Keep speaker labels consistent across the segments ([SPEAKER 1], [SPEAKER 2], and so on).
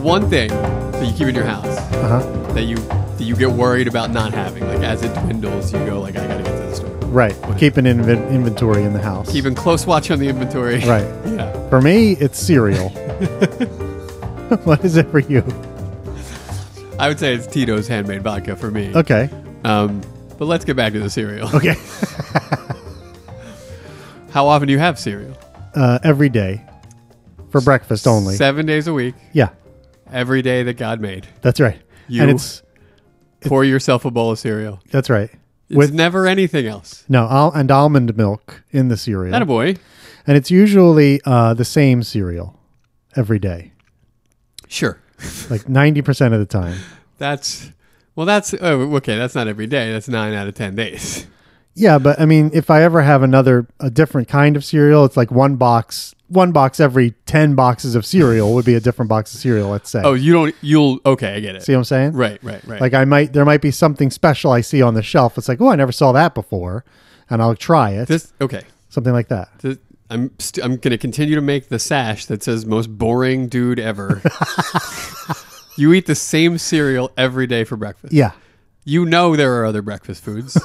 [SPEAKER 1] one thing that you keep in your house
[SPEAKER 2] Uh-huh.
[SPEAKER 1] that you that you get worried about not having? Like as it dwindles, you go like, I gotta get to the store.
[SPEAKER 2] Right. Keeping inven- inventory in the house.
[SPEAKER 1] Keeping close watch on the inventory.
[SPEAKER 2] Right.
[SPEAKER 1] yeah.
[SPEAKER 2] For me, it's cereal. what is it for you?
[SPEAKER 1] I would say it's Tito's handmade vodka for me.
[SPEAKER 2] Okay.
[SPEAKER 1] Um, but let's get back to the cereal.
[SPEAKER 2] Okay.
[SPEAKER 1] How often do you have cereal?
[SPEAKER 2] Uh, every day for breakfast only.
[SPEAKER 1] Seven days a week,
[SPEAKER 2] Yeah,
[SPEAKER 1] every day that God made.
[SPEAKER 2] that's right.
[SPEAKER 1] You-
[SPEAKER 2] and it's
[SPEAKER 1] Pour yourself a bowl of cereal.
[SPEAKER 2] that's right.
[SPEAKER 1] It's
[SPEAKER 2] With-
[SPEAKER 1] never anything else.
[SPEAKER 2] No, al- and almond milk in the cereal.
[SPEAKER 1] That a boy.
[SPEAKER 2] And it's usually uh, the same cereal every day,
[SPEAKER 1] Sure.
[SPEAKER 2] like 90% of the time.
[SPEAKER 1] That's well. That's oh, okay. That's not every day. That's nine out of ten days.
[SPEAKER 2] Yeah, but I mean, if I ever have another, a different kind of cereal, it's like one box, one box every 10 boxes of cereal would be a different box of cereal, let's say.
[SPEAKER 1] Oh, you don't. You'll okay. I get it.
[SPEAKER 2] See what I'm saying?
[SPEAKER 1] right. Right. Right.
[SPEAKER 2] Like I might, there might be something special I see on the shelf. It's like, oh, I never saw that before. And I'll try it.
[SPEAKER 1] this. Okay.
[SPEAKER 2] something like that.
[SPEAKER 1] This, I'm. St- I'm gonna continue to make the sash that says "most boring dude ever." you eat the same cereal every day for breakfast.
[SPEAKER 2] Yeah.
[SPEAKER 1] You know there are other breakfast foods,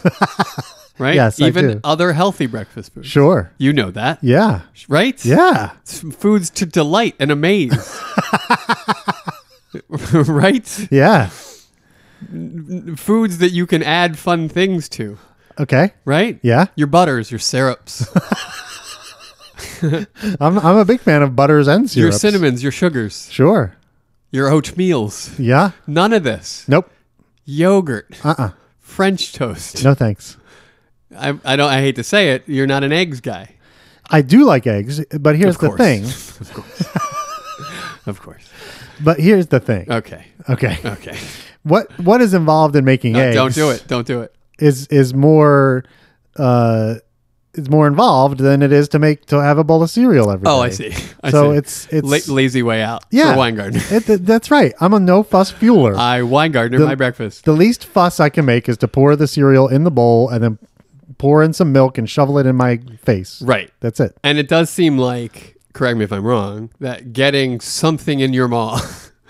[SPEAKER 1] right?
[SPEAKER 2] Yes, I
[SPEAKER 1] Even
[SPEAKER 2] do.
[SPEAKER 1] other healthy breakfast foods.
[SPEAKER 2] Sure.
[SPEAKER 1] You know that,
[SPEAKER 2] Yeah.
[SPEAKER 1] right?
[SPEAKER 2] Yeah.
[SPEAKER 1] S- Foods to delight and amaze. right?
[SPEAKER 2] Yeah.
[SPEAKER 1] Foods that you can add fun things to,
[SPEAKER 2] Okay.
[SPEAKER 1] right?
[SPEAKER 2] Yeah.
[SPEAKER 1] Your butters, your syrups,
[SPEAKER 2] I'm, I'm a big fan of butters and syrups.
[SPEAKER 1] your cinnamons, your sugars,
[SPEAKER 2] Sure.
[SPEAKER 1] your oatmeals.
[SPEAKER 2] Yeah.
[SPEAKER 1] None of this.
[SPEAKER 2] Nope.
[SPEAKER 1] Yogurt,
[SPEAKER 2] Uh-uh.
[SPEAKER 1] French toast.
[SPEAKER 2] No thanks.
[SPEAKER 1] I, I don't. I hate to say it. You're not an eggs guy.
[SPEAKER 2] I do like eggs, but here's
[SPEAKER 1] Of
[SPEAKER 2] the
[SPEAKER 1] course.
[SPEAKER 2] thing.
[SPEAKER 1] of course. of course.
[SPEAKER 2] But here's the thing.
[SPEAKER 1] Okay.
[SPEAKER 2] Okay.
[SPEAKER 1] Okay.
[SPEAKER 2] What what is involved in making
[SPEAKER 1] No,
[SPEAKER 2] eggs?
[SPEAKER 1] don't do it. Don't do it.
[SPEAKER 2] Is is more uh is more involved than it is to make to have a bowl of cereal every day.
[SPEAKER 1] Oh, I see. I
[SPEAKER 2] so
[SPEAKER 1] see.
[SPEAKER 2] it's it's
[SPEAKER 1] La- lazy way out.
[SPEAKER 2] Yeah.
[SPEAKER 1] For Weingarten.
[SPEAKER 2] It, th- that's right. I'm a no fuss fueler.
[SPEAKER 1] I Weingartner my breakfast.
[SPEAKER 2] the least fuss I can make is to pour the cereal in the bowl and then pour in some milk and shovel it in my face.
[SPEAKER 1] Right.
[SPEAKER 2] That's it.
[SPEAKER 1] And it does seem like, correct me if I'm wrong, that getting something in your maw,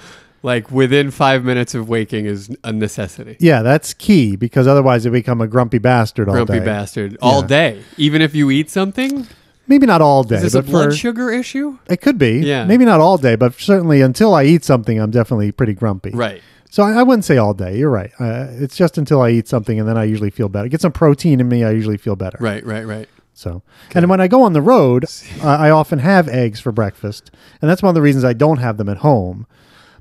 [SPEAKER 1] like within five minutes of waking, is a necessity.
[SPEAKER 2] Yeah, that's key because otherwise you become a grumpy bastard all
[SPEAKER 1] Grumpy
[SPEAKER 2] day.
[SPEAKER 1] bastard. All day. Even if you eat something?
[SPEAKER 2] Maybe not all day,
[SPEAKER 1] Is this a
[SPEAKER 2] but
[SPEAKER 1] blood
[SPEAKER 2] for
[SPEAKER 1] sugar issue?
[SPEAKER 2] it could be.
[SPEAKER 1] Yeah.
[SPEAKER 2] Maybe not all day, but certainly until I eat something, I'm definitely pretty grumpy.
[SPEAKER 1] Right.
[SPEAKER 2] So I, I wouldn't say all day. You're right. Uh, it's just until I eat something and then I usually feel better. Get some protein in me, I ually feel better.
[SPEAKER 1] Right, right, right.
[SPEAKER 2] So, and when I go on the road, uh, I, I often have eggs for breakfast, and that's one of the reasons I don't have them at home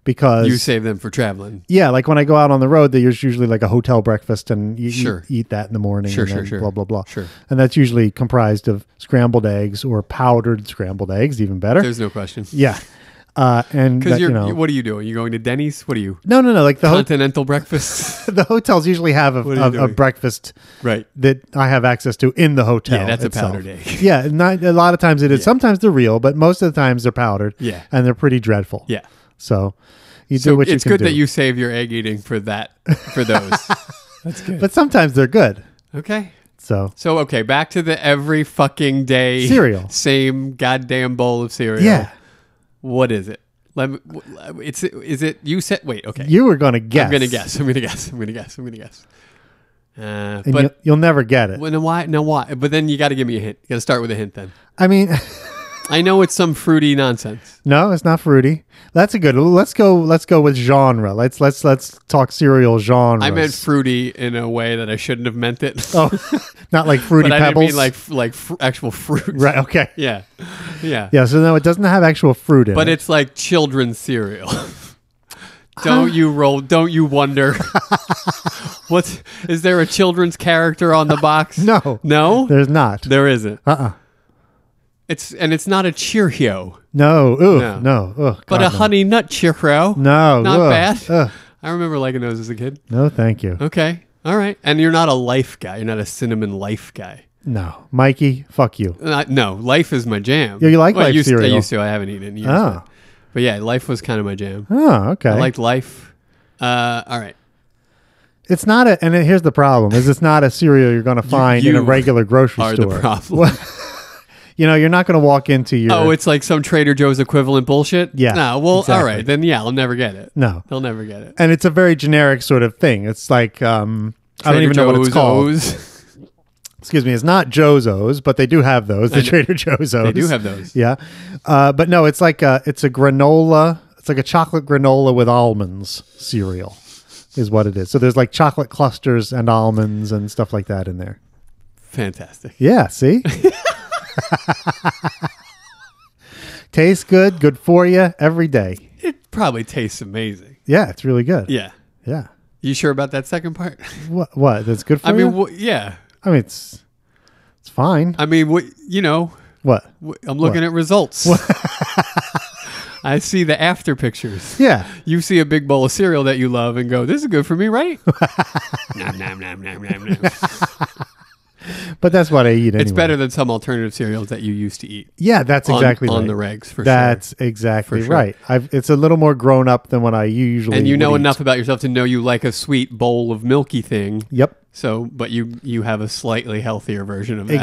[SPEAKER 2] because
[SPEAKER 1] You save them for traveling.
[SPEAKER 2] yeah, like when I go out on the road, there's usually like a hotel breakfast, and you
[SPEAKER 1] Sure.
[SPEAKER 2] eat, eat that in the morning,
[SPEAKER 1] Sure,
[SPEAKER 2] and
[SPEAKER 1] sure,
[SPEAKER 2] then
[SPEAKER 1] sure.
[SPEAKER 2] blah blah blah,
[SPEAKER 1] Sure.
[SPEAKER 2] and that's usually comprised of scrambled eggs or powdered scrambled eggs, even better.
[SPEAKER 1] There's no question.
[SPEAKER 2] yeah, uh, and
[SPEAKER 1] Because
[SPEAKER 2] that,
[SPEAKER 1] you're,
[SPEAKER 2] you know,
[SPEAKER 1] what are you doing? You going to Denny's? What are you?
[SPEAKER 2] no, no, no, like the ho-
[SPEAKER 1] Continental breakfast?
[SPEAKER 2] the hotels usually have a,
[SPEAKER 1] are you
[SPEAKER 2] a, a
[SPEAKER 1] doing?
[SPEAKER 2] breakfast
[SPEAKER 1] right.
[SPEAKER 2] that I have access to in the hotel.
[SPEAKER 1] Yeah, that's a
[SPEAKER 2] itself.
[SPEAKER 1] powdered egg.
[SPEAKER 2] yeah, not, a lot of times it is. Sometimes they're real, but most of the times they're powdered.
[SPEAKER 1] Yeah.
[SPEAKER 2] and they're pretty dreadful.
[SPEAKER 1] Yeah.
[SPEAKER 2] so you do
[SPEAKER 1] So
[SPEAKER 2] what
[SPEAKER 1] it's
[SPEAKER 2] you can
[SPEAKER 1] good
[SPEAKER 2] do.
[SPEAKER 1] that you save your egg eating for that, for those. That's good.
[SPEAKER 2] But sometimes they're good.
[SPEAKER 1] okay.
[SPEAKER 2] So
[SPEAKER 1] So okay, back to the every fucking day
[SPEAKER 2] Cereal.
[SPEAKER 1] same goddamn bowl of cereal.
[SPEAKER 2] yeah,
[SPEAKER 1] what is it? Let me. w- It's is it? You said wait. Okay,
[SPEAKER 2] you were gonna guess.
[SPEAKER 1] I'm gonna guess. I'm gonna guess. I'm gonna guess. I'm gonna guess. Uh,
[SPEAKER 2] and
[SPEAKER 1] but
[SPEAKER 2] you'll, you'll never get it.
[SPEAKER 1] well, no, why? No, why? But then you got to give me a hint. You got to start with a hint. Then
[SPEAKER 2] I mean,
[SPEAKER 1] I know it's some fruity nonsense.
[SPEAKER 2] no, it's not fruity. That's a good. Let's go. Let's go with genre. Let's let's let's talk cereal genre.
[SPEAKER 1] I meant fruity in a way that I shouldn't have meant it.
[SPEAKER 2] oh, not like fruity
[SPEAKER 1] but I didn't
[SPEAKER 2] pebbles.
[SPEAKER 1] mean like f- like fr- actual fruit.
[SPEAKER 2] right. Okay.
[SPEAKER 1] Yeah. Yeah.
[SPEAKER 2] Yeah. So no, it doesn't have actual fruit in
[SPEAKER 1] But
[SPEAKER 2] it.
[SPEAKER 1] it's like children's cereal. don't you roll? Don't you wonder? what is there a children's character on the box?
[SPEAKER 2] No.
[SPEAKER 1] no,
[SPEAKER 2] There's not.
[SPEAKER 1] there isn't.
[SPEAKER 2] Uh-uh.
[SPEAKER 1] It's and it's not a Cheerio,
[SPEAKER 2] No, ooh,
[SPEAKER 1] No.
[SPEAKER 2] no, ugh,
[SPEAKER 1] but
[SPEAKER 2] God,
[SPEAKER 1] a
[SPEAKER 2] no.
[SPEAKER 1] honey nut Cheerio.
[SPEAKER 2] No,
[SPEAKER 1] not
[SPEAKER 2] ugh,
[SPEAKER 1] bad.
[SPEAKER 2] Oh, ugh.
[SPEAKER 1] I remember liking those as a kid.
[SPEAKER 2] No, thank you.
[SPEAKER 1] Okay, all right. And you're not a life guy. You're not a cinnamon life guy.
[SPEAKER 2] No, Mikey, fuck you.
[SPEAKER 1] Not, no, life is my jam.
[SPEAKER 2] Yeah, you like
[SPEAKER 1] Well, I
[SPEAKER 2] Life
[SPEAKER 1] used, I
[SPEAKER 2] cereal.
[SPEAKER 1] used to. I haven't eaten. in years.
[SPEAKER 2] Oh,
[SPEAKER 1] but yeah, life was kind of my jam.
[SPEAKER 2] oh, okay.
[SPEAKER 1] I liked life. Uh, all right.
[SPEAKER 2] it's not a, and it- here's the problem: is it's not a cereal you're going to find in a
[SPEAKER 1] you
[SPEAKER 2] regular grocery
[SPEAKER 1] are the
[SPEAKER 2] store.
[SPEAKER 1] problem.
[SPEAKER 2] Well, You know, you're not going to walk into your.
[SPEAKER 1] Oh, it's like some Trader Joe's equivalent bullshit.
[SPEAKER 2] Yeah,
[SPEAKER 1] No. Well, all
[SPEAKER 2] exactly.
[SPEAKER 1] right then. Yeah, I'll never get it.
[SPEAKER 2] no,
[SPEAKER 1] They'll never get it.
[SPEAKER 2] and it's a very generic sort of thing. It's like um, I don't
[SPEAKER 1] Trader
[SPEAKER 2] even know
[SPEAKER 1] Joe's
[SPEAKER 2] what
[SPEAKER 1] oh,
[SPEAKER 2] it's called.
[SPEAKER 1] O's.
[SPEAKER 2] Excuse me, it's not Jozo's, but they do have those. The
[SPEAKER 1] And-
[SPEAKER 2] Trader Joe's.
[SPEAKER 1] They do have those.
[SPEAKER 2] Yeah, uh, but no, it's like a, it's a granola. It's like a chocolate granola with almonds cereal, is what it is. So there's like chocolate clusters and almonds and stuff like that in there.
[SPEAKER 1] Fantastic.
[SPEAKER 2] Yeah, see? Tastes good, good for you every day.
[SPEAKER 1] It probably tastes amazing.
[SPEAKER 2] Yeah, it's really good.
[SPEAKER 1] Yeah.
[SPEAKER 2] Yeah.
[SPEAKER 1] You sure about that second part?
[SPEAKER 2] What what? That's good for
[SPEAKER 1] I
[SPEAKER 2] you?
[SPEAKER 1] mean, wh- yeah.
[SPEAKER 2] I mean it's it's fine.
[SPEAKER 1] I mean, wh- you know,
[SPEAKER 2] what?
[SPEAKER 1] wh- I'm looking at results. I see the after pictures.
[SPEAKER 2] Yeah.
[SPEAKER 1] You see a big bowl of cereal that you love and go, "This is good for me, right?" nom, nom, nom, nom, nom, nom.
[SPEAKER 2] But that's what I eat anyway.
[SPEAKER 1] It's better than some alternative cereals that you used to eat
[SPEAKER 2] Yeah, that's
[SPEAKER 1] on,
[SPEAKER 2] exactly
[SPEAKER 1] on
[SPEAKER 2] right.
[SPEAKER 1] the regs for sure.
[SPEAKER 2] that's exactly
[SPEAKER 1] sure.
[SPEAKER 2] right. I've, it's a little more grown up than what I usually
[SPEAKER 1] And you know
[SPEAKER 2] would eat.
[SPEAKER 1] enough about yourself to know you like a sweet bowl of milky thing.
[SPEAKER 2] Yep.
[SPEAKER 1] So, but you you have a slightly healthier version of that.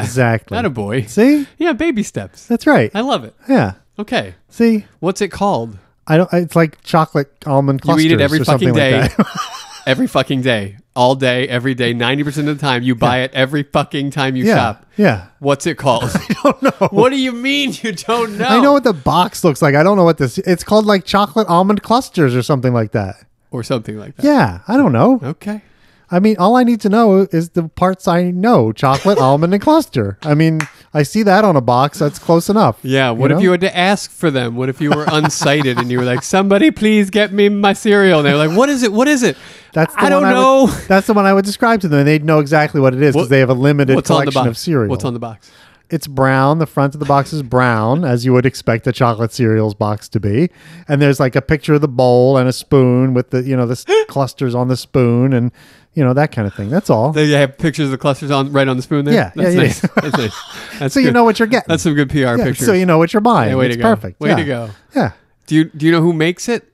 [SPEAKER 2] Exactly.
[SPEAKER 1] Not a boy.
[SPEAKER 2] See?
[SPEAKER 1] Yeah, baby steps.
[SPEAKER 2] That's right.
[SPEAKER 1] I love it.
[SPEAKER 2] yeah.
[SPEAKER 1] Okay,
[SPEAKER 2] See?
[SPEAKER 1] what's it called?
[SPEAKER 2] I don't it's like chocolate almond
[SPEAKER 1] You
[SPEAKER 2] clusters
[SPEAKER 1] eat it every
[SPEAKER 2] or
[SPEAKER 1] fucking
[SPEAKER 2] something
[SPEAKER 1] day.
[SPEAKER 2] like that.
[SPEAKER 1] every fucking day, all day, every day, ninety percent of the time. You buy it every fucking time you
[SPEAKER 2] yeah.
[SPEAKER 1] shop.
[SPEAKER 2] Yeah.
[SPEAKER 1] What's it called? I don't know. What do you mean you don't know?
[SPEAKER 2] I know what the box looks like. I don't know what this. It's called like chocolate almond clusters or something like that.
[SPEAKER 1] or something like that.
[SPEAKER 2] Yeah, I don't know.
[SPEAKER 1] Okay.
[SPEAKER 2] I mean, all I need to know is the parts I know: chocolate, almond, and cluster. I mean, I see that on a box. That's close enough.
[SPEAKER 1] Yeah. What
[SPEAKER 2] know?
[SPEAKER 1] if you had to ask for them? What if you were unsighted and you were like, "Somebody, please get me my cereal"? And they were like, "What is it? What is it?"
[SPEAKER 2] That's the
[SPEAKER 1] I
[SPEAKER 2] one
[SPEAKER 1] don't
[SPEAKER 2] I
[SPEAKER 1] know.
[SPEAKER 2] Would, that's the one I would describe to them. and They'd know exactly what it is because
[SPEAKER 1] What-
[SPEAKER 2] they have a limited
[SPEAKER 1] What's on the
[SPEAKER 2] collection
[SPEAKER 1] box?
[SPEAKER 2] of cereal.
[SPEAKER 1] What's on the box?
[SPEAKER 2] It's brown. The front of the box is brown, as you would expect a chocolate cereals box to be. And there's like a picture of the bowl and a spoon with the you know the s- clusters on the spoon and you know that kind of thing. That's all.
[SPEAKER 1] They have pictures of the clusters on right on the spoon there.
[SPEAKER 2] Yeah,
[SPEAKER 1] that's
[SPEAKER 2] yeah, yeah.
[SPEAKER 1] nice. That's nice. That's
[SPEAKER 2] so you
[SPEAKER 1] good.
[SPEAKER 2] know what you're getting.
[SPEAKER 1] that's some good PR
[SPEAKER 2] Yeah,
[SPEAKER 1] pictures.
[SPEAKER 2] So you know what you're buying.
[SPEAKER 1] Yeah, way
[SPEAKER 2] it's
[SPEAKER 1] to go.
[SPEAKER 2] perfect.
[SPEAKER 1] Way
[SPEAKER 2] yeah.
[SPEAKER 1] to go.
[SPEAKER 2] Yeah.
[SPEAKER 1] Do you do you know who makes it?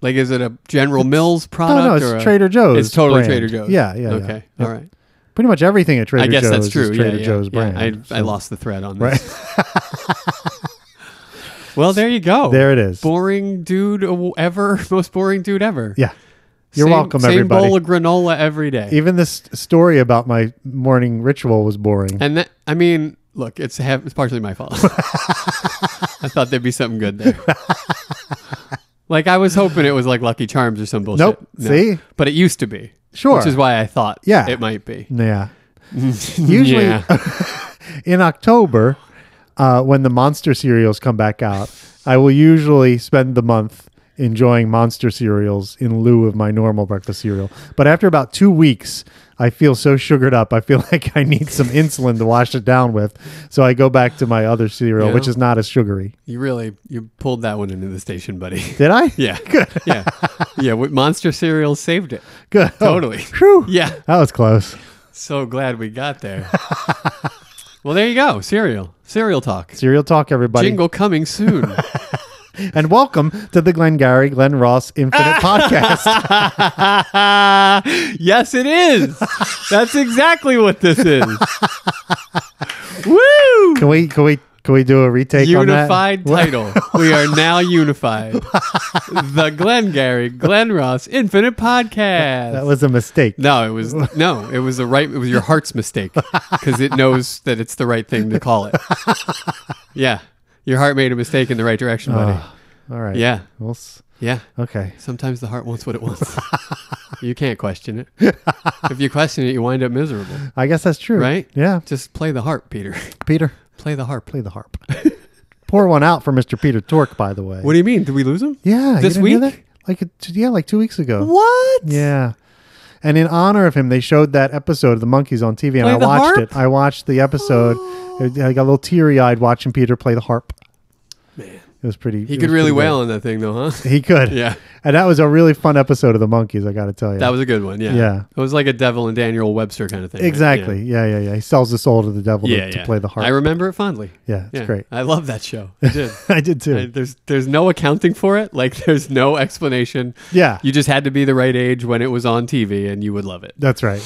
[SPEAKER 1] Like, is it a General Mills
[SPEAKER 2] No,
[SPEAKER 1] product?
[SPEAKER 2] no,
[SPEAKER 1] or a-
[SPEAKER 2] it's Trader Joe's.
[SPEAKER 1] It's totally
[SPEAKER 2] brand.
[SPEAKER 1] Trader Joe's.
[SPEAKER 2] Yeah, yeah. yeah.
[SPEAKER 1] Okay. All
[SPEAKER 2] Yep.
[SPEAKER 1] right.
[SPEAKER 2] Pretty much everything at Trader
[SPEAKER 1] I guess
[SPEAKER 2] Joe's
[SPEAKER 1] that's true.
[SPEAKER 2] is
[SPEAKER 1] Yeah,
[SPEAKER 2] Trader
[SPEAKER 1] yeah,
[SPEAKER 2] Joe's
[SPEAKER 1] yeah.
[SPEAKER 2] brand.
[SPEAKER 1] I, I
[SPEAKER 2] so
[SPEAKER 1] lost the thread on this. well, there you go.
[SPEAKER 2] There it is.
[SPEAKER 1] Boring dude aw- ever. Most boring dude ever.
[SPEAKER 2] Yeah. You're
[SPEAKER 1] Same-
[SPEAKER 2] welcome,
[SPEAKER 1] same
[SPEAKER 2] everybody.
[SPEAKER 1] bowl of granola every day.
[SPEAKER 2] Even this story about my morning ritual was boring.
[SPEAKER 1] and that, I mean, look, it's half, it's partially my fault. I thought there'd be something good there. like I was hoping it was like Lucky Charms or some bullshit.
[SPEAKER 2] Nope. See?
[SPEAKER 1] but it used to be.
[SPEAKER 2] Sure.
[SPEAKER 1] Which is why I thought
[SPEAKER 2] Yeah.
[SPEAKER 1] it might be.
[SPEAKER 2] yeah. Usually
[SPEAKER 1] Yeah.
[SPEAKER 2] in October, uh, when the monster cereals come back out, I will usually spend the month enjoying monster cereals in lieu of my normal breakfast cereal. But after about two weeks, I feel so sugared up. I feel like I need some insulin to wash it down with. So I go back to my other cereal,
[SPEAKER 1] Yeah.
[SPEAKER 2] which is not as sugary.
[SPEAKER 1] you really you pulled that one into the station, buddy.
[SPEAKER 2] Did I?
[SPEAKER 1] Yeah. Good. yeah. Yeah. With Monster cereal saved it.
[SPEAKER 2] Good.
[SPEAKER 1] Totally.
[SPEAKER 2] Whew.
[SPEAKER 1] Yeah.
[SPEAKER 2] That was close.
[SPEAKER 1] So glad we got there. well, there you go. Cereal. Cereal talk.
[SPEAKER 2] Cereal talk, everybody.
[SPEAKER 1] Jingle coming soon.
[SPEAKER 2] And welcome to the Glengarry Glen Ross Infinite Podcast.
[SPEAKER 1] yes, it is. That's exactly what this is. Woo!
[SPEAKER 2] Can we can we can we do a retake
[SPEAKER 1] Unified
[SPEAKER 2] on that?
[SPEAKER 1] title. we are now unified. the Glengarry Glen Ross Infinite Podcast.
[SPEAKER 2] That was a mistake.
[SPEAKER 1] No, it was no, it was the right. It was your heart's mistake because it knows that it's the right thing to call it. Yeah, your heart made a mistake in the right direction, buddy.
[SPEAKER 2] All right.
[SPEAKER 1] yeah,
[SPEAKER 2] We'll s-
[SPEAKER 1] yeah.
[SPEAKER 2] okay.
[SPEAKER 1] Sometimes the heart wants what it wants. you can't question it. If you question it, you wind up miserable.
[SPEAKER 2] I guess that's true.
[SPEAKER 1] Right?
[SPEAKER 2] Yeah.
[SPEAKER 1] Just play the harp, Peter.
[SPEAKER 2] Peter,
[SPEAKER 1] Play the harp.
[SPEAKER 2] play the harp. Pour one out for Mr. Peter Tork, by the way.
[SPEAKER 1] What do you mean? Did we lose him?
[SPEAKER 2] yeah. you
[SPEAKER 1] This
[SPEAKER 2] didn't hear
[SPEAKER 1] week?
[SPEAKER 2] that? Like, a, t- yeah, like two weeks ago.
[SPEAKER 1] What?
[SPEAKER 2] Yeah. And in honor of him, they showed that episode of the monkeys on TV, and
[SPEAKER 1] Play
[SPEAKER 2] I
[SPEAKER 1] the
[SPEAKER 2] watched
[SPEAKER 1] harp? Oh.
[SPEAKER 2] it. I watched the episode. I I got a little teary eyed watching Peter play the harp. Man, it was pretty.
[SPEAKER 1] He could really wail on that thing, though, huh?
[SPEAKER 2] He could.
[SPEAKER 1] Yeah.
[SPEAKER 2] And that was a really fun episode of the monkeys. I got to tell you.
[SPEAKER 1] That was a good one. Yeah.
[SPEAKER 2] Yeah.
[SPEAKER 1] It was like a Devil and Daniel Webster kind of thing. right?
[SPEAKER 2] exactly. Yeah. yeah, yeah, He sells the soul to the devil
[SPEAKER 1] Yeah.
[SPEAKER 2] to,
[SPEAKER 1] Yeah,
[SPEAKER 2] to
[SPEAKER 1] yeah.
[SPEAKER 2] play the harp.
[SPEAKER 1] I remember it fondly.
[SPEAKER 2] yeah, it's
[SPEAKER 1] Yeah.
[SPEAKER 2] great.
[SPEAKER 1] I love that show. I did.
[SPEAKER 2] I did too.
[SPEAKER 1] I- there's there's no accounting for it. Like there's no explanation.
[SPEAKER 2] yeah,
[SPEAKER 1] You just had to be the right age when it was on TV, and you would love it.
[SPEAKER 2] that's right.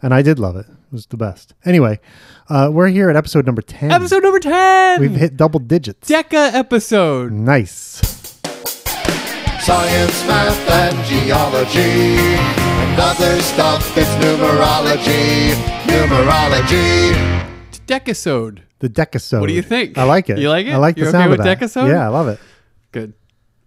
[SPEAKER 2] and I did love it. It was the best. Anyway, uh, we're here at episode number 10.
[SPEAKER 1] Episode number 10.
[SPEAKER 2] Hmm. We've hit Hmm. double digits.
[SPEAKER 1] Deca episode.
[SPEAKER 2] Nice.
[SPEAKER 3] Science, math, and geology. And other stuff that's numerology. Numerology.
[SPEAKER 1] Decasode.
[SPEAKER 2] The decasode.
[SPEAKER 1] What do you think?
[SPEAKER 2] I like it.
[SPEAKER 1] You like it?
[SPEAKER 2] I like
[SPEAKER 1] You're
[SPEAKER 2] the
[SPEAKER 1] okay
[SPEAKER 2] sound
[SPEAKER 1] with
[SPEAKER 2] of that.
[SPEAKER 1] decasode?
[SPEAKER 2] Yeah, I love it.
[SPEAKER 1] Good.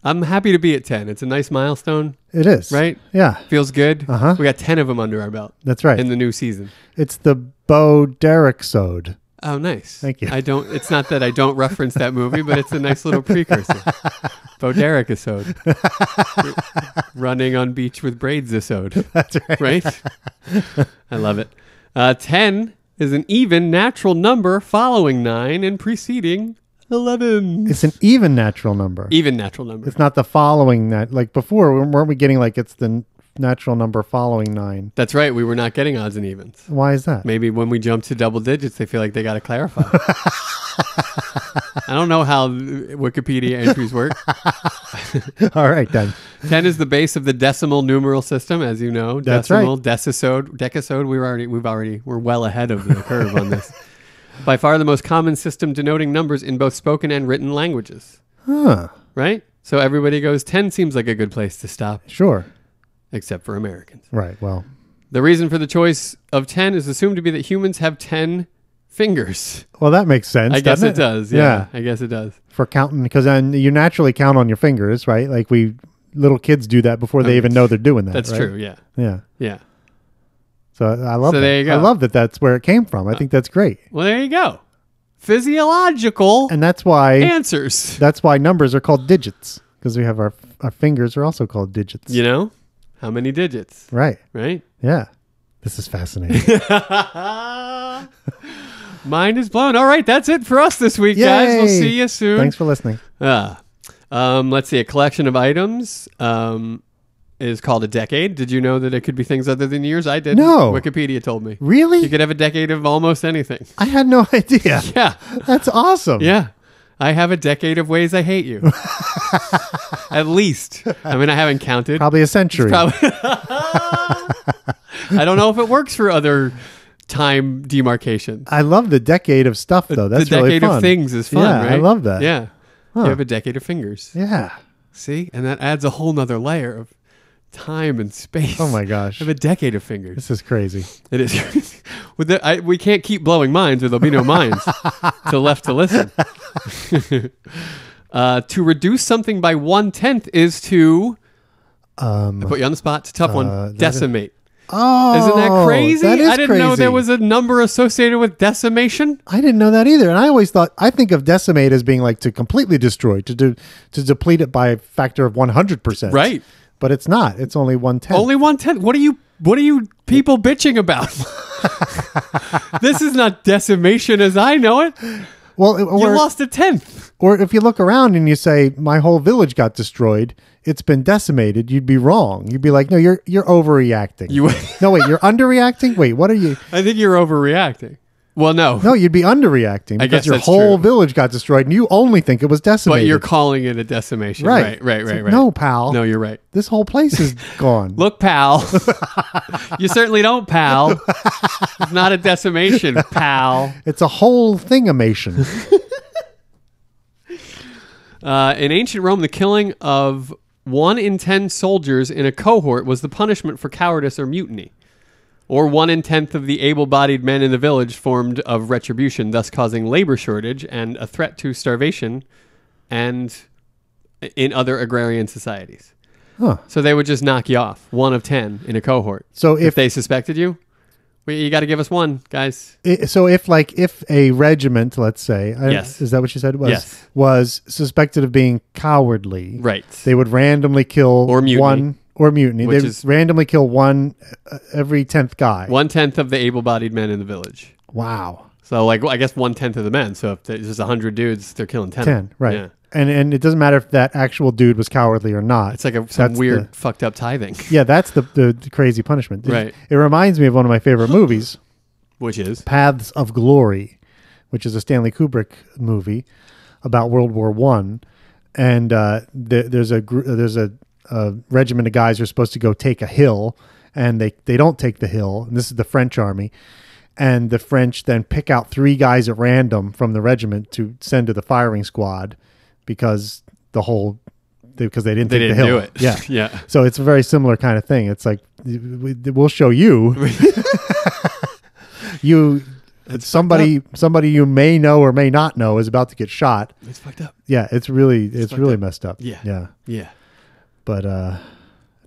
[SPEAKER 1] I'm happy to be at 10. It's a nice milestone.
[SPEAKER 2] It is.
[SPEAKER 1] Right?
[SPEAKER 2] Yeah,
[SPEAKER 1] Feels good.
[SPEAKER 2] Uh-huh.
[SPEAKER 1] We got 10 of them under our belt
[SPEAKER 2] that's right.
[SPEAKER 1] in the new season.
[SPEAKER 2] it's the Bo Derek sode.
[SPEAKER 1] Oh, nice.
[SPEAKER 2] Thank you.
[SPEAKER 1] I don't. It's not that I don't reference that movie, but it's a nice little precursor. Bo Derek episode. Running on beach with braids episode. That's right. Right. I love it. Uh, Ten is an even natural number following nine and preceding eleven.
[SPEAKER 2] It's an even natural number.
[SPEAKER 1] Even natural number.
[SPEAKER 2] It's not the following that. Like before, weren't we getting like it's the n- natural number following nine?
[SPEAKER 1] That's right. We were not getting odds and evens.
[SPEAKER 2] Why is that?
[SPEAKER 1] Maybe when we jump to double digits, they feel like they got to clarify. I don't know how Wikipedia entries work.
[SPEAKER 2] All right, then.
[SPEAKER 1] 10 is the base of the decimal numeral system, as you know.
[SPEAKER 2] That's
[SPEAKER 1] decimal, decisode, decasode. We're already, we've already, we're well ahead of the curve on this. By far the most common system denoting numbers in both spoken and written languages,
[SPEAKER 2] Huh.
[SPEAKER 1] right? So everybody goes, 10 seems like a good place to stop,
[SPEAKER 2] Sure.
[SPEAKER 1] except for Americans.
[SPEAKER 2] Right. Well,
[SPEAKER 1] The reason for the choice of 10 is assumed to be that humans have 10 fingers.
[SPEAKER 2] well, that makes sense.
[SPEAKER 1] I guess
[SPEAKER 2] doesn't
[SPEAKER 1] it? does. Yeah, I guess it does.
[SPEAKER 2] For counting, because then you naturally count on your fingers, right? Like we little kids do that before they even know they're doing that.
[SPEAKER 1] That's
[SPEAKER 2] right?
[SPEAKER 1] true. Yeah.
[SPEAKER 2] Yeah.
[SPEAKER 1] Yeah.
[SPEAKER 2] So I love
[SPEAKER 1] So
[SPEAKER 2] that.
[SPEAKER 1] there you
[SPEAKER 2] I
[SPEAKER 1] go. Uh,
[SPEAKER 2] love that that's where it came from. I think that's great.
[SPEAKER 1] Well, there you go. Physiological
[SPEAKER 2] And that's why
[SPEAKER 1] answers.
[SPEAKER 2] that's why numbers are called digits because we have our our fingers are also called digits.
[SPEAKER 1] You know, how many digits,
[SPEAKER 2] Right.
[SPEAKER 1] right?
[SPEAKER 2] Yeah. This is fascinating. Uh-huh.
[SPEAKER 1] Mind is blown. All right, that's it for us this week, guys. We'll
[SPEAKER 2] Yay.
[SPEAKER 1] see you soon.
[SPEAKER 2] Thanks for listening.
[SPEAKER 1] Ah. um, let's see. A collection of items um, is called a decade. Did you know that it could be things other than years? I did.
[SPEAKER 2] No.
[SPEAKER 1] Wikipedia told me. You
[SPEAKER 2] Really?
[SPEAKER 1] could have a decade of almost anything.
[SPEAKER 2] I had no idea.
[SPEAKER 1] Yeah.
[SPEAKER 2] That's awesome.
[SPEAKER 1] Yeah. I have a decade of ways I hate you. At least. I mean, I haven't counted.
[SPEAKER 2] Probably a century.
[SPEAKER 1] Probably. I don't know if it works for other time demarcation.
[SPEAKER 2] I love the decade of stuff though. Oh, That's
[SPEAKER 1] the
[SPEAKER 2] really
[SPEAKER 1] decade
[SPEAKER 2] fun.
[SPEAKER 1] of things is fun,
[SPEAKER 2] Yeah, I
[SPEAKER 1] right?
[SPEAKER 2] love that.
[SPEAKER 1] Yeah. You have a decade of fingers.
[SPEAKER 2] Yeah.
[SPEAKER 1] See? And that adds a whole nother layer of time and space.
[SPEAKER 2] Oh my gosh.
[SPEAKER 1] I have a decade of fingers.
[SPEAKER 2] This is crazy.
[SPEAKER 1] It is. With the, I, we can't keep blowing minds or there'll be no minds to left to listen. uh, to reduce something by one tenth is to. I put you on the spot. It's a tough
[SPEAKER 2] uh,
[SPEAKER 1] one.
[SPEAKER 2] that is-
[SPEAKER 1] Decimate.
[SPEAKER 2] Um, Oh,
[SPEAKER 1] Isn't that crazy?
[SPEAKER 2] That is
[SPEAKER 1] I didn't know
[SPEAKER 2] crazy.
[SPEAKER 1] there was a number associated with decimation.
[SPEAKER 2] I didn't know that either, and I always thought I think of decimate as being like to completely destroy, to do, to deplete it by a factor of one hundred percent.
[SPEAKER 1] Right.
[SPEAKER 2] But it's not. It's only one tenth.
[SPEAKER 1] Only one tenth. What are you? What are you people bitching about? this is not decimation as I know it. You
[SPEAKER 2] well, it- or,
[SPEAKER 1] lost a tenth.
[SPEAKER 2] or if you look around and you say my whole village got destroyed, it's been decimated. You'd be wrong. You'd be like, no, you're you're overreacting.
[SPEAKER 1] You.
[SPEAKER 2] no, wait, you're underreacting. Wait, what are you?
[SPEAKER 1] I think you're overreacting. Well, no,
[SPEAKER 2] No, you'd be underreacting because
[SPEAKER 1] guess
[SPEAKER 2] your
[SPEAKER 1] that's
[SPEAKER 2] whole
[SPEAKER 1] true.
[SPEAKER 2] village got destroyed, and you only think it was decimated.
[SPEAKER 1] but you're calling it a decimation. Right. Right.
[SPEAKER 2] Right. It's
[SPEAKER 1] Right.
[SPEAKER 2] like,
[SPEAKER 1] right.
[SPEAKER 2] no, pal.
[SPEAKER 1] No, you're right.
[SPEAKER 2] this whole place is gone.
[SPEAKER 1] Look, pal. you certainly don't, pal. It's not a decimation, pal.
[SPEAKER 2] It's a whole thingamation.
[SPEAKER 1] Uh, in ancient Rome, the killing of one in ten soldiers in a cohort was the punishment for cowardice or mutiny, or one in tenth of the able-bodied men in the village formed of retribution, thus causing labor shortage and a threat to starvation, and in other agrarian societies.
[SPEAKER 2] Huh.
[SPEAKER 1] So they would just knock you off one of ten in a cohort.
[SPEAKER 2] So
[SPEAKER 1] if
[SPEAKER 2] if,
[SPEAKER 1] they suspected you, well, you got to give us one, guys.
[SPEAKER 2] i- so if like if a regiment, let's say, I-
[SPEAKER 1] Yes.
[SPEAKER 2] is that what you said it was
[SPEAKER 1] Yes.
[SPEAKER 2] was suspected of being cowardly,
[SPEAKER 1] Right.
[SPEAKER 2] They would randomly kill
[SPEAKER 1] Or mutiny.
[SPEAKER 2] one or mutiny.
[SPEAKER 1] Which
[SPEAKER 2] they
[SPEAKER 1] is-
[SPEAKER 2] would randomly kill one uh, every tenth guy.
[SPEAKER 1] One tenth of the able-bodied men in the village.
[SPEAKER 2] Wow,
[SPEAKER 1] So like well, I guess one tenth of the men. So if there's just hundred dudes, they're killing ten.
[SPEAKER 2] ten right.
[SPEAKER 1] Yeah.
[SPEAKER 2] And and it doesn't matter if that actual dude was cowardly or not.
[SPEAKER 1] It's like a, some
[SPEAKER 2] That's
[SPEAKER 1] weird fucked up tithing,
[SPEAKER 2] yeah, that's the, the the crazy punishment. It-
[SPEAKER 1] Right.
[SPEAKER 2] It reminds me of one of my favorite movies.
[SPEAKER 1] which is
[SPEAKER 2] Paths of Glory, which is a Stanley Kubrick movie about World War One, and uh, th- there's a gr- there's a, a regiment of guys who are supposed to go take a hill, and they they don't take the hill. And this is the French army, and the French then pick out three guys at random from the regiment to send to the firing squad because the whole because they didn't
[SPEAKER 1] They
[SPEAKER 2] take
[SPEAKER 1] didn't
[SPEAKER 2] the hill.
[SPEAKER 1] do it.
[SPEAKER 2] Yeah,
[SPEAKER 1] yeah.
[SPEAKER 2] so it's a very similar kind of thing. It's like we- we'll show you. you somebody somebody you may know or may not know is about to get shot.
[SPEAKER 1] It's fucked up.
[SPEAKER 2] Yeah, it's really it's,
[SPEAKER 1] fucked
[SPEAKER 2] really
[SPEAKER 1] up.
[SPEAKER 2] messed up.
[SPEAKER 1] Yeah.
[SPEAKER 2] Yeah.
[SPEAKER 1] Yeah.
[SPEAKER 2] But uh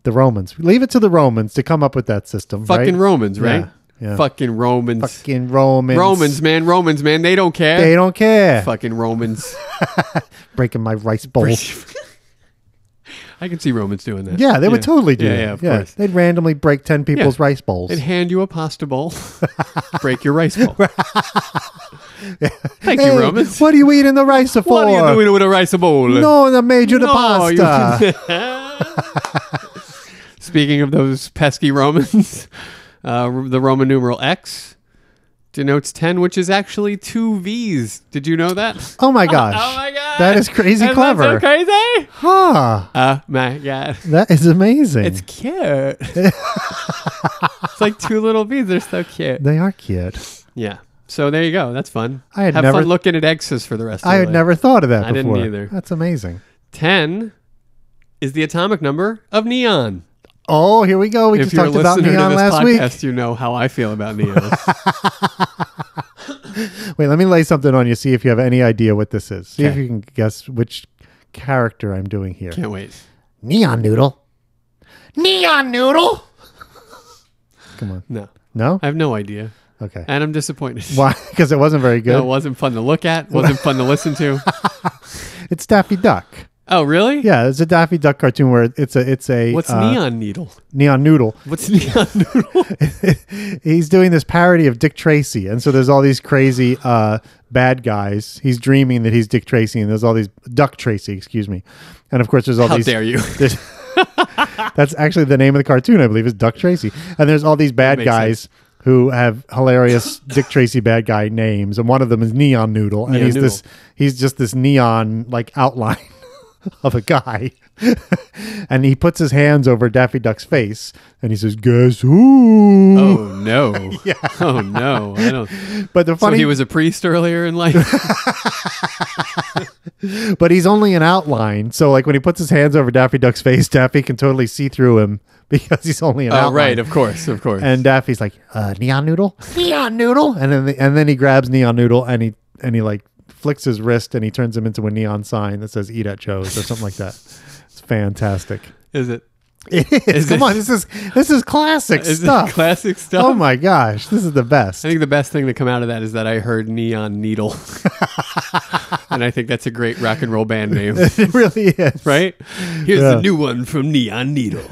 [SPEAKER 2] the Romans. Leave it to the Romans to come up with that system.
[SPEAKER 1] Fucking
[SPEAKER 2] right?
[SPEAKER 1] Romans, right?
[SPEAKER 2] Yeah, yeah.
[SPEAKER 1] Fucking Romans.
[SPEAKER 2] Fucking Romans.
[SPEAKER 1] Romans, man. Romans, man. They don't care.
[SPEAKER 2] They don't care.
[SPEAKER 1] Fucking Romans.
[SPEAKER 2] Breaking my rice bowl.
[SPEAKER 1] I can see Romans doing that.
[SPEAKER 2] Yeah, they would totally do
[SPEAKER 1] yeah,
[SPEAKER 2] that.
[SPEAKER 1] Yeah, of course.
[SPEAKER 2] They'd randomly break ten people's rice bowls.
[SPEAKER 1] They'd hand you a pasta bowl, break your rice bowl. Thank
[SPEAKER 2] Hey,
[SPEAKER 1] you, Romans.
[SPEAKER 2] What do you eat in the rice for?
[SPEAKER 1] What are you doing with a rice bowl?
[SPEAKER 2] No, I made you the
[SPEAKER 1] No, you-
[SPEAKER 2] pasta.
[SPEAKER 1] Speaking of those pesky Romans, uh, the Roman numeral X denotes 10, which is actually two V's. Did you know that?
[SPEAKER 2] Oh my gosh.
[SPEAKER 1] Oh my God.
[SPEAKER 2] That is crazy
[SPEAKER 1] Isn't that
[SPEAKER 2] clever.
[SPEAKER 1] so crazy?
[SPEAKER 2] Huh.
[SPEAKER 1] Oh my God.
[SPEAKER 2] That is amazing.
[SPEAKER 1] It's cute. it's like two little V's. They're so cute.
[SPEAKER 2] they are cute.
[SPEAKER 1] Yeah. So there you go. That's fun.
[SPEAKER 2] I had
[SPEAKER 1] Have
[SPEAKER 2] never-
[SPEAKER 1] fun looking at X's for the rest of
[SPEAKER 2] I
[SPEAKER 1] your
[SPEAKER 2] had
[SPEAKER 1] life.
[SPEAKER 2] never thought of that
[SPEAKER 1] I didn't
[SPEAKER 2] before.
[SPEAKER 1] either.
[SPEAKER 2] That's amazing.
[SPEAKER 1] 10 is the atomic number of neon.
[SPEAKER 2] Oh, here we go. We
[SPEAKER 1] if
[SPEAKER 2] just
[SPEAKER 1] you're a
[SPEAKER 2] talked about
[SPEAKER 1] listener
[SPEAKER 2] neon
[SPEAKER 1] to this
[SPEAKER 2] last
[SPEAKER 1] podcast, you know how I feel about neon.
[SPEAKER 2] week. Wait, let me lay something on you. See if you have any idea what this is. See if
[SPEAKER 1] Okay.
[SPEAKER 2] you can guess which character I'm doing here.
[SPEAKER 1] Can't wait.
[SPEAKER 2] Neon noodle. Neon noodle. Come on.
[SPEAKER 1] No,
[SPEAKER 2] No.
[SPEAKER 1] I have no idea,
[SPEAKER 2] Okay.
[SPEAKER 1] and I'm disappointed.
[SPEAKER 2] Why? Because it wasn't very
[SPEAKER 1] No,
[SPEAKER 2] good.
[SPEAKER 1] it wasn't fun to look at. wasn't fun to listen to.
[SPEAKER 2] it's Daffy Duck.
[SPEAKER 1] Oh, really?
[SPEAKER 2] Yeah, it's a Daffy Duck cartoon where it's a it's a
[SPEAKER 1] What's
[SPEAKER 2] uh,
[SPEAKER 1] neon needle?
[SPEAKER 2] neon noodle.
[SPEAKER 1] What's neon noodle?
[SPEAKER 2] he's doing this parody of Dick Tracy, and so there's all these crazy uh, bad guys. He's dreaming that he's Dick Tracy, and there's all these Duck Tracy, excuse me, and of course there's all
[SPEAKER 1] How
[SPEAKER 2] these.
[SPEAKER 1] dare you?
[SPEAKER 2] there's- that's actually the name of the cartoon, I believe, is Duck Tracy, and there's all these bad
[SPEAKER 1] makes
[SPEAKER 2] guys. Who have hilarious Dick Tracy bad guy names, and one of them is Neon Noodle, and
[SPEAKER 1] Neon
[SPEAKER 2] he's
[SPEAKER 1] Noodle.
[SPEAKER 2] this he's just this neon like outline of a guy. and he puts his hands over Daffy Duck's face and he says, Guess who?
[SPEAKER 1] Oh no! Oh no! I don't.
[SPEAKER 2] But the
[SPEAKER 1] So
[SPEAKER 2] funny,
[SPEAKER 1] he was a priest earlier in life. Oh,
[SPEAKER 2] but he's only an outline. So like when he puts his hands over Daffy Duck's face, Daffy can totally see through him because he's only an
[SPEAKER 1] oh
[SPEAKER 2] outline.
[SPEAKER 1] right, of course, of course.
[SPEAKER 2] and Daffy's like uh, neon noodle, neon noodle, and then the, and then he grabs neon noodle and he and he like flicks his wrist and he turns him into a neon sign that says "Eat at Joe's" or something like that. It's fantastic.
[SPEAKER 1] is it
[SPEAKER 2] It is.
[SPEAKER 1] Is
[SPEAKER 2] Come
[SPEAKER 1] it-
[SPEAKER 2] on, this is this is classic
[SPEAKER 1] is
[SPEAKER 2] stuff.
[SPEAKER 1] it classic stuff?
[SPEAKER 2] Oh my gosh, this is the best.
[SPEAKER 1] I think the best thing to come out of that is that I heard Neon Needle, and I think that's a great rock and roll band name.
[SPEAKER 2] It really is.
[SPEAKER 1] right? Here's
[SPEAKER 2] Yeah.
[SPEAKER 1] the new one from Neon Needle.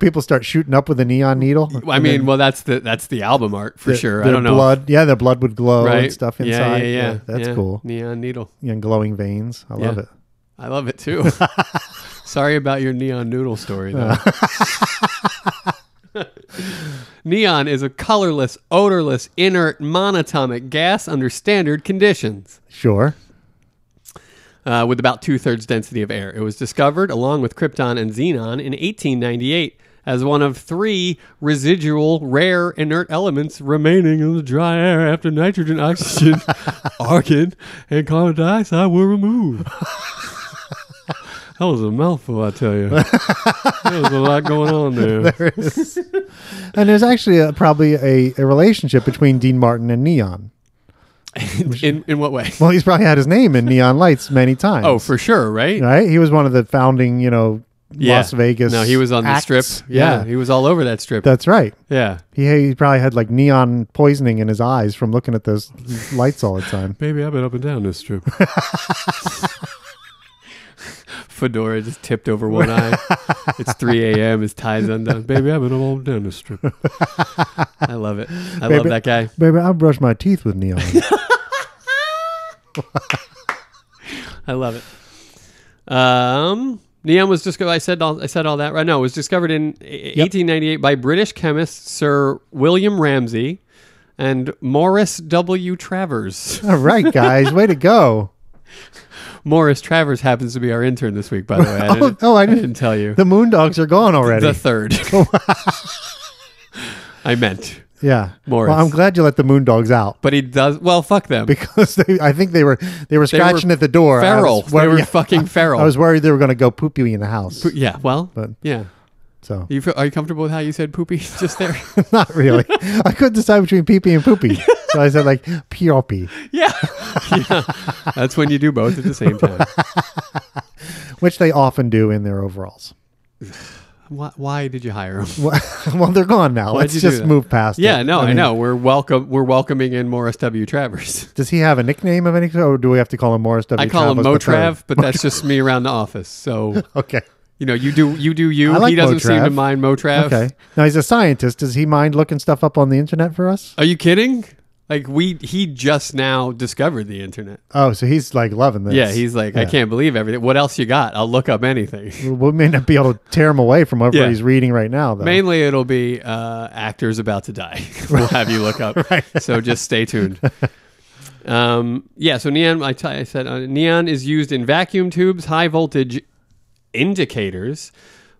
[SPEAKER 2] People start shooting up with a neon needle.
[SPEAKER 1] I mean, well, that's the that's the album art for
[SPEAKER 2] Their-
[SPEAKER 1] sure. I
[SPEAKER 2] their
[SPEAKER 1] don't know,
[SPEAKER 2] Blood, yeah, their blood would glow
[SPEAKER 1] right?
[SPEAKER 2] and stuff
[SPEAKER 1] Yeah,
[SPEAKER 2] inside.
[SPEAKER 1] Yeah, yeah,
[SPEAKER 2] that's
[SPEAKER 1] yeah.
[SPEAKER 2] cool.
[SPEAKER 1] Neon Needle.
[SPEAKER 2] And glowing veins. I love
[SPEAKER 1] Yeah.
[SPEAKER 2] it.
[SPEAKER 1] I love it too. Sorry about your neon noodle story, though. neon is a colorless, odorless, inert, monatomic gas under standard conditions.
[SPEAKER 2] Sure.
[SPEAKER 1] uh, with about two thirds density of air. It was discovered along with krypton and xenon in 1898 as one of three residual rare inert elements remaining in the dry air after nitrogen, oxygen, argon, and carbon dioxide were removed. That was a mouthful, I tell you. There was a lot going on there.
[SPEAKER 2] There is. and there's actually a, probably a, a relationship between Dean Martin and Neon.
[SPEAKER 1] In, in what way?
[SPEAKER 2] Well, he's probably had his name in neon lights many times.
[SPEAKER 1] Oh, for sure, right?
[SPEAKER 2] right. He was one of the founding, you know, Las Vegas.
[SPEAKER 1] No, he was on
[SPEAKER 2] acts.
[SPEAKER 1] the strip. Yeah, he was all over that strip.
[SPEAKER 2] that's right.
[SPEAKER 1] yeah.
[SPEAKER 2] He, he probably had like neon poisoning in his eyes from looking at those lights all the time.
[SPEAKER 1] Baby, I've been up and down this trip. Fedora just tipped over one eye. It's 3 a.m. His tie's undone. Baby, I've been up and down this trip. I love it. I love
[SPEAKER 2] Baby-
[SPEAKER 1] that guy.
[SPEAKER 2] Baby, I brush my teeth with neon.
[SPEAKER 1] I love it. Um, neon was discovered. I said all, I said all that right. No, it was discovered in eh, 1898 by British chemist Sir William Ramsay and Morris W. Travers.
[SPEAKER 2] all right, guys, way to go.
[SPEAKER 1] Morris Travers happens to be our intern this week, by the way. I
[SPEAKER 2] Oh,
[SPEAKER 1] didn't,
[SPEAKER 2] oh, I
[SPEAKER 1] I
[SPEAKER 2] didn't-
[SPEAKER 1] didn't tell you.
[SPEAKER 2] The Moondogs are gone already.
[SPEAKER 1] The third. I meant.
[SPEAKER 2] yeah,
[SPEAKER 1] Morris.
[SPEAKER 2] Well, I'm glad you let the Moondogs out
[SPEAKER 1] But he does. Well, fuck them.
[SPEAKER 2] because they, I think they were they were
[SPEAKER 1] were
[SPEAKER 2] scratching at the door. I
[SPEAKER 1] Feral.
[SPEAKER 2] was worried-
[SPEAKER 1] they were
[SPEAKER 2] yeah,
[SPEAKER 1] fucking feral.
[SPEAKER 2] I was worried they were going to go poop you in the house.
[SPEAKER 1] yeah, well,
[SPEAKER 2] But-
[SPEAKER 1] yeah.
[SPEAKER 2] So
[SPEAKER 1] You feel, are you comfortable with how you said poopy just there?
[SPEAKER 2] not really. I couldn't decide between pee pee and poopy, so I said like pee
[SPEAKER 1] yeah. yeah. That's when you do both at the same time.
[SPEAKER 2] which they often do in their overalls.
[SPEAKER 1] Why, why did you hire him?
[SPEAKER 2] Well, well, they're gone now.
[SPEAKER 1] Why'd you
[SPEAKER 2] Let's
[SPEAKER 1] do
[SPEAKER 2] just
[SPEAKER 1] that?
[SPEAKER 2] move past.
[SPEAKER 1] Yeah,
[SPEAKER 2] it.
[SPEAKER 1] no, I,
[SPEAKER 2] mean,
[SPEAKER 1] know. We're welcome. We're welcoming in Morris W. Travers.
[SPEAKER 2] Does he have a nickname of any sort, or do we have to call him Morris
[SPEAKER 1] I
[SPEAKER 2] W.
[SPEAKER 1] call him
[SPEAKER 2] Travers III?
[SPEAKER 1] Motrav, but that's just me around the office. So
[SPEAKER 2] Okay.
[SPEAKER 1] you know, you do you do you.
[SPEAKER 2] I like
[SPEAKER 1] he doesn't seem to
[SPEAKER 2] Motrav.
[SPEAKER 1] mind Motrav.
[SPEAKER 2] Okay. Now he's a scientist. Does he mind looking stuff up on the internet for us?
[SPEAKER 1] Are you kidding? Like we he just now discovered the internet.
[SPEAKER 2] Oh, so he's like loving this.
[SPEAKER 1] yeah, he's like, I
[SPEAKER 2] Yeah.
[SPEAKER 1] can't believe everything. What else you got? I'll look up anything.
[SPEAKER 2] We may not be able to tear him away from whatever
[SPEAKER 1] Yeah.
[SPEAKER 2] he's reading right now, though.
[SPEAKER 1] Mainly, it'll be uh, actors about to die. we'll have you look up. So just stay tuned. Um, yeah. So neon, I t- I said uh, neon is used in vacuum tubes, high voltage indicators,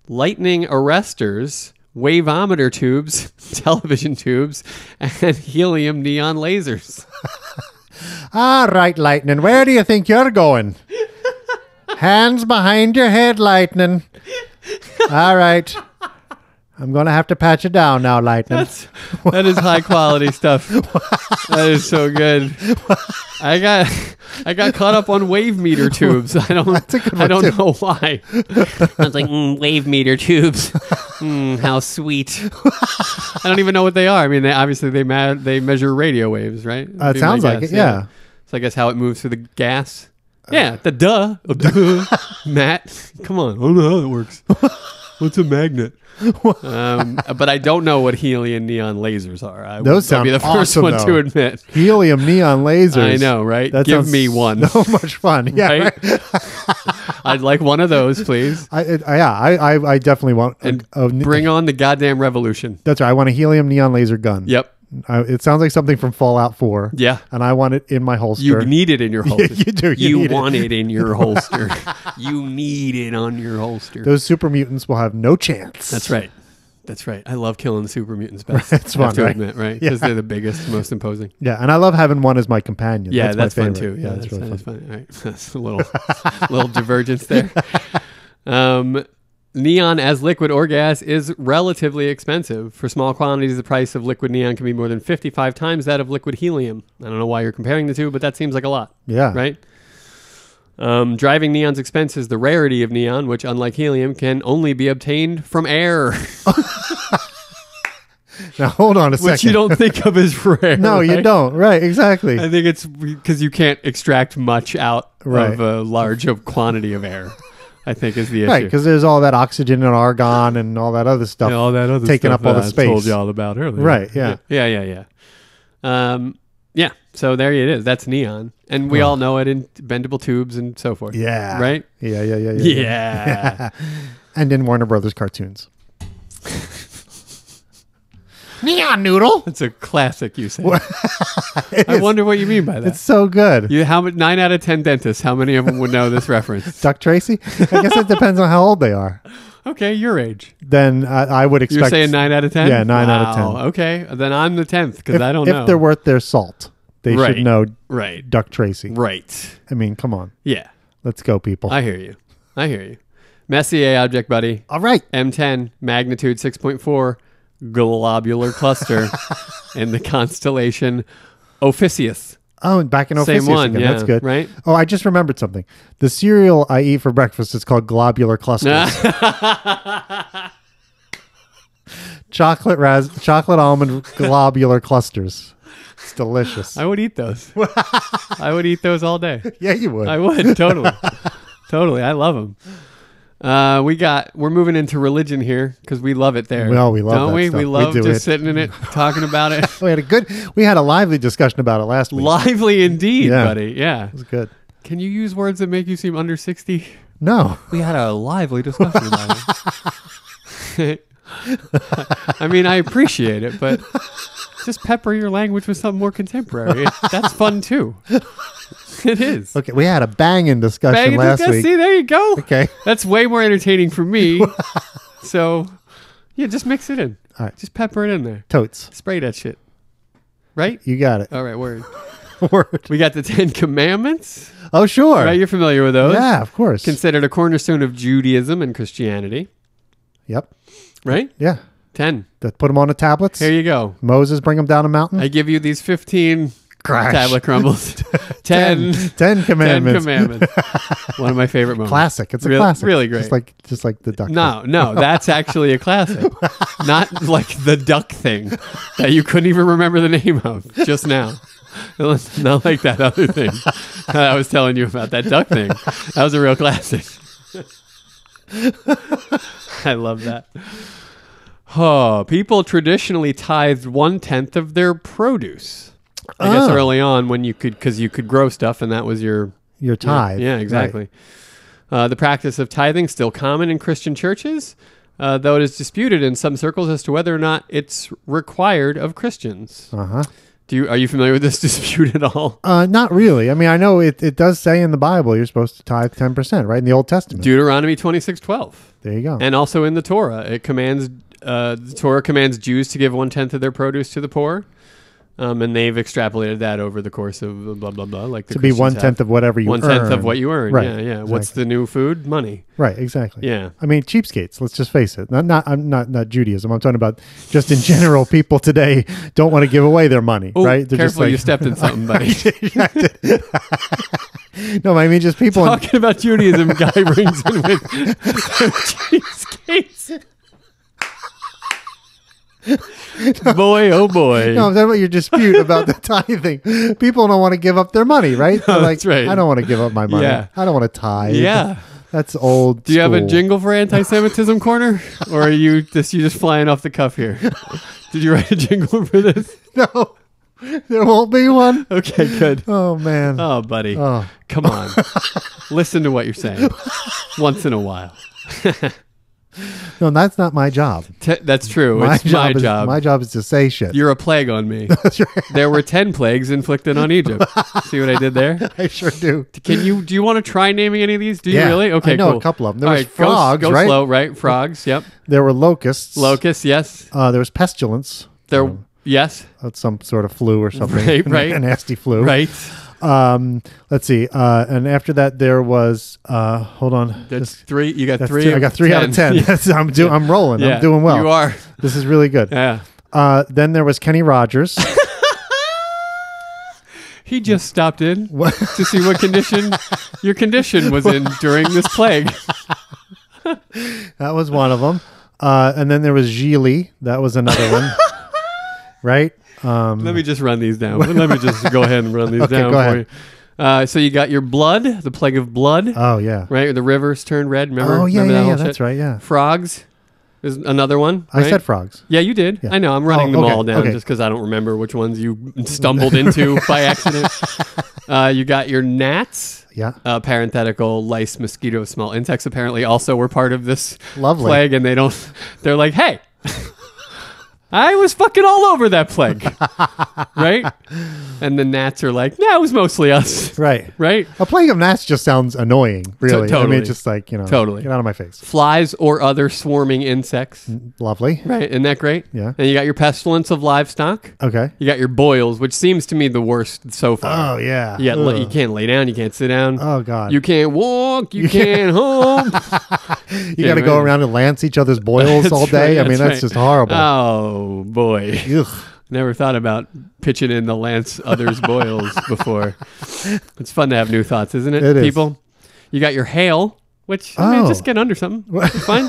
[SPEAKER 1] lightning arrestors, waveometer tubes, television tubes, and helium neon lasers.
[SPEAKER 2] All Ah, right, Lightning. Where do you think you're going? Hands behind your head, Lightning. All right. I'm going to have to patch it down now, Lightning.
[SPEAKER 1] That's, that is high quality stuff. that is so good. I got I got caught up on wave meter tubes. I don't I
[SPEAKER 2] one,
[SPEAKER 1] don't
[SPEAKER 2] too.
[SPEAKER 1] know why. I was like mm, wave meter tubes. Mm, how sweet. I don't even know what they are. I mean, they obviously they ma- they measure radio waves, right?
[SPEAKER 2] Uh,
[SPEAKER 1] Would
[SPEAKER 2] it
[SPEAKER 1] be my
[SPEAKER 2] sounds like
[SPEAKER 1] guess,
[SPEAKER 2] it, yeah. Uh,
[SPEAKER 1] So I guess how it moves through the gas. Yeah, the duh, Oh, duh. Matt. Come on, I don't know how that works. What's a magnet? um, but I don't know what helium neon lasers are. I
[SPEAKER 2] Those
[SPEAKER 1] will be the
[SPEAKER 2] sound
[SPEAKER 1] first
[SPEAKER 2] awesome,
[SPEAKER 1] one to
[SPEAKER 2] though.
[SPEAKER 1] admit.
[SPEAKER 2] Helium neon lasers.
[SPEAKER 1] I know, right?
[SPEAKER 2] That
[SPEAKER 1] Give
[SPEAKER 2] sounds
[SPEAKER 1] me one.
[SPEAKER 2] So much fun. Yeah.
[SPEAKER 1] Right?
[SPEAKER 2] right?
[SPEAKER 1] I'd like one of those, please.
[SPEAKER 2] I, it- yeah, I, I, I definitely want. a-
[SPEAKER 1] And
[SPEAKER 2] a-
[SPEAKER 1] bring on the goddamn revolution.
[SPEAKER 2] that's right. I want a helium neon laser gun.
[SPEAKER 1] Yep.
[SPEAKER 2] I, it sounds like something from Fallout 4.
[SPEAKER 1] Yeah.
[SPEAKER 2] And I want it in my holster.
[SPEAKER 1] You need it in your holster.
[SPEAKER 2] you do. You need it.
[SPEAKER 1] want it. in your holster. you need it on your holster.
[SPEAKER 2] Those super mutants will have no chance.
[SPEAKER 1] That's right. That's right. I love killing the super mutants best.
[SPEAKER 2] It's
[SPEAKER 1] I
[SPEAKER 2] fun,
[SPEAKER 1] have to
[SPEAKER 2] right?
[SPEAKER 1] admit, right? Because
[SPEAKER 2] Yeah.
[SPEAKER 1] they're the biggest, most imposing.
[SPEAKER 2] Yeah, and I love having one as my companion.
[SPEAKER 1] Yeah,
[SPEAKER 2] my
[SPEAKER 1] that's, fun
[SPEAKER 2] favorite.
[SPEAKER 1] too. Yeah,
[SPEAKER 2] that's
[SPEAKER 1] that's,
[SPEAKER 2] really fun.
[SPEAKER 1] that's fun. All right, that's a little little divergence there. Um, neon as liquid or gas is relatively expensive. For small quantities, the price of liquid neon can be more than fifty-five times that of liquid helium. I don't know why you're comparing the two, but that seems like a lot,
[SPEAKER 2] Yeah,
[SPEAKER 1] right? Um, driving neon's expense is the rarity of neon, which, unlike helium, can only be obtained from air,
[SPEAKER 2] Now hold on a
[SPEAKER 1] which
[SPEAKER 2] second.
[SPEAKER 1] you don't think of as rare.
[SPEAKER 2] no, you
[SPEAKER 1] right?
[SPEAKER 2] don't. Right, exactly.
[SPEAKER 1] I think it's because you can't extract much out
[SPEAKER 2] Right.
[SPEAKER 1] of a large of quantity of air. I think is the issue.
[SPEAKER 2] Right, because there's all that oxygen and argon and all that other stuff.
[SPEAKER 1] And all that other
[SPEAKER 2] taking
[SPEAKER 1] stuff
[SPEAKER 2] up all
[SPEAKER 1] that
[SPEAKER 2] the
[SPEAKER 1] I told
[SPEAKER 2] space.
[SPEAKER 1] y'all about earlier.
[SPEAKER 2] Right, yeah.
[SPEAKER 1] Yeah. Yeah. Yeah. Yeah. Um, yeah. So there it is. That's neon, and we all know it in bendable tubes and so forth.
[SPEAKER 2] Yeah.
[SPEAKER 1] Right.
[SPEAKER 2] Yeah, yeah, yeah, yeah.
[SPEAKER 1] Yeah.
[SPEAKER 2] And in Warner Brothers cartoons. Neon noodle.
[SPEAKER 1] That's a classic You say.
[SPEAKER 2] It
[SPEAKER 1] I
[SPEAKER 2] is.
[SPEAKER 1] wonder what you mean by that.
[SPEAKER 2] It's so good.
[SPEAKER 1] you, how many, nine out of ten dentists? How many of them would know this reference?
[SPEAKER 2] Duck Tracy. I guess it depends on how old they are.
[SPEAKER 1] Okay, your age.
[SPEAKER 2] Then I, I would
[SPEAKER 1] You're
[SPEAKER 2] expect.
[SPEAKER 1] saying nine out of ten?
[SPEAKER 2] Yeah, nine out of
[SPEAKER 1] Wow,
[SPEAKER 2] 10.
[SPEAKER 1] Okay, then I'm the tenth because
[SPEAKER 2] If,
[SPEAKER 1] I don't
[SPEAKER 2] if
[SPEAKER 1] know.
[SPEAKER 2] they're worth their salt, they
[SPEAKER 1] Right.
[SPEAKER 2] should know
[SPEAKER 1] right,
[SPEAKER 2] Duck Tracy.
[SPEAKER 1] right.
[SPEAKER 2] I mean, come on.
[SPEAKER 1] Yeah,
[SPEAKER 2] Let's go, people.
[SPEAKER 1] I hear you. I hear you. Messier object buddy,
[SPEAKER 2] all right.
[SPEAKER 1] M10, magnitude 6.4, globular cluster, in the constellation Ophiuchus.
[SPEAKER 2] Oh, and back in Ophiuchus
[SPEAKER 1] Same one,
[SPEAKER 2] again.
[SPEAKER 1] yeah,
[SPEAKER 2] That's good.
[SPEAKER 1] right?
[SPEAKER 2] Oh, I just remembered something. The cereal I eat for breakfast is called globular clusters. chocolate ras- chocolate almond globular clusters. It's delicious.
[SPEAKER 1] I would eat those. I would eat those all day.
[SPEAKER 2] yeah, you would.
[SPEAKER 1] I would totally, totally. I love them. Uh, we got. We're moving into religion here because we love it there.
[SPEAKER 2] Well, we love
[SPEAKER 1] don't
[SPEAKER 2] that
[SPEAKER 1] we?
[SPEAKER 2] stuff.
[SPEAKER 1] We
[SPEAKER 2] We
[SPEAKER 1] love
[SPEAKER 2] do
[SPEAKER 1] just
[SPEAKER 2] it.
[SPEAKER 1] sitting in it, talking about it.
[SPEAKER 2] we had a good. We had a lively discussion about it last week.
[SPEAKER 1] Lively indeed,
[SPEAKER 2] Yeah.
[SPEAKER 1] buddy. Yeah.
[SPEAKER 2] it was good.
[SPEAKER 1] Can you use words that make you seem under sixty?
[SPEAKER 2] No,
[SPEAKER 1] We had a lively discussion about it. I mean, I appreciate it, but just pepper your language with something more contemporary. That's fun too. It is.
[SPEAKER 2] Okay, we had a banging discussion
[SPEAKER 1] Bang and
[SPEAKER 2] last
[SPEAKER 1] discuss.
[SPEAKER 2] week.
[SPEAKER 1] See, there you go.
[SPEAKER 2] Okay.
[SPEAKER 1] That's way more entertaining for me. so, yeah, just mix it in.
[SPEAKER 2] All right.
[SPEAKER 1] Just pepper it in there.
[SPEAKER 2] Totes.
[SPEAKER 1] Spray that shit. Right?
[SPEAKER 2] You got it.
[SPEAKER 1] All right, word.
[SPEAKER 2] Word.
[SPEAKER 1] We got the Ten Commandments.
[SPEAKER 2] Oh, sure.
[SPEAKER 1] Right? You're familiar with those.
[SPEAKER 2] yeah, of course.
[SPEAKER 1] Considered a cornerstone of Judaism and Christianity.
[SPEAKER 2] yep.
[SPEAKER 1] Right?
[SPEAKER 2] Yeah.
[SPEAKER 1] Ten.
[SPEAKER 2] That put them on the tablets.
[SPEAKER 1] Here you go.
[SPEAKER 2] Moses bring them down a mountain.
[SPEAKER 1] I give you these 15
[SPEAKER 2] Crash.
[SPEAKER 1] tablet crumbles. Ten.
[SPEAKER 2] Ten
[SPEAKER 1] Ten
[SPEAKER 2] commandments.
[SPEAKER 1] Commandments. One of my favorite moments.
[SPEAKER 2] Classic. It's a
[SPEAKER 1] Really-
[SPEAKER 2] classic.
[SPEAKER 1] really great.
[SPEAKER 2] Just like just like the duck.
[SPEAKER 1] No, no, that's actually a classic. Not like the duck thing that you couldn't even remember the name of just now. Not like that other thing that I was telling you about, that duck thing. That was a real classic. I love that. Oh, people traditionally tithed one tenth of their produce. I guess
[SPEAKER 2] Oh.
[SPEAKER 1] early on when you could, because you could grow stuff and that was your
[SPEAKER 2] Your tithe.
[SPEAKER 1] yeah,
[SPEAKER 2] Right.
[SPEAKER 1] exactly. Uh, the practice of tithing still common in Christian churches, uh, though it is disputed in some circles as to whether or not it's required of Christians.
[SPEAKER 2] Uh-huh.
[SPEAKER 1] Do you are you familiar with this dispute at all?
[SPEAKER 2] Uh Not really. I mean, I know it, it does say in the Bible you're supposed to tithe ten percent, right? In the Old Testament.
[SPEAKER 1] Deuteronomy twenty six twelve,
[SPEAKER 2] there you go.
[SPEAKER 1] and also in the Torah, it commands uh, the Torah commands Jews to give one tenth of their produce to the poor. Um, and they've extrapolated that over the course of blah blah blah, like the
[SPEAKER 2] to be
[SPEAKER 1] Christians
[SPEAKER 2] one
[SPEAKER 1] have.
[SPEAKER 2] tenth of whatever you
[SPEAKER 1] one
[SPEAKER 2] earn.
[SPEAKER 1] tenth of what you earn.
[SPEAKER 2] Right,
[SPEAKER 1] Yeah, yeah. What's the new food? Money.
[SPEAKER 2] Right, exactly.
[SPEAKER 1] Yeah.
[SPEAKER 2] I mean, cheapskates. Let's just face it. Not, not, I'm not, not Judaism. I'm talking about just in general. People today don't want to give away their money,
[SPEAKER 1] Oh,
[SPEAKER 2] right? They're
[SPEAKER 1] careful, you
[SPEAKER 2] just
[SPEAKER 1] stepped in something, buddy.
[SPEAKER 2] like, no, I mean just people. in-
[SPEAKER 1] talking about Judaism, guy brings in with cheesecakes. boy, oh boy.
[SPEAKER 2] no, I'm talking about your dispute about the tithing. People don't want to give up their money, right? They're like,
[SPEAKER 1] that's right.
[SPEAKER 2] I don't want to give up my money.
[SPEAKER 1] Yeah.
[SPEAKER 2] I don't want to tithe.
[SPEAKER 1] yeah.
[SPEAKER 2] that's old.
[SPEAKER 1] Do you have a
[SPEAKER 2] school.
[SPEAKER 1] jingle for anti-Semitism corner, or are you just you just flying off the cuff here? Did you write a jingle for this?
[SPEAKER 2] No, there won't be one.
[SPEAKER 1] Okay, good.
[SPEAKER 2] Oh man.
[SPEAKER 1] Oh, buddy,
[SPEAKER 2] Oh.
[SPEAKER 1] come on. Listen to what you're saying. Once in a while,
[SPEAKER 2] No, that's not my job.
[SPEAKER 1] Te- that's true.
[SPEAKER 2] My
[SPEAKER 1] it's
[SPEAKER 2] job
[SPEAKER 1] my
[SPEAKER 2] is
[SPEAKER 1] job.
[SPEAKER 2] my job is to say shit.
[SPEAKER 1] You're a plague on me. There were ten plagues inflicted on Egypt. See what I did there?
[SPEAKER 2] I sure do.
[SPEAKER 1] Can you? Do you want to try naming any of these? Do you
[SPEAKER 2] Yeah,
[SPEAKER 1] really? Okay,
[SPEAKER 2] I know a
[SPEAKER 1] cool.
[SPEAKER 2] couple of 'em. There
[SPEAKER 1] All
[SPEAKER 2] was
[SPEAKER 1] go s-
[SPEAKER 2] frogs,
[SPEAKER 1] go,
[SPEAKER 2] right?
[SPEAKER 1] slow, right? Frogs. Yep.
[SPEAKER 2] There were locusts.
[SPEAKER 1] Locusts. Yes.
[SPEAKER 2] Uh, there was pestilence.
[SPEAKER 1] There. yes.
[SPEAKER 2] That's some sort of flu or something.
[SPEAKER 1] Right, right.
[SPEAKER 2] a nasty flu.
[SPEAKER 1] Right.
[SPEAKER 2] Um, let's see. Uh, and after that, there was. Uh, hold on.
[SPEAKER 1] That's
[SPEAKER 2] Just-
[SPEAKER 1] three. You got
[SPEAKER 2] that's
[SPEAKER 1] three.
[SPEAKER 2] two- I got three out of ten. That's- I'm doing. I'm rolling.
[SPEAKER 1] Yeah,
[SPEAKER 2] I'm doing well.
[SPEAKER 1] You are.
[SPEAKER 2] This is really good.
[SPEAKER 1] Yeah.
[SPEAKER 2] Uh, then there was Kenny Rogers.
[SPEAKER 1] He just stopped in
[SPEAKER 2] What-
[SPEAKER 1] to see what condition your condition was in during this plague.
[SPEAKER 2] that was one of them. Uh, and then there was Gili. That was another one. right. Um,
[SPEAKER 1] Let me just run these down. Let me just go ahead and run these
[SPEAKER 2] Okay,
[SPEAKER 1] down
[SPEAKER 2] go
[SPEAKER 1] for
[SPEAKER 2] ahead.
[SPEAKER 1] you. Uh, so you got your blood, the plague of blood,
[SPEAKER 2] oh yeah.
[SPEAKER 1] right? The rivers turned red. Remember?
[SPEAKER 2] Oh yeah.
[SPEAKER 1] remember that
[SPEAKER 2] Yeah.
[SPEAKER 1] whole
[SPEAKER 2] yeah
[SPEAKER 1] shit?
[SPEAKER 2] that's right. Yeah.
[SPEAKER 1] Frogs is another one.
[SPEAKER 2] I
[SPEAKER 1] right?
[SPEAKER 2] said frogs.
[SPEAKER 1] Yeah, you did.
[SPEAKER 2] Yeah.
[SPEAKER 1] I know. I'm running
[SPEAKER 2] Oh,
[SPEAKER 1] them
[SPEAKER 2] okay,
[SPEAKER 1] all down
[SPEAKER 2] okay.
[SPEAKER 1] just because I don't remember which ones you stumbled into by accident. Uh, you got your gnats.
[SPEAKER 2] Yeah.
[SPEAKER 1] Uh, parenthetical lice, mosquitoes, small insects. Apparently, also were part of this
[SPEAKER 2] Lovely.
[SPEAKER 1] plague, and they don't. They're like, hey, I was fucking all over that plague, right? And the gnats are like, no, it was mostly us,
[SPEAKER 2] Right.
[SPEAKER 1] right?
[SPEAKER 2] A plague of gnats just sounds annoying, really. I
[SPEAKER 1] totally.
[SPEAKER 2] mean, it's just like, you know,
[SPEAKER 1] Totally.
[SPEAKER 2] get out of my face.
[SPEAKER 1] Flies or other swarming insects,
[SPEAKER 2] Lovely.
[SPEAKER 1] right? Isn't that great?
[SPEAKER 2] Mm. Yeah.
[SPEAKER 1] And you got your pestilence of livestock.
[SPEAKER 2] Okay.
[SPEAKER 1] You got your boils, which seems to me the worst so far.
[SPEAKER 2] Oh, yeah.
[SPEAKER 1] yeah,
[SPEAKER 2] Ugh.
[SPEAKER 1] you can't lay down, you can't sit down,
[SPEAKER 2] Oh, God.
[SPEAKER 1] you
[SPEAKER 2] You,
[SPEAKER 1] can't walk, you,
[SPEAKER 2] You
[SPEAKER 1] can't
[SPEAKER 2] can't-
[SPEAKER 1] home.
[SPEAKER 2] got to
[SPEAKER 1] yeah,
[SPEAKER 2] go
[SPEAKER 1] right.
[SPEAKER 2] around and lance each other's boils all day. I mean, that's just horrible. Uh,
[SPEAKER 1] Oh boy,
[SPEAKER 2] Ugh.
[SPEAKER 1] never thought about pitching in the lance others' boils before. It's fun to have new thoughts, isn't it?
[SPEAKER 2] It is.
[SPEAKER 1] People, you got your hail. Which I mean,
[SPEAKER 2] Oh.
[SPEAKER 1] just get under something. It's fine.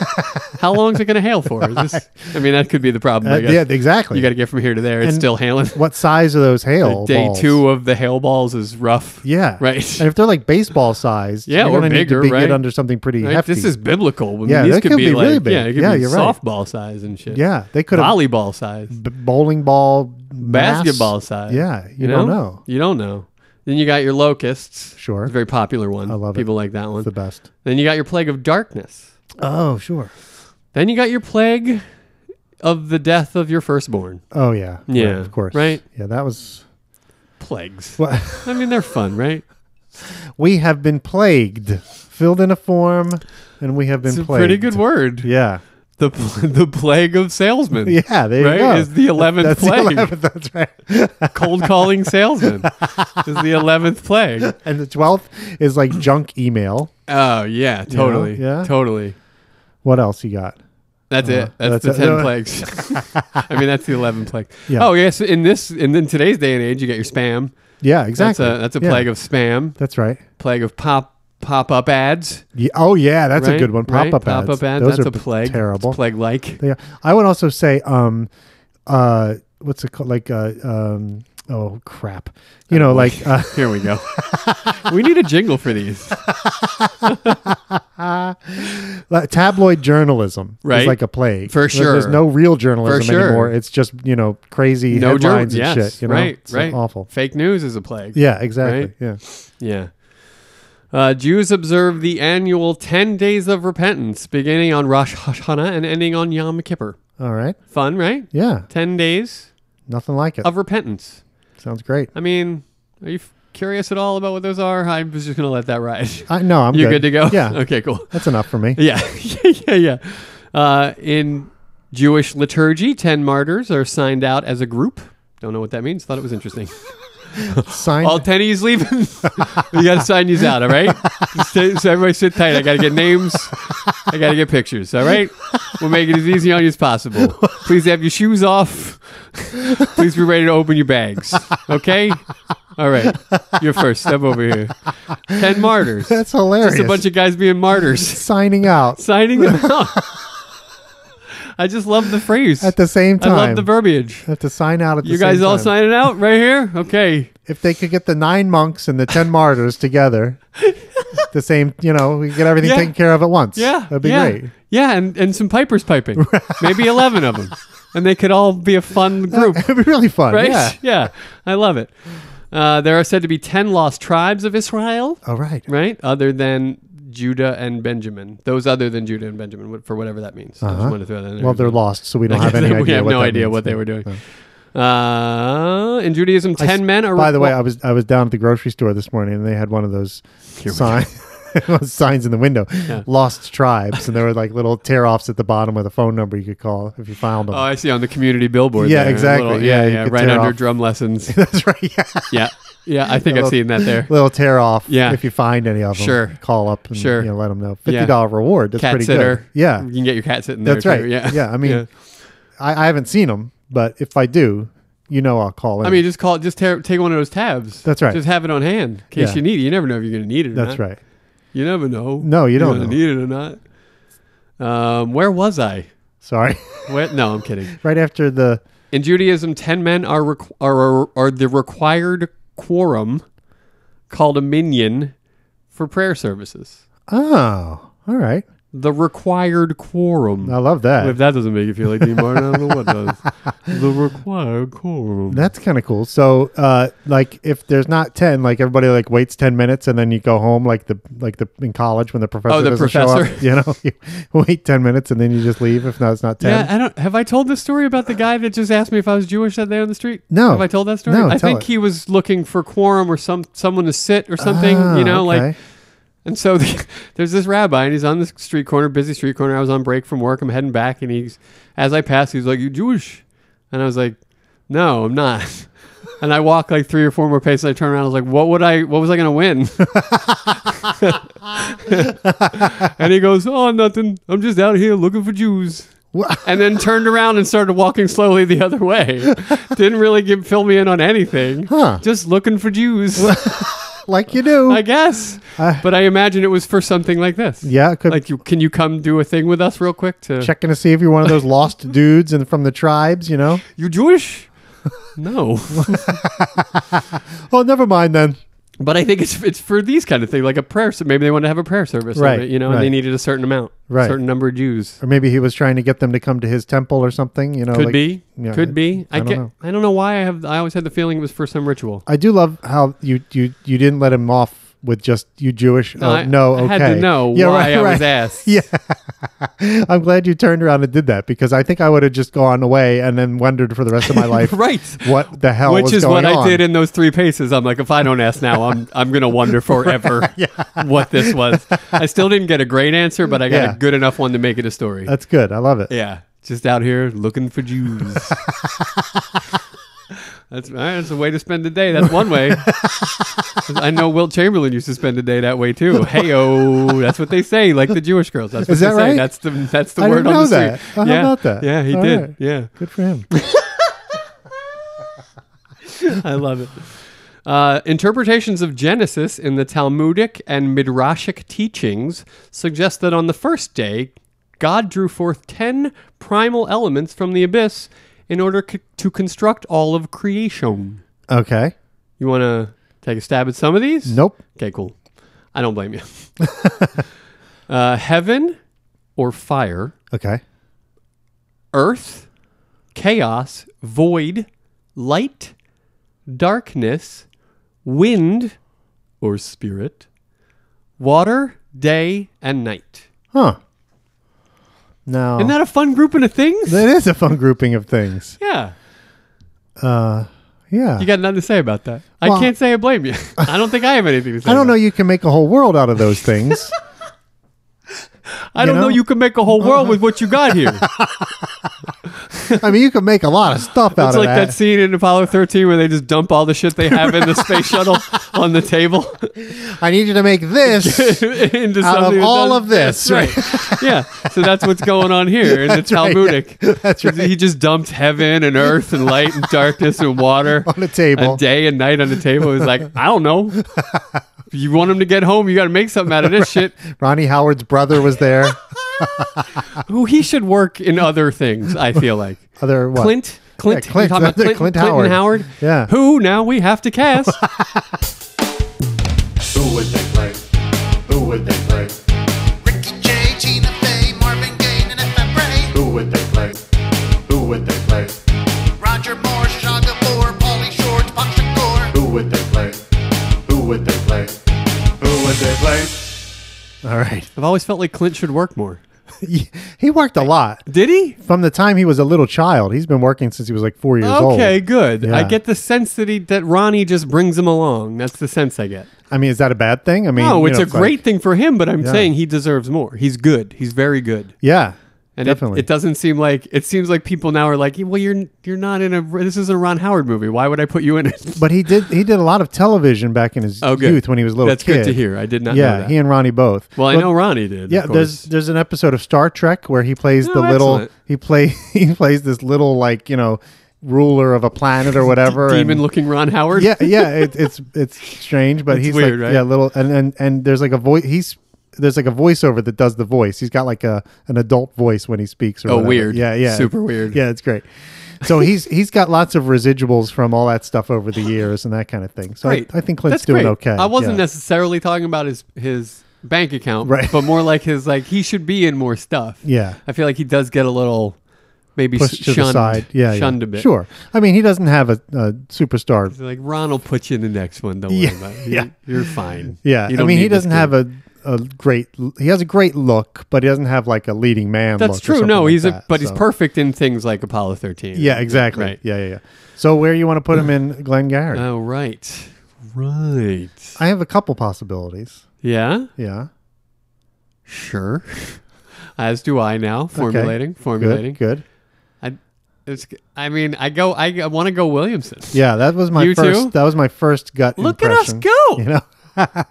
[SPEAKER 1] How long is it going to hail for? Is this, I mean, that could be the problem.
[SPEAKER 2] Uh,
[SPEAKER 1] I guess.
[SPEAKER 2] yeah, exactly.
[SPEAKER 1] You got to get from here to there. It's
[SPEAKER 2] And-
[SPEAKER 1] still hailing.
[SPEAKER 2] what size are those hail?
[SPEAKER 1] Day
[SPEAKER 2] balls?
[SPEAKER 1] two of the hail balls is rough.
[SPEAKER 2] Yeah.
[SPEAKER 1] Right.
[SPEAKER 2] And if they're like baseball size,
[SPEAKER 1] Yeah, or
[SPEAKER 2] you're gonna
[SPEAKER 1] bigger,
[SPEAKER 2] need to be,
[SPEAKER 1] right?
[SPEAKER 2] get under something pretty
[SPEAKER 1] Right?
[SPEAKER 2] hefty.
[SPEAKER 1] This is biblical. I mean,
[SPEAKER 2] Yeah,
[SPEAKER 1] these
[SPEAKER 2] that
[SPEAKER 1] could,
[SPEAKER 2] could
[SPEAKER 1] be,
[SPEAKER 2] be
[SPEAKER 1] like,
[SPEAKER 2] really big.
[SPEAKER 1] Yeah, it could
[SPEAKER 2] Yeah,
[SPEAKER 1] be
[SPEAKER 2] you're right.
[SPEAKER 1] softball size and shit.
[SPEAKER 2] yeah, they could have
[SPEAKER 1] Volleyball size,
[SPEAKER 2] b- bowling ball, mass.
[SPEAKER 1] basketball size.
[SPEAKER 2] Yeah, you, don't know.
[SPEAKER 1] You don't know. Then you got your locusts.
[SPEAKER 2] Sure.
[SPEAKER 1] It's a very popular one.
[SPEAKER 2] I love it.
[SPEAKER 1] People like that one.
[SPEAKER 2] It's the best.
[SPEAKER 1] Then you got your plague of darkness.
[SPEAKER 2] Oh, sure.
[SPEAKER 1] Then you got your plague of the death of your firstborn.
[SPEAKER 2] Oh, yeah.
[SPEAKER 1] Yeah,
[SPEAKER 2] Right, of course.
[SPEAKER 1] right?
[SPEAKER 2] Yeah, that was.
[SPEAKER 1] Plagues.
[SPEAKER 2] Well,
[SPEAKER 1] I mean, they're fun, right?
[SPEAKER 2] We have been plagued. Filled in a form, and we have been
[SPEAKER 1] It's a
[SPEAKER 2] plagued.
[SPEAKER 1] pretty good word.
[SPEAKER 2] Yeah.
[SPEAKER 1] The the plague of salesmen.
[SPEAKER 2] Yeah, there you
[SPEAKER 1] right?
[SPEAKER 2] go.
[SPEAKER 1] Is the eleventh
[SPEAKER 2] That's the
[SPEAKER 1] plague
[SPEAKER 2] 11th, that's right.
[SPEAKER 1] cold calling salesman? is the eleventh plague?
[SPEAKER 2] And the 12th is like junk email.
[SPEAKER 1] Oh yeah, totally.
[SPEAKER 2] yeah.
[SPEAKER 1] totally.
[SPEAKER 2] What else you got?
[SPEAKER 1] That's it. That's,
[SPEAKER 2] that's
[SPEAKER 1] the
[SPEAKER 2] it.
[SPEAKER 1] ten
[SPEAKER 2] No.
[SPEAKER 1] plagues. I mean, that's the eleven plague.
[SPEAKER 2] Yeah.
[SPEAKER 1] Oh yes, in this and then today's day and age, you get your spam.
[SPEAKER 2] Yeah, exactly.
[SPEAKER 1] That's a that's a
[SPEAKER 2] Yeah,
[SPEAKER 1] plague of spam.
[SPEAKER 2] That's right.
[SPEAKER 1] Plague of pop pop up ads.
[SPEAKER 2] Yeah, oh yeah, that's
[SPEAKER 1] right?
[SPEAKER 2] a good one. Pop
[SPEAKER 1] Right?
[SPEAKER 2] up ads.
[SPEAKER 1] Pop up ads.
[SPEAKER 2] Those
[SPEAKER 1] that's
[SPEAKER 2] are
[SPEAKER 1] a plague.
[SPEAKER 2] Terrible.
[SPEAKER 1] Plague like.
[SPEAKER 2] They are. I would also say, um, uh, what's it called? Like, uh, um, oh crap. You know, like, uh,
[SPEAKER 1] Here we go. we need a jingle for these.
[SPEAKER 2] like tabloid journalism
[SPEAKER 1] Right.
[SPEAKER 2] is like a plague
[SPEAKER 1] For
[SPEAKER 2] Like, There's
[SPEAKER 1] sure.
[SPEAKER 2] no real journalism
[SPEAKER 1] For sure.
[SPEAKER 2] anymore. It's just you know crazy
[SPEAKER 1] No
[SPEAKER 2] headlines
[SPEAKER 1] journal.
[SPEAKER 2] and
[SPEAKER 1] Yes.
[SPEAKER 2] shit. You know?
[SPEAKER 1] right.
[SPEAKER 2] It's, like,
[SPEAKER 1] right.
[SPEAKER 2] awful.
[SPEAKER 1] Fake news is a plague.
[SPEAKER 2] Yeah, exactly.
[SPEAKER 1] Right?
[SPEAKER 2] Yeah.
[SPEAKER 1] Yeah. Uh, Jews observe the annual 10 days of repentance, beginning on Rosh Hashanah and ending on Yom Kippur.
[SPEAKER 2] All right.
[SPEAKER 1] Fun, right?
[SPEAKER 2] Yeah.
[SPEAKER 1] 10 days
[SPEAKER 2] Nothing like it.
[SPEAKER 1] of repentance.
[SPEAKER 2] Sounds great.
[SPEAKER 1] I mean, are you f- curious at all about what those are? I was just going to let that ride.
[SPEAKER 2] I no, I'm
[SPEAKER 1] You're good. to go?
[SPEAKER 2] Yeah.
[SPEAKER 1] Okay, cool.
[SPEAKER 2] That's enough for me.
[SPEAKER 1] Yeah. yeah, yeah, yeah. Uh, in Jewish liturgy, 10 martyrs are signed out as a group. Don't know what that means. Thought it was interesting.
[SPEAKER 2] Sign
[SPEAKER 1] All ten of yous leaving. you got to sign these out, all right? Stay, so everybody sit tight. I got to get names. I got to get pictures, all right? We'll make it as easy on you as possible. Please have your shoes off. Please be ready to open your bags, okay? All right. You're first. Step over here. Ten martyrs.
[SPEAKER 2] That's hilarious.
[SPEAKER 1] Just a bunch of guys being martyrs.
[SPEAKER 2] signing out
[SPEAKER 1] Signing them out. I just love the phrase.
[SPEAKER 2] at the same
[SPEAKER 1] I
[SPEAKER 2] time.
[SPEAKER 1] love the verbiage.
[SPEAKER 2] Have to sign out at the
[SPEAKER 1] You
[SPEAKER 2] same
[SPEAKER 1] guys all
[SPEAKER 2] time.
[SPEAKER 1] signing out right here? Okay.
[SPEAKER 2] If they could get the nine monks and the ten martyrs together, the same, you know, we could get everything
[SPEAKER 1] Yeah.
[SPEAKER 2] taken care of at once.
[SPEAKER 1] Yeah,
[SPEAKER 2] that'd be
[SPEAKER 1] yeah,
[SPEAKER 2] great.
[SPEAKER 1] Yeah, and, and some pipers piping, maybe eleven of them, and they could all be a fun group,
[SPEAKER 2] It'd be really fun.
[SPEAKER 1] right?
[SPEAKER 2] Yeah.
[SPEAKER 1] I love it. Uh, there are said to be ten lost tribes of Israel,
[SPEAKER 2] All right.
[SPEAKER 1] right? Other than Judah and Benjamin, those other than Judah and Benjamin, wh- for whatever that means. I just
[SPEAKER 2] Uh-huh.
[SPEAKER 1] wanted to throw that in there.
[SPEAKER 2] Well, they're lost, so we don't have any idea.
[SPEAKER 1] we have
[SPEAKER 2] what
[SPEAKER 1] no
[SPEAKER 2] that
[SPEAKER 1] idea
[SPEAKER 2] means.
[SPEAKER 1] what they were doing. Uh, in Judaism,
[SPEAKER 2] I s-
[SPEAKER 1] ten men are.
[SPEAKER 2] By the way,
[SPEAKER 1] requ-
[SPEAKER 2] I was I was down at the grocery store this morning, and they had one of those
[SPEAKER 1] we
[SPEAKER 2] signs. signs in the window, lost tribes, and there were like little tear offs at the bottom with a phone number you could call if you found them.
[SPEAKER 1] oh, I see on the community billboard.
[SPEAKER 2] Yeah,
[SPEAKER 1] there, a
[SPEAKER 2] exactly.
[SPEAKER 1] little-
[SPEAKER 2] Yeah,
[SPEAKER 1] yeah,
[SPEAKER 2] you
[SPEAKER 1] yeah,
[SPEAKER 2] could
[SPEAKER 1] right
[SPEAKER 2] tear
[SPEAKER 1] under
[SPEAKER 2] off.
[SPEAKER 1] drum lessons.
[SPEAKER 2] That's right. Yeah,
[SPEAKER 1] yeah, yeah. I think I've
[SPEAKER 2] Little-
[SPEAKER 1] seen that there.
[SPEAKER 2] little tear off.
[SPEAKER 1] Yeah.
[SPEAKER 2] if you find any of them,
[SPEAKER 1] Sure.
[SPEAKER 2] call up and
[SPEAKER 1] Sure.
[SPEAKER 2] you know, let them know.
[SPEAKER 1] Yeah.
[SPEAKER 2] Fifty dollar reward. That's
[SPEAKER 1] cat
[SPEAKER 2] pretty
[SPEAKER 1] sitter.
[SPEAKER 2] good. Yeah,
[SPEAKER 1] you can get your cat sitting there.
[SPEAKER 2] That's
[SPEAKER 1] too.
[SPEAKER 2] right.
[SPEAKER 1] Yeah,
[SPEAKER 2] Yeah, I mean- I, I haven't seen them, but if I do, you know I'll call in.
[SPEAKER 1] I mean, just call it. Just tear, take one of those tabs.
[SPEAKER 2] That's right.
[SPEAKER 1] Just have it on hand in case
[SPEAKER 2] Yeah.
[SPEAKER 1] you need it. You never know if you're going to need it. Or
[SPEAKER 2] that's
[SPEAKER 1] not.
[SPEAKER 2] right.
[SPEAKER 1] You never know.
[SPEAKER 2] No, you
[SPEAKER 1] You're
[SPEAKER 2] don't
[SPEAKER 1] gonna
[SPEAKER 2] know.
[SPEAKER 1] need it or not. Um, where was I?
[SPEAKER 2] Sorry,
[SPEAKER 1] Where, no, I'm kidding.
[SPEAKER 2] right after the
[SPEAKER 1] In Judaism, ten men are, requ- are are are the required quorum, called a minyan, for prayer services.
[SPEAKER 2] oh, all right.
[SPEAKER 1] The required quorum.
[SPEAKER 2] I love that.
[SPEAKER 1] If that doesn't make you feel like Dean Martin, I don't know what does. The required quorum.
[SPEAKER 2] That's kind of cool. So, uh, like, if there's not ten, like everybody like waits ten minutes and then you go home, like the like the in college when the professor
[SPEAKER 1] Oh, the
[SPEAKER 2] doesn't show up,
[SPEAKER 1] professor.
[SPEAKER 2] you know, you wait ten minutes and then you just leave. If not, it's not ten.
[SPEAKER 1] Yeah, I don't. Have I told this story about the guy that just asked me if I was Jewish that day on the street?
[SPEAKER 2] No.
[SPEAKER 1] Have I told that story?
[SPEAKER 2] No,
[SPEAKER 1] I
[SPEAKER 2] tell
[SPEAKER 1] think
[SPEAKER 2] it.
[SPEAKER 1] he was looking for quorum or some someone to sit or something.
[SPEAKER 2] Ah,
[SPEAKER 1] you know, like and so the, there's this rabbi and he's on this street corner, busy street corner. I was on break from work. I'm heading back, and he's as I pass, he's like, "You Jewish?" And I was like, "No, I'm not." And I walk like three or four more paces. I turn around. I was like, "What would I? What was I going to win?" and he goes, "Oh, nothing. I'm just out here looking for Jews."
[SPEAKER 2] Wha-
[SPEAKER 1] And then turned around and started walking slowly the other way. Didn't really give, fill me in on anything.
[SPEAKER 2] Huh.
[SPEAKER 1] Just looking for Jews,
[SPEAKER 2] like you do.
[SPEAKER 1] I guess.
[SPEAKER 2] Uh,
[SPEAKER 1] But I imagine it was for something like this.
[SPEAKER 2] yeah, could
[SPEAKER 1] Like, you, can you come do a thing with us real quick to
[SPEAKER 2] checking to see if you're one of those lost dudes and from the tribes. You know.
[SPEAKER 1] You Jewish? no.
[SPEAKER 2] Oh, never mind then.
[SPEAKER 1] but I think it's it's for these kind of things, like a prayer. So maybe they want to have a prayer service, of
[SPEAKER 2] Right,
[SPEAKER 1] it, you know, and
[SPEAKER 2] right.
[SPEAKER 1] they needed a certain amount,
[SPEAKER 2] Right.
[SPEAKER 1] certain number of Jews.
[SPEAKER 2] Or maybe he was trying to get them to come to his temple or something. You know,
[SPEAKER 1] Could
[SPEAKER 2] like-
[SPEAKER 1] be,
[SPEAKER 2] yeah,
[SPEAKER 1] could be. I,
[SPEAKER 2] I don't
[SPEAKER 1] get.
[SPEAKER 2] know.
[SPEAKER 1] I don't know why I have. I always had the feeling it was for some ritual.
[SPEAKER 2] I do love how you you you didn't let him off with just you Jewish?
[SPEAKER 1] No,
[SPEAKER 2] oh,
[SPEAKER 1] I-
[SPEAKER 2] no,
[SPEAKER 1] I
[SPEAKER 2] okay.
[SPEAKER 1] had to know why I was asked.
[SPEAKER 2] Yeah, I'm glad you turned around and did that because I think I would have just gone away and then wondered for the rest of my life,
[SPEAKER 1] Right.
[SPEAKER 2] What the hell?
[SPEAKER 1] Which
[SPEAKER 2] was
[SPEAKER 1] is
[SPEAKER 2] going
[SPEAKER 1] what I
[SPEAKER 2] on.
[SPEAKER 1] did in those three paces. I'm like, if I don't ask now, I'm I'm gonna wonder forever what this was. I still didn't get a great answer, but I got
[SPEAKER 2] Yeah.
[SPEAKER 1] a good enough one to make it a story.
[SPEAKER 2] That's good. I love it.
[SPEAKER 1] yeah, just out here looking for Jews. that's all right, that's a way to spend the day. That's one way. I know Wilt Chamberlain used to spend the day that way too. Hey oh, that's what they say. Like the Jewish girls. That's what
[SPEAKER 2] Is
[SPEAKER 1] they
[SPEAKER 2] that
[SPEAKER 1] say.
[SPEAKER 2] right?
[SPEAKER 1] That's the that's the
[SPEAKER 2] I
[SPEAKER 1] word
[SPEAKER 2] didn't
[SPEAKER 1] on the
[SPEAKER 2] know
[SPEAKER 1] street.
[SPEAKER 2] that. Oh, how
[SPEAKER 1] yeah.
[SPEAKER 2] about that?
[SPEAKER 1] Yeah, he
[SPEAKER 2] All
[SPEAKER 1] did.
[SPEAKER 2] right.
[SPEAKER 1] Yeah.
[SPEAKER 2] Good for him.
[SPEAKER 1] I love it. Uh, interpretations of Genesis in the Talmudic and Midrashic teachings suggest that on the first day, God drew forth ten primal elements from the abyss in order c- to construct all of creation.
[SPEAKER 2] Okay.
[SPEAKER 1] You want to take a stab at some of these?
[SPEAKER 2] Nope.
[SPEAKER 1] Okay, cool. I don't blame you. uh, heaven or fire,
[SPEAKER 2] Okay.
[SPEAKER 1] earth, chaos, void, light, darkness, wind or spirit, water, day, and night.
[SPEAKER 2] Huh. No.
[SPEAKER 1] Isn't that a fun grouping of things?
[SPEAKER 2] that is a fun grouping of things.
[SPEAKER 1] yeah.
[SPEAKER 2] Yeah.
[SPEAKER 1] You got nothing to say about that.
[SPEAKER 2] Well-
[SPEAKER 1] I can't say I blame you. I don't think I have anything to say.
[SPEAKER 2] I don't know.
[SPEAKER 1] about it.
[SPEAKER 2] You can make a whole world out of those things.
[SPEAKER 1] I don't
[SPEAKER 2] know?
[SPEAKER 1] know you can make a whole world with what you got here. it's
[SPEAKER 2] I mean, you can make a lot of stuff out of
[SPEAKER 1] like that.
[SPEAKER 2] that.
[SPEAKER 1] scene in Apollo 13 where they just dump all the shit they have in the space shuttle on the table
[SPEAKER 2] I need you to make this.
[SPEAKER 1] into
[SPEAKER 2] Out of
[SPEAKER 1] something that
[SPEAKER 2] all
[SPEAKER 1] does-
[SPEAKER 2] of this,
[SPEAKER 1] That's right. yeah. So that's what's going on here in the
[SPEAKER 2] That's right,
[SPEAKER 1] Talmudic.
[SPEAKER 2] yeah. That's right.
[SPEAKER 1] He just dumped heaven and earth and light and darkness and water
[SPEAKER 2] On the table.
[SPEAKER 1] and day and night on the table. He's like, I don't know. If you want him to get home, you got to make something out of this shit.
[SPEAKER 2] Ronnie Howard's brother was there.
[SPEAKER 1] Who he should work in other things. I feel like
[SPEAKER 2] Other what?
[SPEAKER 1] Clint. Clint,
[SPEAKER 2] Yeah, Clint.
[SPEAKER 1] you talking about Clint,
[SPEAKER 2] Clint
[SPEAKER 1] Clinton
[SPEAKER 2] Howard.
[SPEAKER 1] Howard.
[SPEAKER 2] Yeah.
[SPEAKER 1] Who now we have to cast.
[SPEAKER 3] Who would they play? Who would they play?
[SPEAKER 4] Ricky Jay, Tina Fey, Marvin Gaye, and if I pray,
[SPEAKER 3] Who would they play? Who would they play?
[SPEAKER 4] Roger Moore, Shah Gabor, Pauly Shore, Tupac Shakur.
[SPEAKER 3] Who would they play? Who would they play? Who would they play?
[SPEAKER 2] All right.
[SPEAKER 1] I've always felt like Clint should work more.
[SPEAKER 2] He worked a lot.
[SPEAKER 1] Did he?
[SPEAKER 2] From the time he was a little child, he's been working since he was like four years old.
[SPEAKER 1] Okay, good. I
[SPEAKER 2] Yeah.
[SPEAKER 1] get the sense that he that Ronnie just brings him along. That's the sense I get.
[SPEAKER 2] I mean, is that a bad thing? I mean,
[SPEAKER 1] No,
[SPEAKER 2] you
[SPEAKER 1] it's
[SPEAKER 2] know,
[SPEAKER 1] a great
[SPEAKER 2] like-
[SPEAKER 1] thing for him, but I'm
[SPEAKER 2] Yeah.
[SPEAKER 1] saying he deserves more. He's good. He's very good.
[SPEAKER 2] yeah,
[SPEAKER 1] And it-
[SPEAKER 2] definitely.
[SPEAKER 1] It, doesn't seem like it seems like people now are like, well, you're you're not in a this is a Ron Howard movie. Why would I put you in it?
[SPEAKER 2] but he did he did a lot of television back in his
[SPEAKER 1] Oh, good.
[SPEAKER 2] youth when he was a little
[SPEAKER 1] That's good
[SPEAKER 2] kid.
[SPEAKER 1] to hear. I did not. know
[SPEAKER 2] Yeah,
[SPEAKER 1] that.
[SPEAKER 2] he and Ronnie both.
[SPEAKER 1] well, I
[SPEAKER 2] But-
[SPEAKER 1] know Ronnie did.
[SPEAKER 2] Yeah,
[SPEAKER 1] of
[SPEAKER 2] there's
[SPEAKER 1] course.
[SPEAKER 2] there's an episode of Star Trek where he plays
[SPEAKER 1] Oh,
[SPEAKER 2] the little
[SPEAKER 1] excellent.
[SPEAKER 2] he play he plays this little like you know ruler of a planet or whatever and-
[SPEAKER 1] demon-looking Ron Howard.
[SPEAKER 2] yeah, yeah, it, it's it's strange, but
[SPEAKER 1] It's
[SPEAKER 2] he's
[SPEAKER 1] weird,
[SPEAKER 2] like,
[SPEAKER 1] right?
[SPEAKER 2] yeah, little and and and there's like a voice. He's there's like a voiceover that does the voice. He's got like a an adult voice when he speaks. Or
[SPEAKER 1] Oh,
[SPEAKER 2] whatever.
[SPEAKER 1] weird.
[SPEAKER 2] Yeah, yeah,
[SPEAKER 1] Super weird.
[SPEAKER 2] Yeah, it's great. So he's he's got lots of residuals from all that stuff over the years and that kind of thing. So I,
[SPEAKER 1] Great.
[SPEAKER 2] I think Clint's
[SPEAKER 1] That's
[SPEAKER 2] doing
[SPEAKER 1] great.
[SPEAKER 2] okay.
[SPEAKER 1] I wasn't
[SPEAKER 2] yeah.
[SPEAKER 1] necessarily talking about his his bank account,
[SPEAKER 2] Right.
[SPEAKER 1] But more like his like he should be in more stuff.
[SPEAKER 2] Yeah.
[SPEAKER 1] I feel like he does get a little maybe
[SPEAKER 2] pushed to
[SPEAKER 1] shunned,
[SPEAKER 2] the side. Yeah, yeah.
[SPEAKER 1] shunned a bit.
[SPEAKER 2] Sure. I mean, he doesn't have a, a superstar.
[SPEAKER 1] They're like Ron will put you in the next one. Don't
[SPEAKER 2] Yeah,
[SPEAKER 1] worry about it. You-
[SPEAKER 2] yeah.
[SPEAKER 1] you're fine.
[SPEAKER 2] Yeah,
[SPEAKER 1] You
[SPEAKER 2] I
[SPEAKER 1] don't
[SPEAKER 2] mean,
[SPEAKER 1] need
[SPEAKER 2] he
[SPEAKER 1] this
[SPEAKER 2] doesn't
[SPEAKER 1] gig.
[SPEAKER 2] have a. A great, he has a great look, but he doesn't have like a leading man.
[SPEAKER 1] That's
[SPEAKER 2] look or
[SPEAKER 1] true. No,
[SPEAKER 2] something like
[SPEAKER 1] he's a
[SPEAKER 2] that,
[SPEAKER 1] but he's
[SPEAKER 2] so.
[SPEAKER 1] perfect in things like Apollo 13.
[SPEAKER 2] Yeah, exactly.
[SPEAKER 1] Right.
[SPEAKER 2] Yeah, yeah, yeah. So where you want to put him in Glengarry?
[SPEAKER 1] Oh, right, right.
[SPEAKER 2] I have a couple possibilities.
[SPEAKER 1] Yeah,
[SPEAKER 2] Yeah.
[SPEAKER 1] sure. As do I now. Formulating, formulating.
[SPEAKER 2] Good.
[SPEAKER 1] I,
[SPEAKER 2] Good.
[SPEAKER 1] it's, I mean, I go. I, want to go Williamson.
[SPEAKER 2] Yeah, that was my
[SPEAKER 1] You
[SPEAKER 2] first.
[SPEAKER 1] too?
[SPEAKER 2] That was my first gut.
[SPEAKER 1] Look at us go.
[SPEAKER 2] impression, You know. I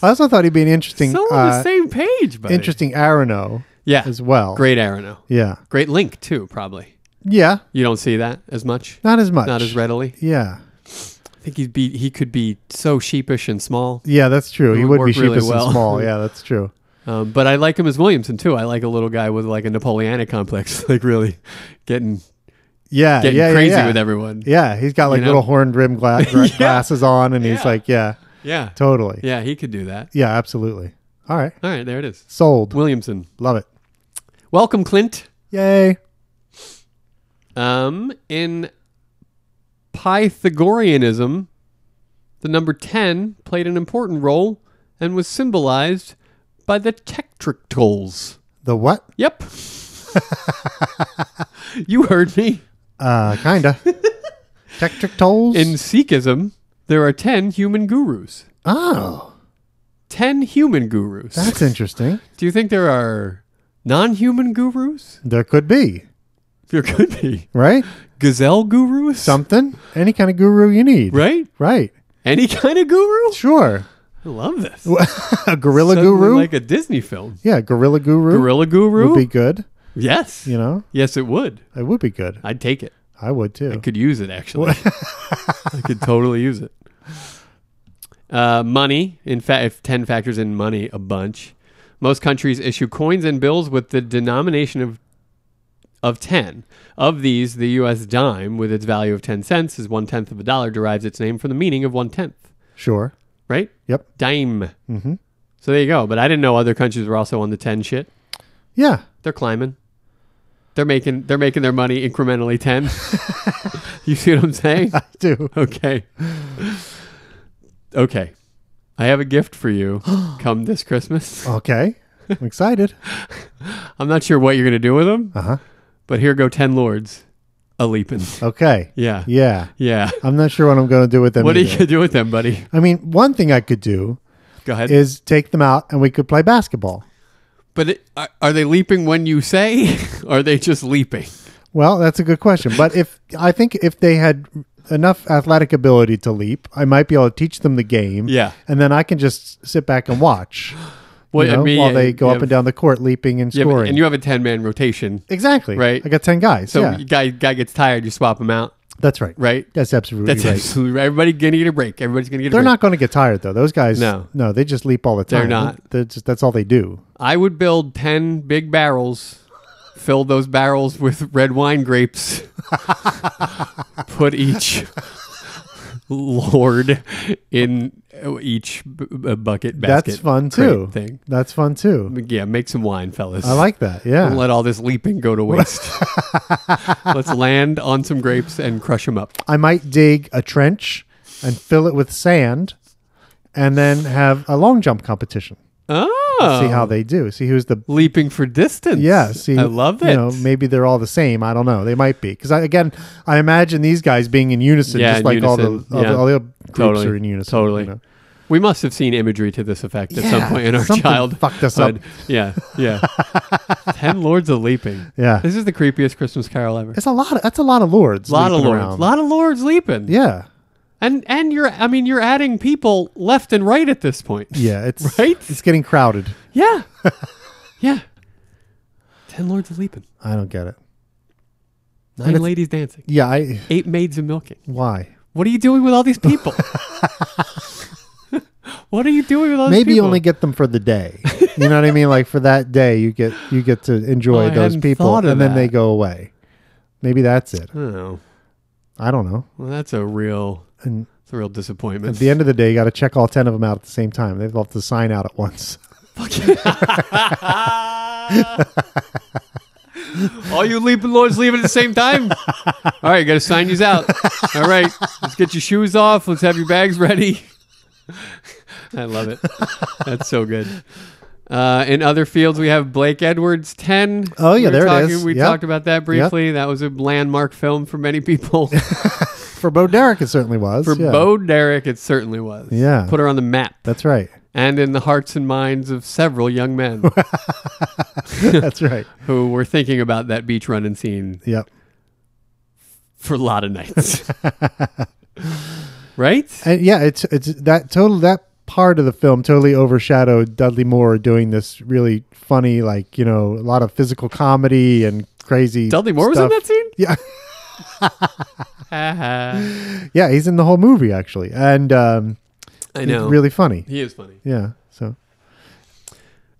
[SPEAKER 2] also thought he'd be an interesting,
[SPEAKER 1] So on the
[SPEAKER 2] uh,
[SPEAKER 1] same page, buddy.
[SPEAKER 2] interesting Arano
[SPEAKER 1] Yeah.
[SPEAKER 2] as well.
[SPEAKER 1] Great Arano.
[SPEAKER 2] Yeah.
[SPEAKER 1] Great link too, probably.
[SPEAKER 2] Yeah.
[SPEAKER 1] You don't see that as much.
[SPEAKER 2] Not as much.
[SPEAKER 1] Not as readily.
[SPEAKER 2] Yeah.
[SPEAKER 1] I think he'd be he could be so sheepish and small.
[SPEAKER 2] Yeah, that's true. He
[SPEAKER 1] would
[SPEAKER 2] would be
[SPEAKER 1] work
[SPEAKER 2] sheepish
[SPEAKER 1] really
[SPEAKER 2] and
[SPEAKER 1] well.
[SPEAKER 2] small. Yeah, that's true.
[SPEAKER 1] Um, but I like him as Williamson too. I like a little guy with like a Napoleonic complex, like really getting
[SPEAKER 2] Yeah.
[SPEAKER 1] getting
[SPEAKER 2] yeah, yeah,
[SPEAKER 1] crazy
[SPEAKER 2] yeah.
[SPEAKER 1] with everyone.
[SPEAKER 2] Yeah, he's got like
[SPEAKER 1] know?
[SPEAKER 2] little horn rimmed gla- gra- glasses on, and he's
[SPEAKER 1] Yeah.
[SPEAKER 2] like, yeah,
[SPEAKER 1] Yeah.
[SPEAKER 2] totally.
[SPEAKER 1] Yeah, he could do that.
[SPEAKER 2] yeah, absolutely. All right.
[SPEAKER 1] All right, there it is.
[SPEAKER 2] Sold.
[SPEAKER 1] Williamson.
[SPEAKER 2] Love it.
[SPEAKER 1] Welcome, Clint.
[SPEAKER 2] Yay.
[SPEAKER 1] Um, in Pythagoreanism, the number 10 played an important role and was symbolized by the tetractyls.
[SPEAKER 2] The what?
[SPEAKER 1] Yep. you heard me.
[SPEAKER 2] Uh, kinda. Tectric tolls.
[SPEAKER 1] In Sikhism, there are 10 human gurus.
[SPEAKER 2] oh,
[SPEAKER 1] 10 human gurus.
[SPEAKER 2] that's interesting.
[SPEAKER 1] Do you think there are non human gurus?
[SPEAKER 2] There could be
[SPEAKER 1] There could be.
[SPEAKER 2] right
[SPEAKER 1] Gazelle gurus?
[SPEAKER 2] something, any kind of guru you need.
[SPEAKER 1] Right?
[SPEAKER 2] Right.
[SPEAKER 1] Any kind of guru?
[SPEAKER 2] Sure.
[SPEAKER 1] I love this.
[SPEAKER 2] a gorilla
[SPEAKER 1] Suddenly
[SPEAKER 2] guru.
[SPEAKER 1] Like a Disney film.
[SPEAKER 2] yeah, gorilla guru
[SPEAKER 1] Gorilla guru?
[SPEAKER 2] would be good.
[SPEAKER 1] yes.
[SPEAKER 2] You know,
[SPEAKER 1] Yes, it would.
[SPEAKER 2] it would be good.
[SPEAKER 1] I'd take it.
[SPEAKER 2] I would too.
[SPEAKER 1] Could use it, actually. I could totally use it. Uh, money, in fact, if 10 factors in money a bunch. Most countries issue coins and bills with the denomination of of 10. Of these, the U.S. dime, with its value of 10 cents, is one tenth of a dollar, derives its name from the meaning of one tenth,
[SPEAKER 2] Sure.
[SPEAKER 1] right?
[SPEAKER 2] Yep.
[SPEAKER 1] Dime. Mm-hmm. So there you go. But I didn't know other countries were also on the 10 shit.
[SPEAKER 2] Yeah.
[SPEAKER 1] They're climbing. They're making they're making their money incrementally 10. you see what I'm saying?
[SPEAKER 2] I do.
[SPEAKER 1] Okay. Okay. I have a gift for you come this Christmas.
[SPEAKER 2] Okay. I'm excited.
[SPEAKER 1] I'm not sure what you're going to do with them,
[SPEAKER 2] Uh-huh.
[SPEAKER 1] but here go 10 lords a leaping.
[SPEAKER 2] Okay.
[SPEAKER 1] Yeah.
[SPEAKER 2] Yeah.
[SPEAKER 1] Yeah.
[SPEAKER 2] I'm not sure what I'm going to do with them.
[SPEAKER 1] What are you
[SPEAKER 2] either.
[SPEAKER 1] going to do with them, buddy?
[SPEAKER 2] I mean, one thing I could do
[SPEAKER 1] Go ahead.
[SPEAKER 2] is take them out and we could play basketball.
[SPEAKER 1] but it, are, are they leaping when you say? or are they just leaping?
[SPEAKER 2] Well, that's a good question. But if I think if they had enough athletic ability to leap, I might be able to teach them the game.
[SPEAKER 1] Yeah.
[SPEAKER 2] And then I can just sit back and watch. you
[SPEAKER 1] Well, I
[SPEAKER 2] know,
[SPEAKER 1] mean,
[SPEAKER 2] while
[SPEAKER 1] yeah,
[SPEAKER 2] they go
[SPEAKER 1] you
[SPEAKER 2] up
[SPEAKER 1] have-
[SPEAKER 2] and down the court leaping and
[SPEAKER 1] Yeah, but-
[SPEAKER 2] scoring.
[SPEAKER 1] and you have a 10 man rotation.
[SPEAKER 2] exactly.
[SPEAKER 1] Right.
[SPEAKER 2] I got 10 guys.
[SPEAKER 1] So
[SPEAKER 2] yeah.
[SPEAKER 1] guy guy gets tired, you swap him out,
[SPEAKER 2] that's right.
[SPEAKER 1] right?
[SPEAKER 2] That's absolutely
[SPEAKER 1] That's
[SPEAKER 2] right.
[SPEAKER 1] absolutely right. Everybody's going to get a break. Everybody's going to get a
[SPEAKER 2] They're
[SPEAKER 1] break.
[SPEAKER 2] not going to get tired though. Those guys,
[SPEAKER 1] No.
[SPEAKER 2] no, they just leap all the
[SPEAKER 1] They're
[SPEAKER 2] time.
[SPEAKER 1] not.
[SPEAKER 2] They're just, that's all they do.
[SPEAKER 1] I would build 10 big barrels, fill those barrels with red wine grapes, put each lord in each b- b- bucket basket.
[SPEAKER 2] that's fun
[SPEAKER 1] crate
[SPEAKER 2] too.
[SPEAKER 1] Thing.
[SPEAKER 2] That's fun too.
[SPEAKER 1] Yeah, make some wine, fellas.
[SPEAKER 2] I like that. Yeah.
[SPEAKER 1] Don't let all this leaping go to waste. Let's land on some grapes and crush them up.
[SPEAKER 2] I might dig a trench and fill it with sand and then have a long jump competition.
[SPEAKER 1] Oh,
[SPEAKER 2] See how they do. See who's the
[SPEAKER 1] leaping for distance.
[SPEAKER 2] yeah. See,
[SPEAKER 1] I love it.
[SPEAKER 2] You know, maybe they're all the same. I don't know. They might be because I again, I imagine these guys being in unison,
[SPEAKER 1] Yeah,
[SPEAKER 2] just
[SPEAKER 1] in
[SPEAKER 2] like all the
[SPEAKER 1] unison.
[SPEAKER 2] all,
[SPEAKER 1] Yeah.
[SPEAKER 2] the, all the other groups
[SPEAKER 1] Totally.
[SPEAKER 2] are in unison.
[SPEAKER 1] Totally.
[SPEAKER 2] you know.
[SPEAKER 1] We must have seen imagery to this effect at some
[SPEAKER 2] Yeah,
[SPEAKER 1] point in our
[SPEAKER 2] something
[SPEAKER 1] child.
[SPEAKER 2] fucked us up.
[SPEAKER 1] Yeah, yeah. Ten Lords of Leaping.
[SPEAKER 2] Yeah.
[SPEAKER 1] This is the creepiest Christmas carol ever.
[SPEAKER 2] It's a lot. Of, that's a lot of lords.
[SPEAKER 1] A lot of
[SPEAKER 2] leaping
[SPEAKER 1] lords.
[SPEAKER 2] around.
[SPEAKER 1] lot of lords leaping.
[SPEAKER 2] Yeah.
[SPEAKER 1] And and you're I mean you're adding people left and right at this point.
[SPEAKER 2] Yeah. It's
[SPEAKER 1] Right?
[SPEAKER 2] It's getting crowded.
[SPEAKER 1] Yeah. yeah. Ten Lords of Leaping.
[SPEAKER 2] I don't get it.
[SPEAKER 1] Nine ladies dancing.
[SPEAKER 2] Yeah. I
[SPEAKER 1] Eight maids a milking.
[SPEAKER 2] why?
[SPEAKER 1] What are you doing with all these people? what are you doing with all these
[SPEAKER 2] Maybe
[SPEAKER 1] people?
[SPEAKER 2] you only get them for the day. You know what I mean? Like for that day, you get you get to
[SPEAKER 1] Oh,
[SPEAKER 2] enjoy
[SPEAKER 1] I
[SPEAKER 2] those
[SPEAKER 1] hadn't
[SPEAKER 2] people,
[SPEAKER 1] thought
[SPEAKER 2] and
[SPEAKER 1] of
[SPEAKER 2] then they
[SPEAKER 1] that.
[SPEAKER 2] go away. Maybe that's it.
[SPEAKER 1] I don't know.
[SPEAKER 2] I don't know.
[SPEAKER 1] Well, that's a real
[SPEAKER 2] And
[SPEAKER 1] it's a real disappointment.
[SPEAKER 2] at the end of the day, you got to check all ten of them out at the same time. They've all to sign out at once.
[SPEAKER 1] All you leaping lords leaving at the same time. All right, gotta sign yous out. All right, let's get your shoes off. Let's have your bags ready. I love it. That's so good. Uh, in other fields, we have Blake Edwards ten.
[SPEAKER 2] Oh, yeah,
[SPEAKER 1] We were
[SPEAKER 2] there it
[SPEAKER 1] talking-
[SPEAKER 2] is.
[SPEAKER 1] We
[SPEAKER 2] Yep.
[SPEAKER 1] talked about that briefly. That was a landmark film for many people.
[SPEAKER 2] For Bo Derek, it certainly was.
[SPEAKER 1] for
[SPEAKER 2] yeah.
[SPEAKER 1] Bo Derek, it certainly was.
[SPEAKER 2] Yeah.
[SPEAKER 1] put her on the map
[SPEAKER 2] That's right.
[SPEAKER 1] and in the hearts and minds of several young men
[SPEAKER 2] That's right.
[SPEAKER 1] who were thinking about that beach running scene
[SPEAKER 2] Yep.
[SPEAKER 1] for a lot of nights. right?
[SPEAKER 2] And yeah, it's it's that total that part of the film totally overshadowed Dudley Moore doing this really funny, like you know, a lot of physical comedy and crazy.
[SPEAKER 1] Dudley Moore was in
[SPEAKER 2] stuff.
[SPEAKER 1] that scene?
[SPEAKER 2] Yeah,
[SPEAKER 1] I
[SPEAKER 2] yeah, he's in the whole movie actually, and um,
[SPEAKER 1] know.
[SPEAKER 2] it's really funny.
[SPEAKER 1] He is funny,
[SPEAKER 2] Yeah, so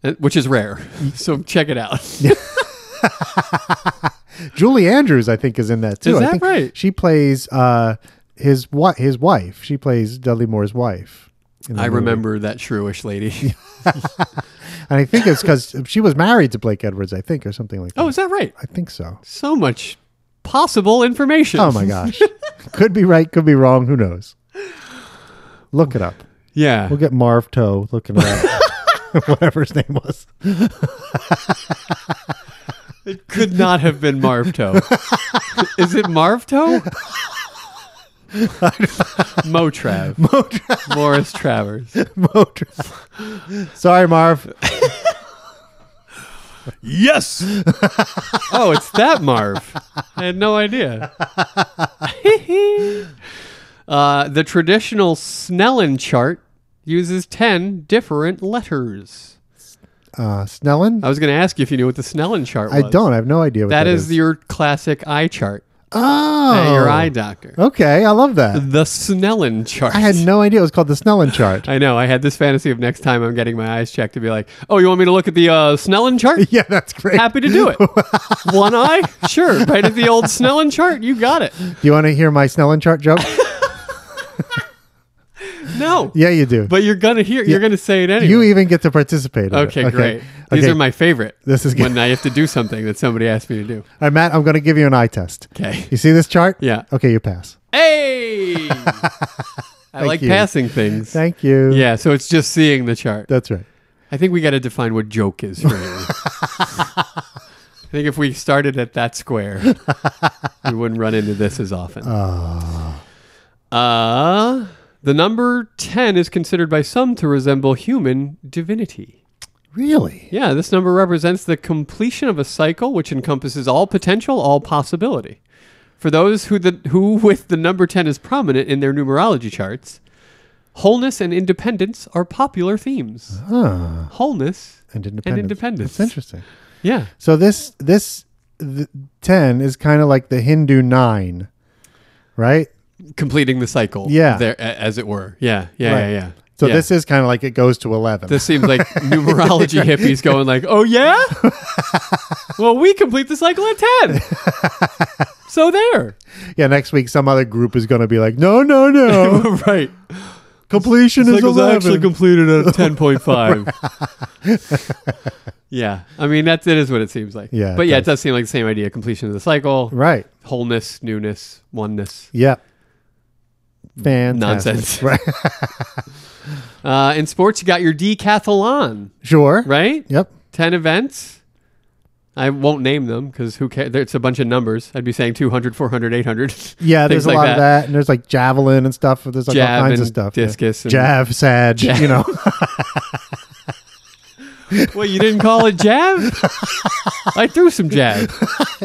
[SPEAKER 1] Uh, which is rare. So check it out.
[SPEAKER 2] Julie Andrews, I think, is in that too.
[SPEAKER 1] Is
[SPEAKER 2] I
[SPEAKER 1] that
[SPEAKER 2] think
[SPEAKER 1] right?
[SPEAKER 2] She plays uh, his what his wife. She plays Dudley Moore's wife. in the
[SPEAKER 1] I
[SPEAKER 2] movie.
[SPEAKER 1] remember that shrewish lady.
[SPEAKER 2] and I think it's because she was married to Blake Edwards, I think, or something like that.
[SPEAKER 1] Oh, is that right?
[SPEAKER 2] I think so.
[SPEAKER 1] So much possible information.
[SPEAKER 2] Oh my gosh. could be right, could be wrong, who knows. Look it up.
[SPEAKER 1] Yeah.
[SPEAKER 2] We'll get Marv Toe looking at whatever his name was.
[SPEAKER 1] It could not have been Marvto. Is it Marvto? Motrav. Motrav. Morris Travers.
[SPEAKER 2] Motra. Sorry, Marv.
[SPEAKER 1] Yes. oh, it's that Marv. I had no idea. uh, the traditional Snellen chart uses 10 different letters.
[SPEAKER 2] Uh, Snellen?
[SPEAKER 1] I was going to ask you if you knew what the Snellen chart
[SPEAKER 2] I
[SPEAKER 1] was.
[SPEAKER 2] don't. I have no idea what
[SPEAKER 1] That is,
[SPEAKER 2] the
[SPEAKER 1] your classic eye chart.
[SPEAKER 2] oh
[SPEAKER 1] at your eye doctor.
[SPEAKER 2] Okay, I love that.
[SPEAKER 1] The Snellen chart.
[SPEAKER 2] I had no idea it was called the Snellen chart.
[SPEAKER 1] I know. I had this fantasy of next time I'm getting my eyes checked to be like, oh, you want me to look at the uh, Snellen chart?
[SPEAKER 2] yeah, that's great.
[SPEAKER 1] Happy to do it. One eye? Sure. Right at the old Snellen chart. You got it.
[SPEAKER 2] Do you want to hear my Snellen chart joke?
[SPEAKER 1] No.
[SPEAKER 2] yeah, you do.
[SPEAKER 1] But you're going to hear, you're going to say it anyway.
[SPEAKER 2] you even get to participate. in it.
[SPEAKER 1] okay, great. These
[SPEAKER 2] Okay.
[SPEAKER 1] are my favorite.
[SPEAKER 2] This is good.
[SPEAKER 1] When I have to do something that somebody asked me to do.
[SPEAKER 2] All right, Matt, I'm going to give you an eye test.
[SPEAKER 1] Okay.
[SPEAKER 2] You see this chart?
[SPEAKER 1] Yeah.
[SPEAKER 2] Okay, you pass.
[SPEAKER 1] Hey! I like
[SPEAKER 2] you.
[SPEAKER 1] passing things.
[SPEAKER 2] Thank you.
[SPEAKER 1] yeah, so it's just seeing the chart.
[SPEAKER 2] That's right.
[SPEAKER 1] I think we got to define what joke is for you. I think if we started at that square, we wouldn't run into this as often. Uh.
[SPEAKER 2] Ah.
[SPEAKER 1] the number 10 is considered by some to resemble human divinity.
[SPEAKER 2] Really?
[SPEAKER 1] Yeah, this number represents the completion of a cycle which encompasses all potential, all possibility. For those who the who with the number 10 is prominent in their numerology charts, wholeness and independence are popular themes.
[SPEAKER 2] Huh.
[SPEAKER 1] Wholeness
[SPEAKER 2] Ah. And independence.
[SPEAKER 1] independence.
[SPEAKER 2] That's interesting.
[SPEAKER 1] Yeah.
[SPEAKER 2] So this this th- ten is kind of like the Hindu nine, right?
[SPEAKER 1] Completing the cycle.
[SPEAKER 2] Yeah.
[SPEAKER 1] There, a- as it were. Yeah. Yeah.
[SPEAKER 2] Right.
[SPEAKER 1] Yeah. yeah.
[SPEAKER 2] So
[SPEAKER 1] Yeah.
[SPEAKER 2] this is kind of like it goes to eleven.
[SPEAKER 1] This seems like numerology hippies going like, "Oh yeah, well we complete the cycle at ten, so there,
[SPEAKER 2] yeah. Next week, some other group is going to be like, no, no, no,
[SPEAKER 1] right?
[SPEAKER 2] completion is
[SPEAKER 1] Cycle's actually
[SPEAKER 2] eleven.
[SPEAKER 1] completed at ten point five. Yeah, I mean that's it is what it seems like.
[SPEAKER 2] Yeah, it
[SPEAKER 1] but yeah, it does seem like the same idea: completion of the cycle,
[SPEAKER 2] right.
[SPEAKER 1] wholeness, newness, oneness.
[SPEAKER 2] Yeah. Fantastic.
[SPEAKER 1] Nonsense.
[SPEAKER 2] Right.
[SPEAKER 1] Uh, in sports, you got your decathlon,
[SPEAKER 2] sure.
[SPEAKER 1] right?
[SPEAKER 2] Yep.
[SPEAKER 1] 10 events. I won't name them because who cares? It's a bunch of numbers. I'd be saying 200, 400, 800.
[SPEAKER 2] Yeah,
[SPEAKER 1] things
[SPEAKER 2] there's a
[SPEAKER 1] like
[SPEAKER 2] lot of that, and there's like javelin and stuff. There's like
[SPEAKER 1] Jab
[SPEAKER 2] all kinds
[SPEAKER 1] and
[SPEAKER 2] of stuff.
[SPEAKER 1] discus and-
[SPEAKER 2] yeah. Jav, sad, you know.
[SPEAKER 1] Well, you didn't call it jab? I threw some jab.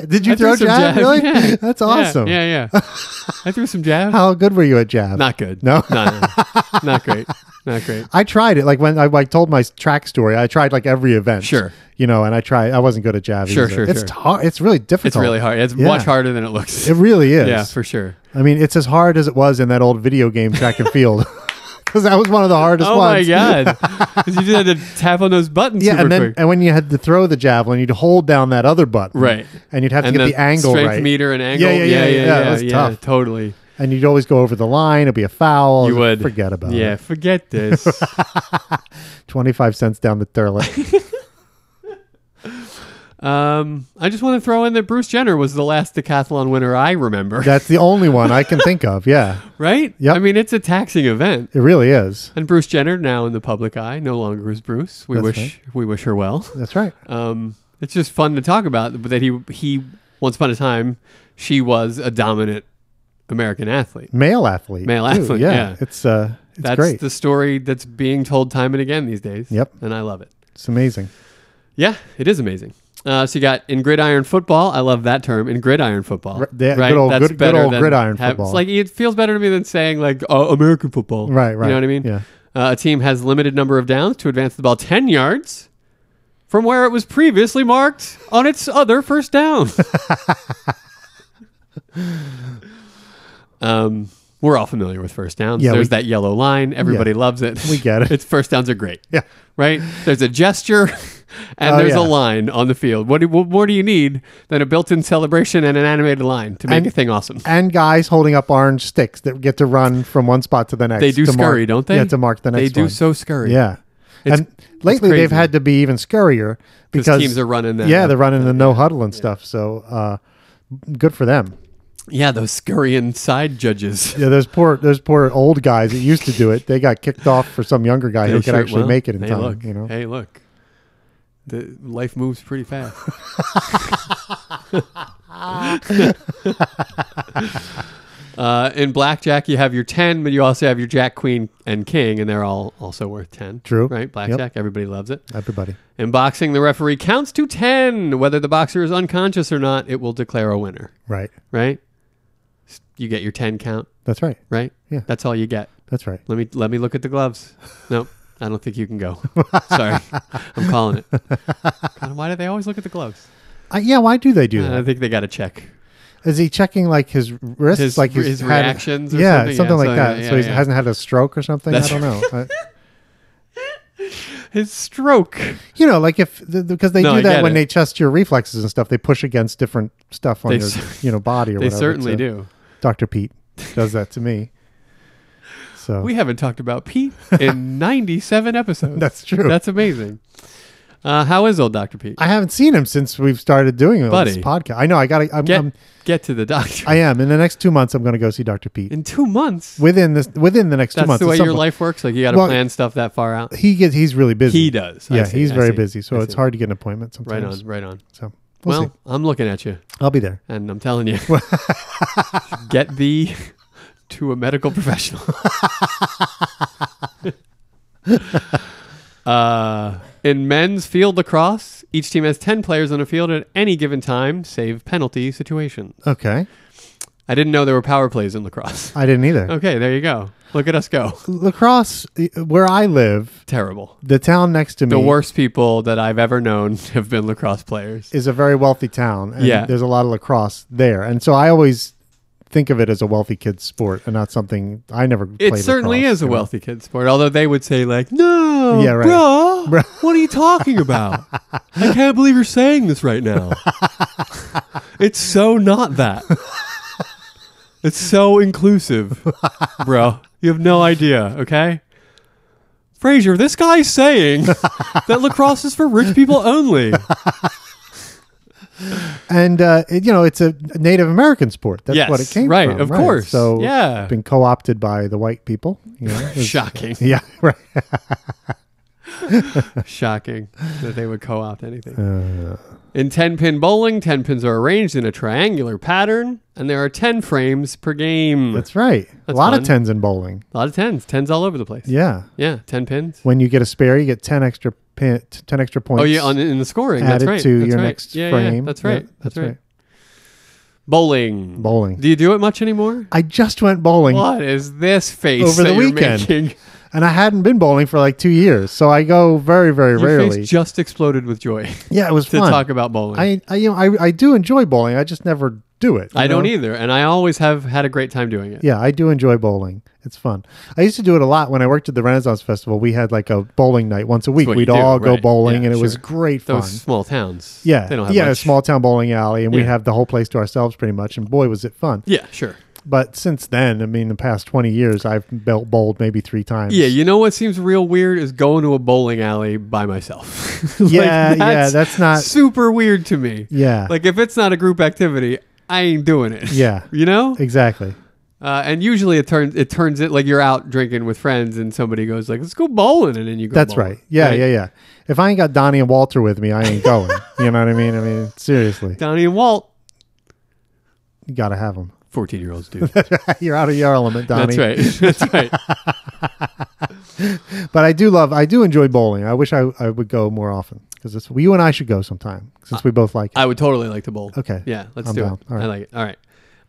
[SPEAKER 2] Did you
[SPEAKER 1] I
[SPEAKER 2] throw
[SPEAKER 1] some
[SPEAKER 2] jab? Really?
[SPEAKER 1] Yeah.
[SPEAKER 2] That's
[SPEAKER 1] Yeah,
[SPEAKER 2] awesome.
[SPEAKER 1] Yeah, yeah. I threw some jab.
[SPEAKER 2] How good were you at jab?
[SPEAKER 1] Not good.
[SPEAKER 2] No?
[SPEAKER 1] no, no, no. Not great. Not great.
[SPEAKER 2] I tried it. Like when I like told my track story, I tried like every event.
[SPEAKER 1] Sure.
[SPEAKER 2] You know, and I tried. I wasn't good at jab.
[SPEAKER 1] Sure,
[SPEAKER 2] either.
[SPEAKER 1] sure,
[SPEAKER 2] It's
[SPEAKER 1] sure.
[SPEAKER 2] hard. It's really difficult.
[SPEAKER 1] It's really hard. It's
[SPEAKER 2] Oh. Yeah.
[SPEAKER 1] much harder than it looks.
[SPEAKER 2] It really is.
[SPEAKER 1] yeah, for sure.
[SPEAKER 2] I mean, it's as hard as it was in that old video game track and field, because that was one of the hardest
[SPEAKER 1] Oh
[SPEAKER 2] ones.
[SPEAKER 1] my god! 'Cause you just had to tap on those buttons.
[SPEAKER 2] Yeah,
[SPEAKER 1] super
[SPEAKER 2] and then
[SPEAKER 1] quick.
[SPEAKER 2] and when you had to throw the javelin, you'd hold down that other button,
[SPEAKER 1] Right.
[SPEAKER 2] And you'd have to
[SPEAKER 1] and
[SPEAKER 2] get the, angle
[SPEAKER 1] strength
[SPEAKER 2] right,
[SPEAKER 1] meter and angle.
[SPEAKER 2] Yeah, yeah, yeah, yeah,
[SPEAKER 1] yeah,
[SPEAKER 2] it was
[SPEAKER 1] yeah,
[SPEAKER 2] tough.
[SPEAKER 1] totally.
[SPEAKER 2] and you'd always go over the line. It'd be a foul.
[SPEAKER 1] You would
[SPEAKER 2] forget about
[SPEAKER 1] Yeah,
[SPEAKER 2] it.
[SPEAKER 1] forget this.
[SPEAKER 2] Twenty-five cents down the toilet.
[SPEAKER 1] um, I just want to throw in that Bruce Jenner was the last decathlon winner I remember.
[SPEAKER 2] That's the only one I can think of. Yeah,
[SPEAKER 1] right?
[SPEAKER 2] Yep.
[SPEAKER 1] I mean, it's a taxing event,
[SPEAKER 2] it really is.
[SPEAKER 1] and Bruce Jenner now in the public eye no longer is Bruce. We
[SPEAKER 2] That's
[SPEAKER 1] wish we wish her well.
[SPEAKER 2] That's right.
[SPEAKER 1] Um, it's just fun to talk about that he he once upon a time she was a dominant American athlete.
[SPEAKER 2] Male athlete.
[SPEAKER 1] Male
[SPEAKER 2] too.
[SPEAKER 1] athlete, yeah.
[SPEAKER 2] It's uh, it's
[SPEAKER 1] That's
[SPEAKER 2] great.
[SPEAKER 1] the story that's being told time and again these days.
[SPEAKER 2] Yep.
[SPEAKER 1] and I love it.
[SPEAKER 2] It's amazing.
[SPEAKER 1] Yeah, it is amazing. Uh, so you got in gridiron football. I love that term in gridiron football.
[SPEAKER 2] Right, yeah, good old- good- good old
[SPEAKER 1] than
[SPEAKER 2] gridiron
[SPEAKER 1] hav-
[SPEAKER 2] football.
[SPEAKER 1] It's like it feels better to me than saying like oh, American football.
[SPEAKER 2] Right,
[SPEAKER 1] You
[SPEAKER 2] right,
[SPEAKER 1] know what I mean?
[SPEAKER 2] yeah.
[SPEAKER 1] Uh, a team has limited number of downs to advance the ball ten yards from where it was previously marked on its other first down. um, we're all familiar with first downs.
[SPEAKER 2] Yeah,
[SPEAKER 1] There's
[SPEAKER 2] we-
[SPEAKER 1] that yellow line. Everybody loves it.
[SPEAKER 2] We get it.
[SPEAKER 1] It's first downs are great
[SPEAKER 2] Yeah.
[SPEAKER 1] right? There's a gesture and
[SPEAKER 2] Oh,
[SPEAKER 1] there's
[SPEAKER 2] yeah.
[SPEAKER 1] a line on the field. What, do, what more do you need than a built-in celebration and an animated line to make
[SPEAKER 2] And-
[SPEAKER 1] a thing awesome?
[SPEAKER 2] And guys holding up orange sticks that get to run from one spot to the next.
[SPEAKER 1] They do
[SPEAKER 2] to mark-
[SPEAKER 1] scurry, don't they?
[SPEAKER 2] Yeah, to mark the next.
[SPEAKER 1] They do
[SPEAKER 2] one.
[SPEAKER 1] so scurry.
[SPEAKER 2] Yeah.
[SPEAKER 1] It's-
[SPEAKER 2] and lately they've
[SPEAKER 1] crazy.
[SPEAKER 2] had to be even scurrier because
[SPEAKER 1] teams are running that-
[SPEAKER 2] Yeah, they're running the no huddle and stuff. So uh, good for them.
[SPEAKER 1] Yeah, those scurrying side judges.
[SPEAKER 2] Yeah, those poor those poor old guys that used to do it, they got kicked off for some younger guy
[SPEAKER 1] They
[SPEAKER 2] who could
[SPEAKER 1] sure-
[SPEAKER 2] actually
[SPEAKER 1] well,
[SPEAKER 2] make it in
[SPEAKER 1] hey,
[SPEAKER 2] time.
[SPEAKER 1] Look,
[SPEAKER 2] you know,
[SPEAKER 1] Hey, look. The life moves pretty fast. uh, in blackjack, you have your ten, but you also have your jack, queen, and king, and they're all also worth ten.
[SPEAKER 2] True.
[SPEAKER 1] right?
[SPEAKER 2] Yep.
[SPEAKER 1] Blackjack, everybody loves it.
[SPEAKER 2] everybody.
[SPEAKER 1] In boxing, the referee counts to ten. Whether the boxer is unconscious or not, it will declare a winner.
[SPEAKER 2] Right.
[SPEAKER 1] Right? S- You get your ten count.
[SPEAKER 2] That's right.
[SPEAKER 1] Right?
[SPEAKER 2] Yeah.
[SPEAKER 1] That's all you get.
[SPEAKER 2] That's right.
[SPEAKER 1] Let me let me look at the gloves. No, I don't think you can go. Sorry, I'm calling it. God, why do they always look at the gloves?
[SPEAKER 2] Uh, yeah. Why do they do
[SPEAKER 1] I
[SPEAKER 2] that?
[SPEAKER 1] think they got to check.
[SPEAKER 2] Is he checking like his wrists,
[SPEAKER 1] His-
[SPEAKER 2] like he's
[SPEAKER 1] his
[SPEAKER 2] had-
[SPEAKER 1] reactions or
[SPEAKER 2] yeah,
[SPEAKER 1] something? Yeah,
[SPEAKER 2] like
[SPEAKER 1] something
[SPEAKER 2] that.
[SPEAKER 1] like-
[SPEAKER 2] so
[SPEAKER 1] yeah,
[SPEAKER 2] he
[SPEAKER 1] yeah.
[SPEAKER 2] hasn't had a stroke or something.
[SPEAKER 1] That's
[SPEAKER 2] I don't know. Uh,
[SPEAKER 1] His stroke.
[SPEAKER 2] you know, like if the- because they
[SPEAKER 1] No, I
[SPEAKER 2] do
[SPEAKER 1] get
[SPEAKER 2] that when
[SPEAKER 1] it.
[SPEAKER 2] they test your reflexes and stuff, they push against different stuff on
[SPEAKER 1] They
[SPEAKER 2] your
[SPEAKER 1] cer-
[SPEAKER 2] you know body or
[SPEAKER 1] They
[SPEAKER 2] whatever.
[SPEAKER 1] certainly
[SPEAKER 2] So
[SPEAKER 1] do.
[SPEAKER 2] Dr. Pete does that to me. So
[SPEAKER 1] We haven't talked about Pete in 97 episodes.
[SPEAKER 2] That's true.
[SPEAKER 1] That's amazing. Uh, how is old Doctor Pete?
[SPEAKER 2] I haven't seen him since we've started doing this
[SPEAKER 1] Buddy.
[SPEAKER 2] podcast. I know. I got. I'm,
[SPEAKER 1] get
[SPEAKER 2] I'm,
[SPEAKER 1] get to the doctor.
[SPEAKER 2] I am. In the next two months, I'm going to go see Dr. Pete.
[SPEAKER 1] in two months.
[SPEAKER 2] within this, within the next two
[SPEAKER 1] That's
[SPEAKER 2] months,
[SPEAKER 1] the
[SPEAKER 2] at
[SPEAKER 1] way
[SPEAKER 2] some
[SPEAKER 1] your
[SPEAKER 2] point.
[SPEAKER 1] life works. Like you got to
[SPEAKER 2] Well,
[SPEAKER 1] plan stuff that far out.
[SPEAKER 2] He gets. He's really busy.
[SPEAKER 1] He does. I
[SPEAKER 2] Yeah,
[SPEAKER 1] see,
[SPEAKER 2] he's
[SPEAKER 1] I
[SPEAKER 2] very
[SPEAKER 1] see,
[SPEAKER 2] busy. So
[SPEAKER 1] I
[SPEAKER 2] it's
[SPEAKER 1] see.
[SPEAKER 2] hard to get an appointment sometimes.
[SPEAKER 1] Right on. Right on.
[SPEAKER 2] So we'll,
[SPEAKER 1] Well,
[SPEAKER 2] see.
[SPEAKER 1] I'm looking at you.
[SPEAKER 2] I'll be there.
[SPEAKER 1] And I'm telling you, get thee to a medical professional. uh, in men's field lacrosse, each team has 10 players on the field at any given time, save penalty situations.
[SPEAKER 2] Okay.
[SPEAKER 1] I didn't know there were power plays in lacrosse.
[SPEAKER 2] I didn't either.
[SPEAKER 1] Okay, there you go. Look at us go.
[SPEAKER 2] Lacrosse, where I live,
[SPEAKER 1] Terrible.
[SPEAKER 2] the town next to me
[SPEAKER 1] The worst people that I've ever known have been lacrosse players.
[SPEAKER 2] is a very wealthy town. And
[SPEAKER 1] Yeah.
[SPEAKER 2] There's a lot of lacrosse there. And so I always think of it as a wealthy kid's sport and not something I never
[SPEAKER 1] It certainly is a wealthy kid sport, although they would say like, "No,
[SPEAKER 2] Yeah, right.
[SPEAKER 1] bruh,
[SPEAKER 2] Bruh."
[SPEAKER 1] what are you talking about? I can't believe you're saying this right now. it's so not that. It's so inclusive, bro. You have no idea, okay? Frazier, this guy's saying that lacrosse is for rich people only.
[SPEAKER 2] And, uh, it- you know, it's a Native American sport. That's
[SPEAKER 1] Yes,
[SPEAKER 2] what it came
[SPEAKER 1] right,
[SPEAKER 2] from.
[SPEAKER 1] of course.
[SPEAKER 2] So
[SPEAKER 1] Yeah.
[SPEAKER 2] it's been co opted by the white people. You know, it's-
[SPEAKER 1] Shocking.
[SPEAKER 2] Yeah, right.
[SPEAKER 1] Shocking that they would co opt anything.
[SPEAKER 2] Uh,
[SPEAKER 1] in 10 pin bowling, 10 pins are arranged in a triangular pattern, and there are 10 frames per game.
[SPEAKER 2] That's right. a
[SPEAKER 1] That's
[SPEAKER 2] lot
[SPEAKER 1] fun.
[SPEAKER 2] of tens in bowling.
[SPEAKER 1] a lot of 10s, 10s all over the place.
[SPEAKER 2] Yeah.
[SPEAKER 1] Yeah, 10 pins.
[SPEAKER 2] When you get a spare, you get 10 extra pin, 10 extra points.
[SPEAKER 1] Oh, yeah, on, in the scoring. That's
[SPEAKER 2] added
[SPEAKER 1] right.
[SPEAKER 2] to
[SPEAKER 1] that's
[SPEAKER 2] your
[SPEAKER 1] right.
[SPEAKER 2] next
[SPEAKER 1] yeah, yeah,
[SPEAKER 2] frame.
[SPEAKER 1] that's
[SPEAKER 2] Yeah,
[SPEAKER 1] right. that's,
[SPEAKER 2] that's
[SPEAKER 1] right.
[SPEAKER 2] right.
[SPEAKER 1] Bowling.
[SPEAKER 2] Bowling.
[SPEAKER 1] Do you do it much anymore?
[SPEAKER 2] I just went bowling
[SPEAKER 1] What is this face
[SPEAKER 2] Over the
[SPEAKER 1] that
[SPEAKER 2] weekend.
[SPEAKER 1] You're making?
[SPEAKER 2] and I hadn't been bowling for like two years. So I go very, very
[SPEAKER 1] Your
[SPEAKER 2] rarely.
[SPEAKER 1] face just exploded with joy
[SPEAKER 2] yeah, it was
[SPEAKER 1] to
[SPEAKER 2] fun.
[SPEAKER 1] talk about bowling.
[SPEAKER 2] I, I, you know, I, I do enjoy bowling. I just never do it. you
[SPEAKER 1] I don't
[SPEAKER 2] know?
[SPEAKER 1] either, and I always have had a great time doing it.
[SPEAKER 2] Yeah, I do enjoy bowling. It's fun. I used to do it a lot when I worked at the Renaissance Festival. We had like a bowling night once a week.
[SPEAKER 1] what
[SPEAKER 2] We'd
[SPEAKER 1] you do,
[SPEAKER 2] all go
[SPEAKER 1] right.
[SPEAKER 2] bowling,
[SPEAKER 1] Yeah,
[SPEAKER 2] and it was
[SPEAKER 1] sure.
[SPEAKER 2] great fun.
[SPEAKER 1] Those small towns.
[SPEAKER 2] yeah,
[SPEAKER 1] They don't have
[SPEAKER 2] yeah, a
[SPEAKER 1] much.
[SPEAKER 2] small town bowling alley, and
[SPEAKER 1] Yeah.
[SPEAKER 2] we'd have the whole place to ourselves pretty much. And boy, was it fun!
[SPEAKER 1] Yeah, sure.
[SPEAKER 2] But since then, I mean, the past twenty years, I've bow- bowled maybe three times.
[SPEAKER 1] Yeah, you know what seems real weird is going to a bowling alley by myself. Like,
[SPEAKER 2] Yeah, yeah, that's not-
[SPEAKER 1] super weird to me.
[SPEAKER 2] yeah,
[SPEAKER 1] Like if it's not a group activity, I ain't doing it.
[SPEAKER 2] Yeah.
[SPEAKER 1] you know.
[SPEAKER 2] exactly.
[SPEAKER 1] Uh, and usually it turns it turns it like you're out drinking with friends and somebody goes like, "Let's go bowling," and then you go.
[SPEAKER 2] That's
[SPEAKER 1] bowling,
[SPEAKER 2] right. Yeah, yeah, yeah. If I ain't got Donnie and Walter with me, I ain't going. you know what I mean? I mean, seriously,
[SPEAKER 1] Donnie and Walt,
[SPEAKER 2] you gotta have them.
[SPEAKER 1] fourteen year olds do.
[SPEAKER 2] You're out of your element, Donnie.
[SPEAKER 1] That's right. That's right.
[SPEAKER 2] But I do love, I do enjoy bowling. I wish I, I would go more often because you and I should go sometime since we both like it.
[SPEAKER 1] I would totally like to bowl.
[SPEAKER 2] Okay.
[SPEAKER 1] Yeah, let's
[SPEAKER 2] I'm
[SPEAKER 1] do
[SPEAKER 2] down.
[SPEAKER 1] it.
[SPEAKER 2] All right.
[SPEAKER 1] I like it. All right.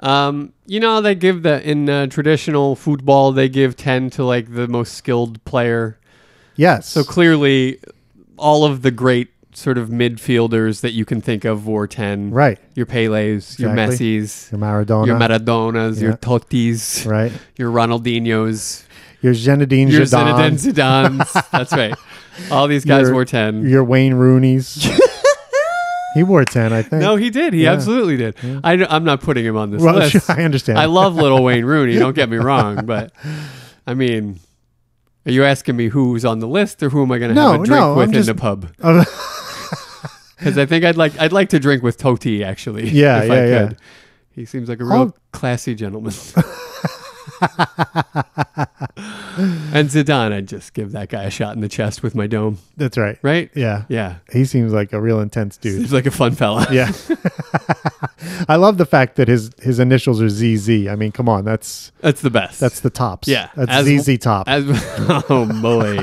[SPEAKER 1] Um, you know they give the in uh, traditional football they give ten to like the most skilled player.
[SPEAKER 2] yes.
[SPEAKER 1] So clearly, all of the great sort of midfielders that you can think of wore ten.
[SPEAKER 2] Right.
[SPEAKER 1] Your Pele's, your
[SPEAKER 2] Exactly.
[SPEAKER 1] Messi's,
[SPEAKER 2] Your Maradona.
[SPEAKER 1] your Maradonas, your
[SPEAKER 2] Yeah.
[SPEAKER 1] Totis,
[SPEAKER 2] right.
[SPEAKER 1] your Ronaldinho's,
[SPEAKER 2] Your Zinedine
[SPEAKER 1] your Zinedine
[SPEAKER 2] Zidane.
[SPEAKER 1] Zidane's. That's right. All these guys
[SPEAKER 2] Your-
[SPEAKER 1] wore ten.
[SPEAKER 2] Your Wayne Rooney's. he wore 10, I think.
[SPEAKER 1] no, he did. He
[SPEAKER 2] Yeah.
[SPEAKER 1] absolutely did. I, am not putting him on this
[SPEAKER 2] well,
[SPEAKER 1] list.
[SPEAKER 2] I understand.
[SPEAKER 1] I love Little Wayne Rooney. Don't get me wrong, but I mean, are you asking me who's on the list or who am I going to
[SPEAKER 2] No,
[SPEAKER 1] have a drink
[SPEAKER 2] no,
[SPEAKER 1] with
[SPEAKER 2] I'm
[SPEAKER 1] in
[SPEAKER 2] just-
[SPEAKER 1] the pub?
[SPEAKER 2] Oh,
[SPEAKER 1] Because I think I'd like I'd like to drink with Toti actually.
[SPEAKER 2] Yeah,
[SPEAKER 1] if
[SPEAKER 2] yeah,
[SPEAKER 1] I
[SPEAKER 2] yeah.
[SPEAKER 1] could. He seems like a real classy gentleman. and Zidane, I'd just give that guy a shot in the chest with my dome,
[SPEAKER 2] That's right.
[SPEAKER 1] right?
[SPEAKER 2] Yeah.
[SPEAKER 1] Yeah.
[SPEAKER 2] He seems like a real intense dude.
[SPEAKER 1] He's like a fun fella.
[SPEAKER 2] Yeah. I love the fact that his his initials are ZZ. I mean, come on, that's
[SPEAKER 1] That's the best.
[SPEAKER 2] that's the tops.
[SPEAKER 1] Yeah,
[SPEAKER 2] That's
[SPEAKER 1] as-
[SPEAKER 2] ZZ top.
[SPEAKER 1] As, oh boy.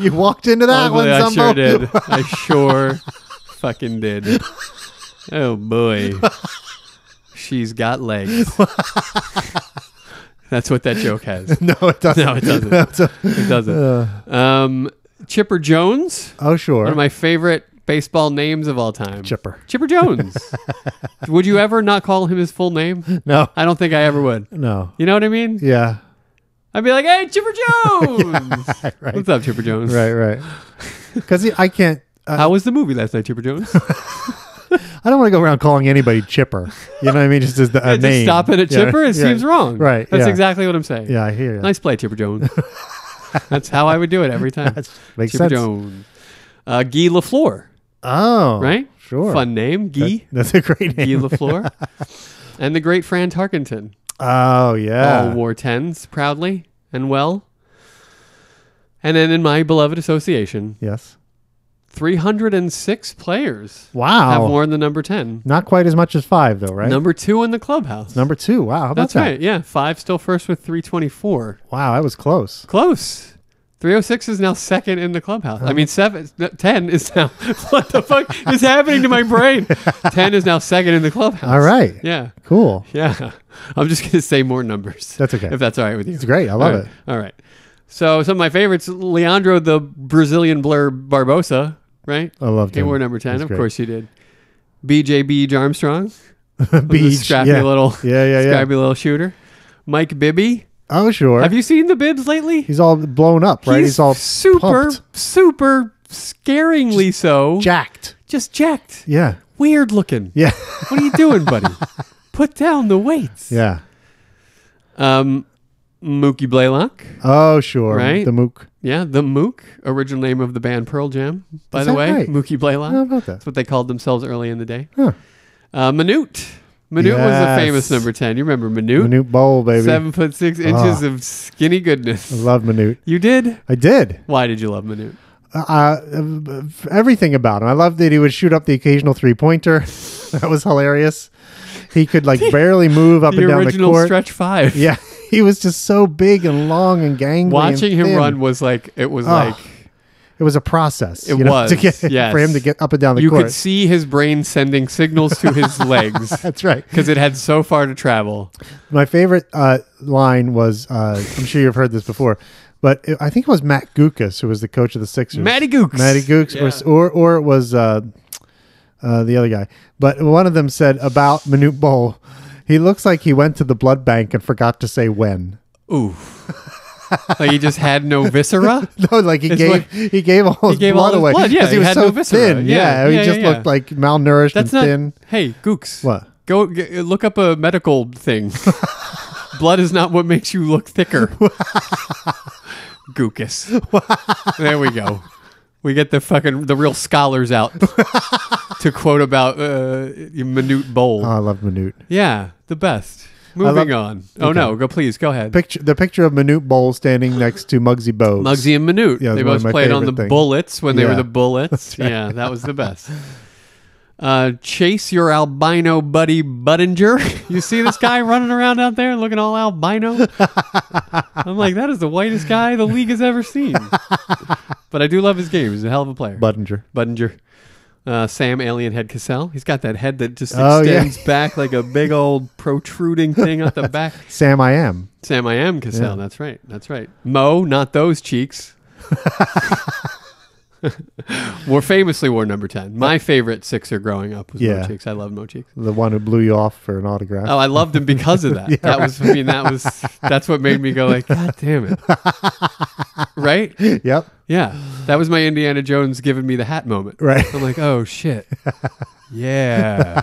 [SPEAKER 2] you walked into that one,
[SPEAKER 1] Luckily, I
[SPEAKER 2] Zumbo.
[SPEAKER 1] sure did. I sure fucking did. Oh boy. She's got legs. That's what that joke has.
[SPEAKER 2] No, it doesn't.
[SPEAKER 1] No, it doesn't.
[SPEAKER 2] That's a-
[SPEAKER 1] It doesn't.
[SPEAKER 2] Uh.
[SPEAKER 1] Um, Chipper Jones,
[SPEAKER 2] oh, sure.
[SPEAKER 1] one of my favorite baseball names of all time.
[SPEAKER 2] Chipper.
[SPEAKER 1] Chipper Jones. would you ever not call him his full name?
[SPEAKER 2] No,
[SPEAKER 1] I don't think I ever would.
[SPEAKER 2] no.
[SPEAKER 1] You know what I mean?
[SPEAKER 2] Yeah.
[SPEAKER 1] I'd be like, "Hey, Chipper Jones, what's up, Chipper Jones?
[SPEAKER 2] Right, right. Because I can't. I
[SPEAKER 1] How was the movie last night, Chipper Jones?
[SPEAKER 2] I don't want to go around calling anybody Chipper. You know what I mean? Just as the a
[SPEAKER 1] Just
[SPEAKER 2] name.
[SPEAKER 1] stopping at
[SPEAKER 2] Yeah,
[SPEAKER 1] Chipper, it
[SPEAKER 2] yeah.
[SPEAKER 1] seems wrong.
[SPEAKER 2] Right,
[SPEAKER 1] That's
[SPEAKER 2] yeah.
[SPEAKER 1] exactly what I'm saying.
[SPEAKER 2] Yeah, I hear you.
[SPEAKER 1] Nice play, Chipper Jones. That's how I would do it every time.
[SPEAKER 2] Makes
[SPEAKER 1] Chipper
[SPEAKER 2] sense.
[SPEAKER 1] Jones. Uh, Guy Lafleur,
[SPEAKER 2] Oh,
[SPEAKER 1] right?
[SPEAKER 2] Sure.
[SPEAKER 1] Fun name, Guy.
[SPEAKER 2] That's a great
[SPEAKER 1] Guy
[SPEAKER 2] name.
[SPEAKER 1] Lafleur, and the great Fran Tarkenton.
[SPEAKER 2] Oh yeah.
[SPEAKER 1] All wore tens proudly and well. And then in my beloved association,
[SPEAKER 2] yes.
[SPEAKER 1] 306 players
[SPEAKER 2] Wow.
[SPEAKER 1] have worn the number 10.
[SPEAKER 2] Not quite as much as five though, right?
[SPEAKER 1] Number two in the clubhouse.
[SPEAKER 2] Number two. Wow. How about
[SPEAKER 1] That's
[SPEAKER 2] that?
[SPEAKER 1] right. Yeah. Five still first with 324.
[SPEAKER 2] Wow, that was close.
[SPEAKER 1] Close. 306 is now second in the clubhouse. I mean, seven, no, 10 is now. what the fuck is happening to my brain? 10 is now second in the clubhouse.
[SPEAKER 2] All right.
[SPEAKER 1] Yeah.
[SPEAKER 2] Cool.
[SPEAKER 1] Yeah. I'm just going to say more numbers.
[SPEAKER 2] That's okay.
[SPEAKER 1] If that's all right with you.
[SPEAKER 2] It's great. I love
[SPEAKER 1] All
[SPEAKER 2] it.
[SPEAKER 1] right. All right. So, some of my favorites Leandro, the Brazilian blur Barbosa, right?
[SPEAKER 2] I loved
[SPEAKER 1] He
[SPEAKER 2] him.
[SPEAKER 1] wore number 10.
[SPEAKER 2] He's
[SPEAKER 1] Of
[SPEAKER 2] great.
[SPEAKER 1] coach course you did. BJB Jarmstrong.
[SPEAKER 2] Beach.
[SPEAKER 1] Scrappy
[SPEAKER 2] yeah.
[SPEAKER 1] little.
[SPEAKER 2] Yeah, yeah, yeah.
[SPEAKER 1] Scrappy little shooter. Mike Bibby.
[SPEAKER 2] Oh, sure.
[SPEAKER 1] Have you seen the bibs lately?
[SPEAKER 2] He's all blown up, right? He's, all
[SPEAKER 1] super,
[SPEAKER 2] pumped,
[SPEAKER 1] super scaringly so.
[SPEAKER 2] jacked.
[SPEAKER 1] just jacked.
[SPEAKER 2] Yeah.
[SPEAKER 1] Weird looking.
[SPEAKER 2] Yeah.
[SPEAKER 1] What are you doing, buddy? Put down the weights.
[SPEAKER 2] yeah.
[SPEAKER 1] Um, Mookie Blaylock.
[SPEAKER 2] Oh, sure.
[SPEAKER 1] Right?
[SPEAKER 2] The mook.
[SPEAKER 1] Yeah, the Mook, original name of the band Pearl Jam, by
[SPEAKER 2] Is
[SPEAKER 1] the
[SPEAKER 2] that
[SPEAKER 1] way.
[SPEAKER 2] right?
[SPEAKER 1] Mookie Blaylock.
[SPEAKER 2] How about that?
[SPEAKER 1] That's what they called themselves early in the day.
[SPEAKER 2] Huh.
[SPEAKER 1] Uh, Minute. Minute was a
[SPEAKER 2] Yes.
[SPEAKER 1] famous number 10. You remember Minute?
[SPEAKER 2] Manute Bowl, baby.
[SPEAKER 1] Seven foot six inches
[SPEAKER 2] Ah.
[SPEAKER 1] of skinny goodness.
[SPEAKER 2] I love Manute.
[SPEAKER 1] you did?
[SPEAKER 2] I did.
[SPEAKER 1] Why did you love Minute?
[SPEAKER 2] Uh, uh, everything about him. I loved that he would shoot up the occasional three pointer. that was hilarious. He could like barely move up
[SPEAKER 1] The
[SPEAKER 2] and down the
[SPEAKER 1] original
[SPEAKER 2] court.
[SPEAKER 1] stretch five.
[SPEAKER 2] Yeah, he was just so big and long and gangly.
[SPEAKER 1] Watching
[SPEAKER 2] and
[SPEAKER 1] him
[SPEAKER 2] thin.
[SPEAKER 1] run was like, it was
[SPEAKER 2] Ah.
[SPEAKER 1] like.
[SPEAKER 2] it was a process.
[SPEAKER 1] It
[SPEAKER 2] you know,
[SPEAKER 1] was,
[SPEAKER 2] to get,
[SPEAKER 1] yes.
[SPEAKER 2] for him to get up and down the
[SPEAKER 1] you
[SPEAKER 2] court.
[SPEAKER 1] could see his brain sending signals to his legs
[SPEAKER 2] That's right.
[SPEAKER 1] because it had so far to travel.
[SPEAKER 2] My favorite uh, line was uh, I'm sure you've heard this before, but it, I think it was Matt Gukas who was the coach of the Sixers.
[SPEAKER 1] Matty Gooks.
[SPEAKER 2] Matty Gooks, or s- or, or it was uh, uh, the other guy. But one of them said about Manute Bowl, he looks like he went to the blood bank and forgot to say when.
[SPEAKER 1] Ooh. like he just had no viscera.
[SPEAKER 2] No, like he
[SPEAKER 1] It's
[SPEAKER 2] gave
[SPEAKER 1] like-
[SPEAKER 2] he gave all his
[SPEAKER 1] gave all
[SPEAKER 2] blood
[SPEAKER 1] his
[SPEAKER 2] away
[SPEAKER 1] blood, yeah,
[SPEAKER 2] he
[SPEAKER 1] he
[SPEAKER 2] was
[SPEAKER 1] had
[SPEAKER 2] so
[SPEAKER 1] no viscera.
[SPEAKER 2] thin.
[SPEAKER 1] Yeah,
[SPEAKER 2] Yeah, he
[SPEAKER 1] yeah,
[SPEAKER 2] just
[SPEAKER 1] yeah.
[SPEAKER 2] looked like malnourished
[SPEAKER 1] That's
[SPEAKER 2] and
[SPEAKER 1] not.
[SPEAKER 2] thin.
[SPEAKER 1] Hey, Gooks.
[SPEAKER 2] What?
[SPEAKER 1] Go g- look up a medical thing. Blood is not what makes you look thicker. Gookus. there we go. We get the fucking the real scholars out to quote about uh, minute bowl.
[SPEAKER 2] Oh, I love Manute.
[SPEAKER 1] Yeah, the best. Moving on. Oh
[SPEAKER 2] okay.
[SPEAKER 1] no, go please go ahead.
[SPEAKER 2] Picture the picture of Manute Bowl standing next to Muggsy Bogues.
[SPEAKER 1] Muggsy and Minute.
[SPEAKER 2] Yeah,
[SPEAKER 1] they
[SPEAKER 2] it's one
[SPEAKER 1] both
[SPEAKER 2] of my
[SPEAKER 1] played on the
[SPEAKER 2] favorite things.
[SPEAKER 1] Bullets when they were
[SPEAKER 2] Yeah.
[SPEAKER 1] the Bullets. yeah, that was the best. Uh, Chase, your albino buddy Budinger. You see this guy running around out there looking all albino? I'm like, that is the whitest guy the league has ever seen. But I do love his game. He's a hell of a player.
[SPEAKER 2] Budinger.
[SPEAKER 1] Budinger. Uh, Sam Alien Head Cassell. He's got that head that just
[SPEAKER 2] Oh, yeah.
[SPEAKER 1] extends back like a big old protruding thing out the back.
[SPEAKER 2] Sam, I am.
[SPEAKER 1] Sam, I am Cassell. That's right. That's right. Mo, not those cheeks. More famously wore number ten. My favorite Sixer growing up was Mo
[SPEAKER 2] Yeah.
[SPEAKER 1] Cheeks. I love Mo Cheeks.
[SPEAKER 2] the one who blew you off for an autograph.
[SPEAKER 1] Oh, I loved him because of that. that was. I mean, that was. That's what made me go like, God damn it. right?
[SPEAKER 2] Yep.
[SPEAKER 1] Yeah. That was my Indiana Jones giving me the hat moment.
[SPEAKER 2] Right.
[SPEAKER 1] I'm like, oh shit. Yeah.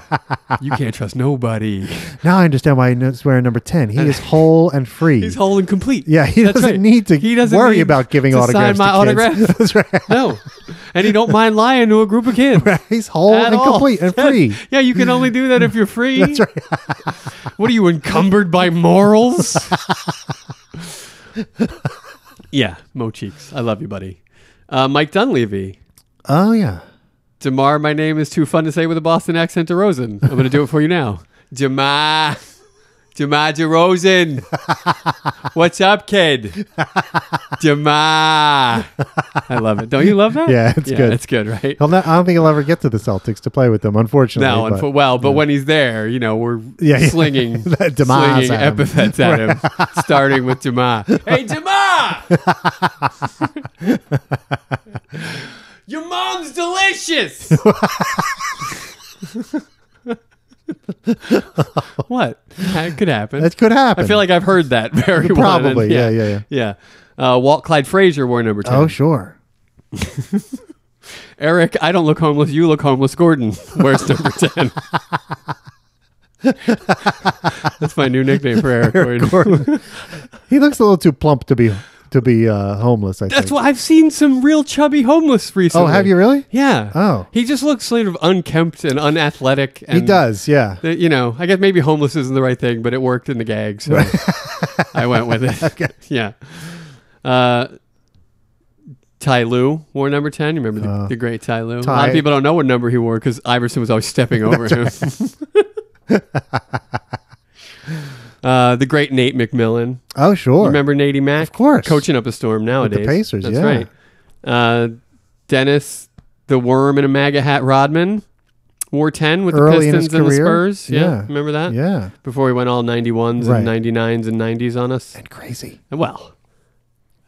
[SPEAKER 1] You can't trust nobody.
[SPEAKER 2] Now I understand why he's wearing number 10. He is whole and free.
[SPEAKER 1] He's whole and complete.
[SPEAKER 2] yeah, he
[SPEAKER 1] That's
[SPEAKER 2] doesn't
[SPEAKER 1] right.
[SPEAKER 2] need to
[SPEAKER 1] He doesn't
[SPEAKER 2] worry
[SPEAKER 1] need
[SPEAKER 2] about giving
[SPEAKER 1] to Sign
[SPEAKER 2] autographs
[SPEAKER 1] my
[SPEAKER 2] to kids.
[SPEAKER 1] autograph.
[SPEAKER 2] That's right.
[SPEAKER 1] No. and you don't mind lying to a group of kids.
[SPEAKER 2] He's whole
[SPEAKER 1] At
[SPEAKER 2] and
[SPEAKER 1] all.
[SPEAKER 2] complete and free.
[SPEAKER 1] Yeah, you can only do that if you're free. That's right. what are you encumbered by morals? yeah, Mo Cheeks. I love you, buddy. Uh, Mike Dunleavy.
[SPEAKER 2] Oh yeah.
[SPEAKER 1] Jamar, my name is too fun to say with a Boston accent DeRozan. I'm going to do it for you now. Jamar. Jamar DeRozan. What's up, kid? Jamar. I love it. Don't you love that?
[SPEAKER 2] Yeah, it's good.
[SPEAKER 1] It's good, right?
[SPEAKER 2] He'll not, I don't think he'll ever get to the Celtics to play with them, unfortunately.
[SPEAKER 1] No,
[SPEAKER 2] but-
[SPEAKER 1] unfo- well, but when he's there, you know, we're
[SPEAKER 2] Yeah, yeah.
[SPEAKER 1] slinging,
[SPEAKER 2] Demise
[SPEAKER 1] slinging
[SPEAKER 2] at him.
[SPEAKER 1] epithets at him, starting with Jama. Hey, Jama! Your mom's delicious! what? That could happen.
[SPEAKER 2] that could happen.
[SPEAKER 1] I feel like I've heard that very well.
[SPEAKER 2] Probably, yeah, yeah,
[SPEAKER 1] yeah. Yeah. Uh, Walt Clyde Frazier wore number 10.
[SPEAKER 2] Oh sure.
[SPEAKER 1] Eric, I don't look homeless. You look homeless. Gordon wears number 10. That's my new nickname for Eric, Gordon.
[SPEAKER 2] He looks a little too plump to be to be uh, homeless. I
[SPEAKER 1] That's
[SPEAKER 2] think.
[SPEAKER 1] why I've seen some real chubby homeless recently.
[SPEAKER 2] Oh, have you really?
[SPEAKER 1] Yeah.
[SPEAKER 2] Oh.
[SPEAKER 1] He just looks sort of unkempt and unathletic. And
[SPEAKER 2] He does. Yeah.
[SPEAKER 1] th- Uh, you know, I guess maybe homeless isn't the right thing, but it worked in the gag, so I went with it. Yeah. Uh, Ty Lue wore number 10. You remember the, the great Ty Lue? a lot
[SPEAKER 2] Ty-
[SPEAKER 1] of people don't know what number he wore because Iverson was always stepping over him. uh, the great Nate McMillan.
[SPEAKER 2] Oh sure.
[SPEAKER 1] Remember Nady Mack? Of
[SPEAKER 2] course.
[SPEAKER 1] Coaching up a storm nowadays.
[SPEAKER 2] Pacers,
[SPEAKER 1] That's
[SPEAKER 2] yeah.
[SPEAKER 1] right. Uh, Dennis, the worm in a MAGA hat, Rodman, wore 10 with the
[SPEAKER 2] Early in his
[SPEAKER 1] Pistons and the
[SPEAKER 2] career.
[SPEAKER 1] Spurs. Yeah.
[SPEAKER 2] Yeah.
[SPEAKER 1] Remember that?
[SPEAKER 2] Yeah.
[SPEAKER 1] Before he went all 91s
[SPEAKER 2] Right.
[SPEAKER 1] and 99s and 90s on us.
[SPEAKER 2] And crazy.
[SPEAKER 1] Well,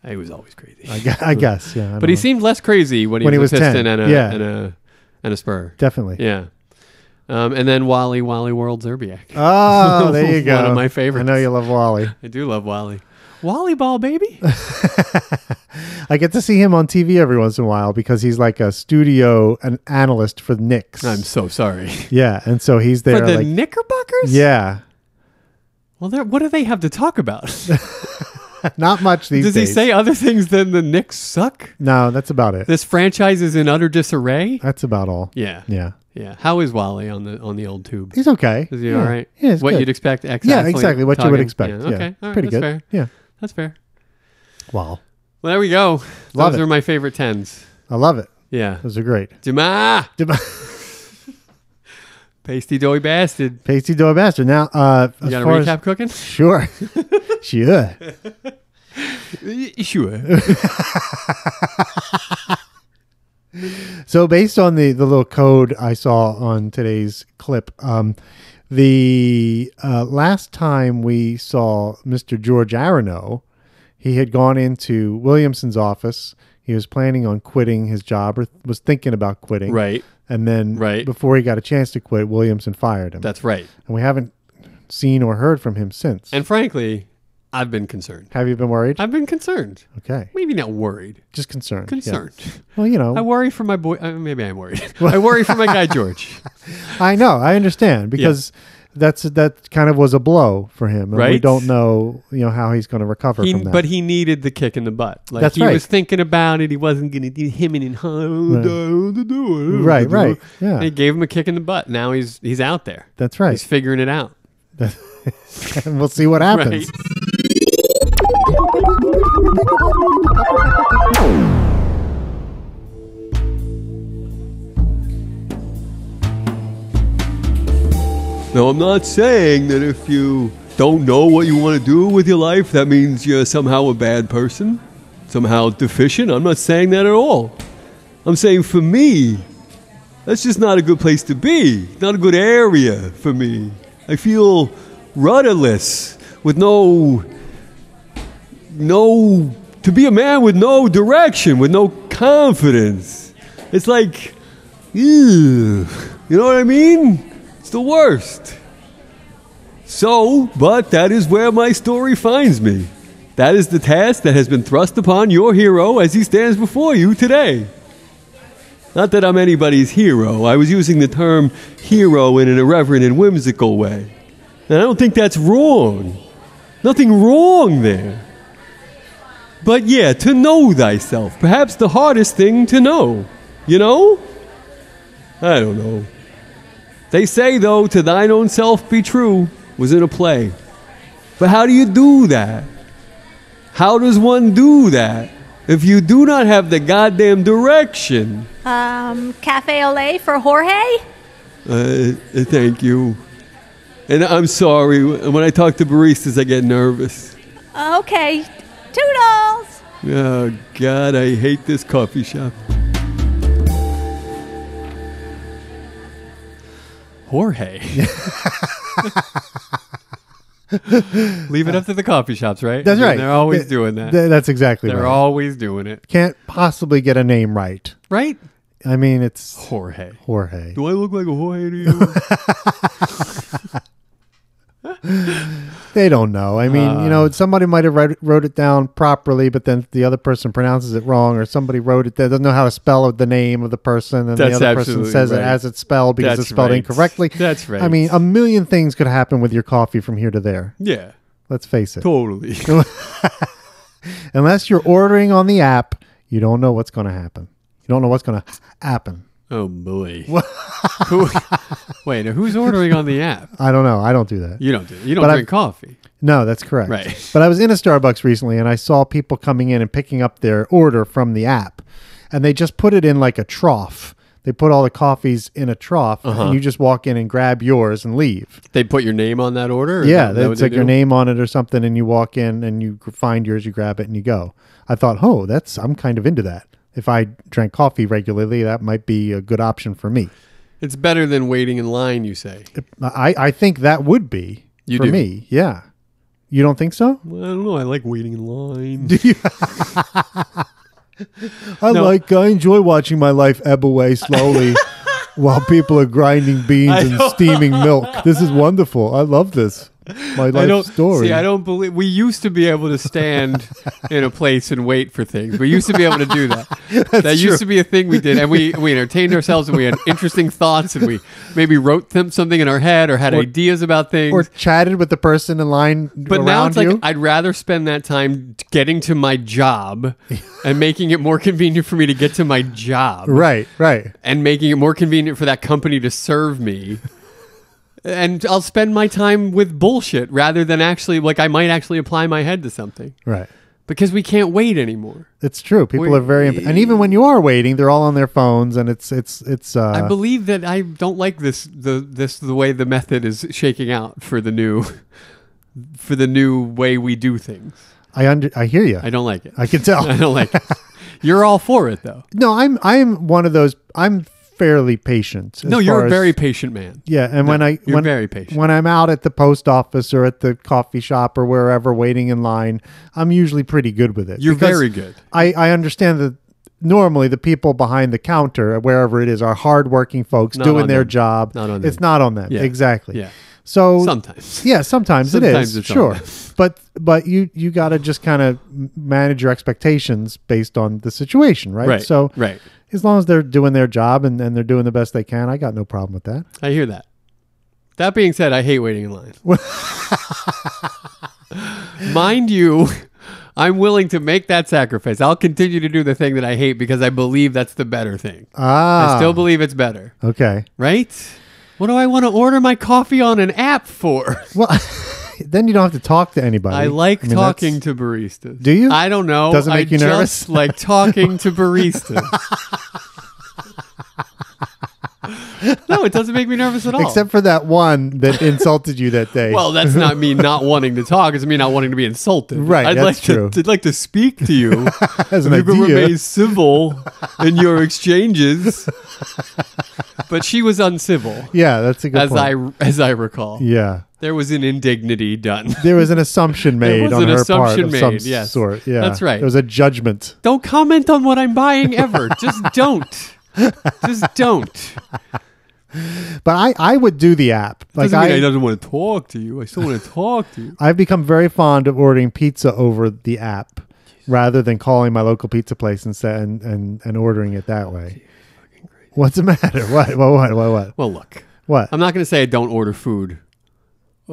[SPEAKER 1] he was always crazy.
[SPEAKER 2] I guess. I guess yeah. I
[SPEAKER 1] but
[SPEAKER 2] don't
[SPEAKER 1] he
[SPEAKER 2] know.
[SPEAKER 1] seemed less crazy when he
[SPEAKER 2] When he
[SPEAKER 1] was, a
[SPEAKER 2] was 10,
[SPEAKER 1] Piston and a,
[SPEAKER 2] yeah.
[SPEAKER 1] and a and a Spur.
[SPEAKER 2] definitely.
[SPEAKER 1] Yeah. Um, and then Wally Wally World Zerbiak.
[SPEAKER 2] Oh, there you go.
[SPEAKER 1] One of my
[SPEAKER 2] I
[SPEAKER 1] favorites.
[SPEAKER 2] know you love Wally.
[SPEAKER 1] I do love Wally. Wally ball baby.
[SPEAKER 2] I get to see him on TV every once in a while because he's like a studio an analyst for the Knicks.
[SPEAKER 1] I'm so sorry.
[SPEAKER 2] yeah, and so he's there
[SPEAKER 1] For the
[SPEAKER 2] like
[SPEAKER 1] Knickerbockers?
[SPEAKER 2] yeah,
[SPEAKER 1] Well, they're- what do they have to talk about?
[SPEAKER 2] not much these
[SPEAKER 1] Does he
[SPEAKER 2] days.
[SPEAKER 1] say other things than the Knicks suck?
[SPEAKER 2] No, that's about it.
[SPEAKER 1] This franchise is in utter disarray.
[SPEAKER 2] That's about all.
[SPEAKER 1] Yeah,
[SPEAKER 2] Uh, Yeah.
[SPEAKER 1] yeah. How is Wally on the on the old tube?
[SPEAKER 2] He's okay.
[SPEAKER 1] Is he
[SPEAKER 2] yeah.
[SPEAKER 1] all right?
[SPEAKER 2] Yeah, he's
[SPEAKER 1] what
[SPEAKER 2] good.
[SPEAKER 1] you'd expect. Ex
[SPEAKER 2] Yeah, exactly what you would expect. Yeah,
[SPEAKER 1] okay, all right,
[SPEAKER 2] pretty
[SPEAKER 1] that's
[SPEAKER 2] good.
[SPEAKER 1] Fair.
[SPEAKER 2] Yeah.
[SPEAKER 1] That's fair.
[SPEAKER 2] Wow,
[SPEAKER 1] Well, there we go.
[SPEAKER 2] Love
[SPEAKER 1] Those
[SPEAKER 2] it.
[SPEAKER 1] are my favorite tens.
[SPEAKER 2] I love it.
[SPEAKER 1] Yeah,
[SPEAKER 2] Those are great.
[SPEAKER 1] Jama,
[SPEAKER 2] Dib-
[SPEAKER 1] pasty doughy bastard.
[SPEAKER 2] Pasty dough bastard. Now, uh,
[SPEAKER 1] You
[SPEAKER 2] as
[SPEAKER 1] got a
[SPEAKER 2] far as-
[SPEAKER 1] recap cooking?
[SPEAKER 2] Sure. uh. sure.
[SPEAKER 1] sure.
[SPEAKER 2] So based on the the little code I saw on today's clip, um, the uh, last time we saw Mr. George Arano, he had gone into Williamson's office. He was planning on quitting his job or was thinking about quitting.
[SPEAKER 1] right.
[SPEAKER 2] And then
[SPEAKER 1] Right.
[SPEAKER 2] before he got a chance to quit, Williamson fired him.
[SPEAKER 1] That's right.
[SPEAKER 2] and we haven't seen or heard from him since.
[SPEAKER 1] And frankly, I've been concerned.
[SPEAKER 2] Have you been worried?
[SPEAKER 1] I've been concerned.
[SPEAKER 2] okay.
[SPEAKER 1] Maybe not worried.
[SPEAKER 2] Just concerned. yeah.
[SPEAKER 1] Concerned.
[SPEAKER 2] Well, you know,
[SPEAKER 1] I worry for my boy. Uh, maybe I'm worried. I worry for my guy George.
[SPEAKER 2] I know, I understand because that's that kind of was a blow for him. And We
[SPEAKER 1] Right.
[SPEAKER 2] don't know, you know, how he's going to recover
[SPEAKER 1] He,
[SPEAKER 2] from that.
[SPEAKER 1] but he needed the kick in the butt. Like
[SPEAKER 2] That's
[SPEAKER 1] he
[SPEAKER 2] right.
[SPEAKER 1] was thinking about it. He wasn't going to do him and him.
[SPEAKER 2] Right, right, yeah.
[SPEAKER 1] And he gave him a kick in the butt. Now he's he's out there.
[SPEAKER 2] that's right.
[SPEAKER 1] He's figuring it out.
[SPEAKER 2] and we'll see what
[SPEAKER 1] Right.
[SPEAKER 2] happens.
[SPEAKER 1] Now, I'm not saying that if you don't know what you want to do with your life, that means you're somehow a bad person, somehow deficient. I'm not saying that at all. I'm saying for me, that's just not a good place to be, not a good area for me. I feel rudderless with no. no. to be a man with no direction, with no confidence. It's like. Ew. You know what I mean? It's the worst. So, but that is where my story finds me. That is the task that has been thrust upon your hero as he stands before you today. Not that I'm anybody's hero. I was using the term hero in an irreverent and whimsical way. And I don't think that's wrong. Nothing wrong there. But yeah, to know thyself, perhaps the hardest thing to know. You know? I don't know. They say, though, to thine own self be true was in a play. But how do you do that? How does one do that if you do not have the goddamn direction?
[SPEAKER 5] Um, cafe au lait for Jorge.
[SPEAKER 1] Uh, uh, thank you. And I'm sorry, when I talk to baristas, I get nervous.
[SPEAKER 5] Okay, toodles.
[SPEAKER 1] Oh, God, I hate this coffee shop. Jorge. Leave it up to the coffee shops, right?
[SPEAKER 2] That's
[SPEAKER 1] I mean,
[SPEAKER 2] right.
[SPEAKER 1] They're always
[SPEAKER 2] Th-
[SPEAKER 1] doing that.
[SPEAKER 2] th- that's exactly
[SPEAKER 1] They're
[SPEAKER 2] right.
[SPEAKER 1] always doing it.
[SPEAKER 2] Can't possibly get a name right.
[SPEAKER 1] Right?
[SPEAKER 2] I mean, it's
[SPEAKER 1] Jorge.
[SPEAKER 2] Jorge.
[SPEAKER 1] Do I look like a Jorge to you?
[SPEAKER 2] They don't know. I mean, you
[SPEAKER 1] Uh.
[SPEAKER 2] know, somebody might have write, wrote it down properly, but then the other person pronounces it wrong, or somebody wrote it that doesn't know how to spell the name of the person, and the
[SPEAKER 1] That's
[SPEAKER 2] other person
[SPEAKER 1] absolutely
[SPEAKER 2] says
[SPEAKER 1] right.
[SPEAKER 2] it as it's spelled because
[SPEAKER 1] That's
[SPEAKER 2] it's spelled
[SPEAKER 1] right.
[SPEAKER 2] incorrectly.
[SPEAKER 1] That's right.
[SPEAKER 2] I mean, a million things could happen with your coffee from here to there.
[SPEAKER 1] yeah,
[SPEAKER 2] Let's face it.
[SPEAKER 1] totally.
[SPEAKER 2] Unless you're ordering on the app, you don't know what's going to happen. You don't know what's going to happen.
[SPEAKER 1] Oh, boy. Who, wait, now who's ordering on the app?
[SPEAKER 2] I don't know. I don't do that.
[SPEAKER 1] You don't do You don't
[SPEAKER 2] But I've-
[SPEAKER 1] drink coffee.
[SPEAKER 2] No, that's correct.
[SPEAKER 1] Right.
[SPEAKER 2] But I was in a Starbucks recently and I saw people coming in and picking up their order from the app. And they just put it in like a trough. They put all the coffees in a trough
[SPEAKER 1] Uh-huh.
[SPEAKER 2] and you just walk in and grab yours and leave.
[SPEAKER 1] They put your name on that order? or is
[SPEAKER 2] yeah,
[SPEAKER 1] that- that what
[SPEAKER 2] it's
[SPEAKER 1] they
[SPEAKER 2] like your
[SPEAKER 1] do?
[SPEAKER 2] name on it or something and you walk in and you g- find yours, you grab it and you go. I thought, "Oh, that's I'm kind of into that. If I drank coffee regularly, that might be a good option for me."
[SPEAKER 1] It's better than waiting in line, you say.
[SPEAKER 2] I I think that would be
[SPEAKER 1] You
[SPEAKER 2] for
[SPEAKER 1] do.
[SPEAKER 2] me. Yeah. You don't think so?
[SPEAKER 1] Well, I don't know. I like waiting in line.
[SPEAKER 2] I
[SPEAKER 1] No.
[SPEAKER 2] like I enjoy watching my life ebb away slowly while people are grinding
[SPEAKER 1] I
[SPEAKER 2] beans and
[SPEAKER 1] don't-
[SPEAKER 2] steaming milk. This is wonderful. I love this. My
[SPEAKER 1] I don't
[SPEAKER 2] life story.
[SPEAKER 1] see. I don't believe we used to be able to stand in a place and wait for things. We used to be able to do that. that
[SPEAKER 2] true.
[SPEAKER 1] used to be a thing we did, and we we entertained ourselves, and we had interesting thoughts, and we maybe wrote them something in our head or had ideas about things.
[SPEAKER 2] or chatted with the person in line
[SPEAKER 1] but
[SPEAKER 2] around
[SPEAKER 1] now it's like
[SPEAKER 2] you.
[SPEAKER 1] I'd rather spend that time getting to my job and making it more convenient for me to get to my job,
[SPEAKER 2] right, right.
[SPEAKER 1] and making it more convenient for that company to serve me. And I'll spend my time with bullshit rather than actually, like, I might actually apply my head to something
[SPEAKER 2] Right.
[SPEAKER 1] because we can't wait anymore.
[SPEAKER 2] It's true. People
[SPEAKER 1] We-
[SPEAKER 2] are very imp- and even when you are waiting, they're all on their phones and it's it's it's uh
[SPEAKER 1] I believe that I don't like this the this the way the method is shaking out for the new for the new way we do things.
[SPEAKER 2] I under I hear you.
[SPEAKER 1] I don't like it.
[SPEAKER 2] I can tell.
[SPEAKER 1] I don't like it. You're all for it though.
[SPEAKER 2] no, I'm I'm one of those I'm fairly patient. as
[SPEAKER 1] no, you're
[SPEAKER 2] far
[SPEAKER 1] a
[SPEAKER 2] as-
[SPEAKER 1] very patient man.
[SPEAKER 2] Yeah, and when I
[SPEAKER 1] you're
[SPEAKER 2] when,
[SPEAKER 1] very patient.
[SPEAKER 2] when I'm out at the post office or at the coffee shop or wherever waiting in line, I'm usually pretty good with it.
[SPEAKER 1] You're
[SPEAKER 2] Because
[SPEAKER 1] very good.
[SPEAKER 2] I I understand that normally the people behind the counter wherever it is are hardworking folks
[SPEAKER 1] Not
[SPEAKER 2] doing
[SPEAKER 1] on
[SPEAKER 2] their
[SPEAKER 1] them.
[SPEAKER 2] job.
[SPEAKER 1] Not on
[SPEAKER 2] it's
[SPEAKER 1] them.
[SPEAKER 2] not on them
[SPEAKER 1] Yeah.
[SPEAKER 2] exactly.
[SPEAKER 1] Yeah.
[SPEAKER 2] So
[SPEAKER 1] Sometimes.
[SPEAKER 2] yeah, sometimes,
[SPEAKER 1] Sometimes
[SPEAKER 2] it is
[SPEAKER 1] it's on
[SPEAKER 2] sure,
[SPEAKER 1] them.
[SPEAKER 2] but but you you got to just kind of manage your expectations based on the situation, right?
[SPEAKER 1] Right,
[SPEAKER 2] So
[SPEAKER 1] right.
[SPEAKER 2] As long as they're doing their job and, and they're doing the best they can, I got no problem with that.
[SPEAKER 1] I hear that. That being said, I hate waiting in line. Mind you, I'm willing to make that sacrifice. I'll continue to do the thing that I hate because I believe that's the better thing.
[SPEAKER 2] Ah,
[SPEAKER 1] I still believe it's better,
[SPEAKER 2] okay.
[SPEAKER 1] right? What do I want to order my coffee on an app for?
[SPEAKER 2] Well, then you don't have to talk to anybody.
[SPEAKER 1] I like
[SPEAKER 2] mean,
[SPEAKER 1] talking
[SPEAKER 2] that's-
[SPEAKER 1] to baristas.
[SPEAKER 2] Do you?
[SPEAKER 1] I don't know.
[SPEAKER 2] Doesn't
[SPEAKER 1] I
[SPEAKER 2] make you
[SPEAKER 1] just
[SPEAKER 2] nervous?
[SPEAKER 1] like talking to baristas. no, it doesn't make me nervous at all.
[SPEAKER 2] Except for that one that insulted you that day.
[SPEAKER 1] Well, that's not me not wanting to talk. It's me not wanting to be insulted.
[SPEAKER 2] Right,
[SPEAKER 1] I'd
[SPEAKER 2] that's
[SPEAKER 1] like
[SPEAKER 2] true.
[SPEAKER 1] To, I'd like to speak to you.
[SPEAKER 2] as an
[SPEAKER 1] you can
[SPEAKER 2] idea.
[SPEAKER 1] remain civil in your exchanges. but she was uncivil,
[SPEAKER 2] yeah, that's a good
[SPEAKER 1] as
[SPEAKER 2] point.
[SPEAKER 1] I as I recall.
[SPEAKER 2] yeah.
[SPEAKER 1] There was an indignity done.
[SPEAKER 2] There was an assumption made
[SPEAKER 1] was
[SPEAKER 2] on
[SPEAKER 1] an
[SPEAKER 2] her part
[SPEAKER 1] assumption
[SPEAKER 2] of some
[SPEAKER 1] made, yes.
[SPEAKER 2] sort. Yeah,
[SPEAKER 1] That's right.
[SPEAKER 2] There was a judgment.
[SPEAKER 1] don't comment on what I'm buying ever. Just don't. Just don't.
[SPEAKER 2] But I, I would do the app. Like
[SPEAKER 1] Doesn't mean I
[SPEAKER 2] I,
[SPEAKER 1] don't want to talk to you. I still want to talk to you.
[SPEAKER 2] I've become very fond of ordering pizza over the app rather than calling my local pizza place and say, and, and, and ordering it that way. What's the matter? What? What? What? What? What?
[SPEAKER 1] Well, look,
[SPEAKER 2] what?
[SPEAKER 1] I'm not going to say I don't order food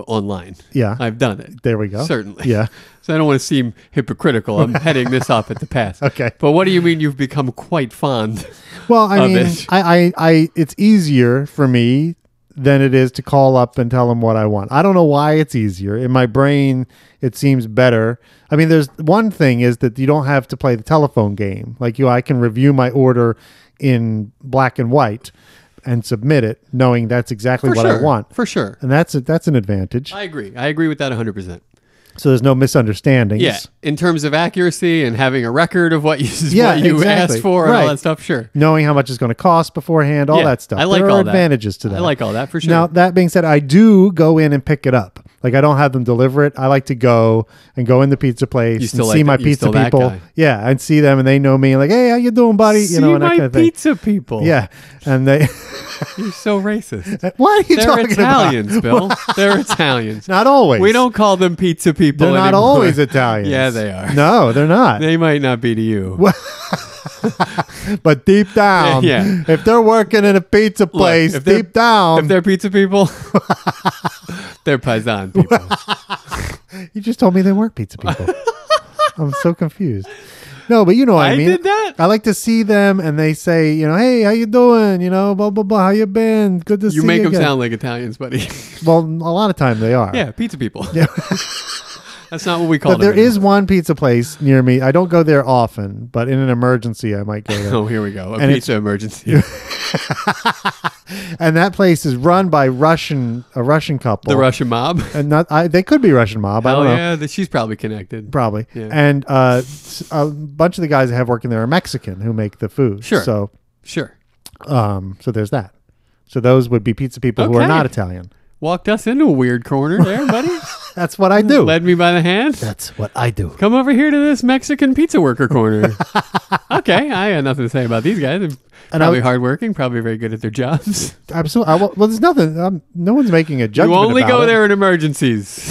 [SPEAKER 1] online.
[SPEAKER 2] Yeah.
[SPEAKER 1] I've done it.
[SPEAKER 2] There we go.
[SPEAKER 1] Certainly.
[SPEAKER 2] Yeah.
[SPEAKER 1] So I don't want to seem hypocritical. I'm heading this up at the pass.
[SPEAKER 2] Okay.
[SPEAKER 1] But what do you mean you've become quite fond?
[SPEAKER 2] Well, I
[SPEAKER 1] of
[SPEAKER 2] mean,
[SPEAKER 1] it.
[SPEAKER 2] I, I, I, it's easier for me than it is to call up and tell them what I want. I don't know why it's easier. In my brain, it seems better. I mean, there's one thing is that you don't have to play the telephone game. Like you, I can review my order in black and white and submit it, knowing that's exactly what
[SPEAKER 1] sure.
[SPEAKER 2] I want.
[SPEAKER 1] For sure.
[SPEAKER 2] And that's a, that's an advantage.
[SPEAKER 1] I agree. I agree with that 100%.
[SPEAKER 2] so there's no misunderstandings.
[SPEAKER 1] Yeah. In terms of accuracy and having a record of what you,
[SPEAKER 2] Yeah,
[SPEAKER 1] what you
[SPEAKER 2] exactly.
[SPEAKER 1] asked for and all
[SPEAKER 2] Right.
[SPEAKER 1] that stuff, sure.
[SPEAKER 2] knowing how much it's going to cost beforehand, all
[SPEAKER 1] Yeah,
[SPEAKER 2] that stuff.
[SPEAKER 1] I like
[SPEAKER 2] there
[SPEAKER 1] all
[SPEAKER 2] are
[SPEAKER 1] that.
[SPEAKER 2] advantages to
[SPEAKER 1] I
[SPEAKER 2] that.
[SPEAKER 1] like all that, for sure.
[SPEAKER 2] Now that being said, I do go in and pick it up. Like I don't have them deliver it. I like to go and go in the pizza place
[SPEAKER 1] You still
[SPEAKER 2] and
[SPEAKER 1] like
[SPEAKER 2] see
[SPEAKER 1] that-
[SPEAKER 2] my
[SPEAKER 1] you
[SPEAKER 2] pizza
[SPEAKER 1] still that
[SPEAKER 2] people.
[SPEAKER 1] guy.
[SPEAKER 2] Yeah, and see them, and they know me. Like, hey, how you doing, buddy? you know, and that kind of thing.
[SPEAKER 1] pizza people.
[SPEAKER 2] Yeah, and they.
[SPEAKER 1] You're so racist.
[SPEAKER 2] what are you
[SPEAKER 1] They're
[SPEAKER 2] talking
[SPEAKER 1] Italians,
[SPEAKER 2] about?
[SPEAKER 1] Bill. They're Italians.
[SPEAKER 2] Not always.
[SPEAKER 1] We don't call them pizza people.
[SPEAKER 2] They're not
[SPEAKER 1] anymore.
[SPEAKER 2] always Italians.
[SPEAKER 1] Yeah, they are.
[SPEAKER 2] No, they're not.
[SPEAKER 1] They might not be to you.
[SPEAKER 2] but deep down,
[SPEAKER 1] Yeah.
[SPEAKER 2] if they're working in a pizza
[SPEAKER 1] Look,
[SPEAKER 2] place,
[SPEAKER 1] if they're-
[SPEAKER 2] deep down,
[SPEAKER 1] if they're pizza people, they're paisan people.
[SPEAKER 2] You just told me they weren't pizza people. I'm so confused. No, but you know what I,
[SPEAKER 1] I
[SPEAKER 2] mean.
[SPEAKER 1] did that?
[SPEAKER 2] I like to see them, and they say, you know, hey, how you doing? You know, blah blah blah. How you been? Good to see
[SPEAKER 1] You
[SPEAKER 2] you.
[SPEAKER 1] make them
[SPEAKER 2] again."
[SPEAKER 1] sound like Italians, buddy.
[SPEAKER 2] well. A lot of time they are.
[SPEAKER 1] yeah, pizza people. Yeah. That's not what we call
[SPEAKER 2] But
[SPEAKER 1] them.
[SPEAKER 2] there is one pizza place near me. I don't go there often, but in an emergency, I might go there.
[SPEAKER 1] anymore. Oh, here we go. A
[SPEAKER 2] And it's-
[SPEAKER 1] pizza emergency.
[SPEAKER 2] And that place is run by Russian a Russian couple.
[SPEAKER 1] the Russian mob.
[SPEAKER 2] and not I, they could be Russian mob. I
[SPEAKER 1] Oh
[SPEAKER 2] don't know.
[SPEAKER 1] yeah, that she's probably connected.
[SPEAKER 2] probably.
[SPEAKER 1] Yeah.
[SPEAKER 2] And uh, s- a bunch of the guys I have working there are Mexican who make the food.
[SPEAKER 1] Sure.
[SPEAKER 2] So
[SPEAKER 1] Sure.
[SPEAKER 2] Um, so there's that. So those would be pizza people who are
[SPEAKER 1] Okay.
[SPEAKER 2] not Italian.
[SPEAKER 1] Walked us into a weird corner there, buddy.
[SPEAKER 2] That's what I do.
[SPEAKER 1] Led me by the hand.
[SPEAKER 2] That's what I do.
[SPEAKER 1] Come over here to this Mexican pizza worker corner. okay, I had nothing to say about these guys. They're
[SPEAKER 2] I
[SPEAKER 1] probably
[SPEAKER 2] would-
[SPEAKER 1] hardworking, probably very good at their jobs.
[SPEAKER 2] Absolutely. I, well, well, there's nothing. Um, no one's making a
[SPEAKER 1] You
[SPEAKER 2] judgment.
[SPEAKER 1] only
[SPEAKER 2] about
[SPEAKER 1] go
[SPEAKER 2] it.
[SPEAKER 1] there in emergencies.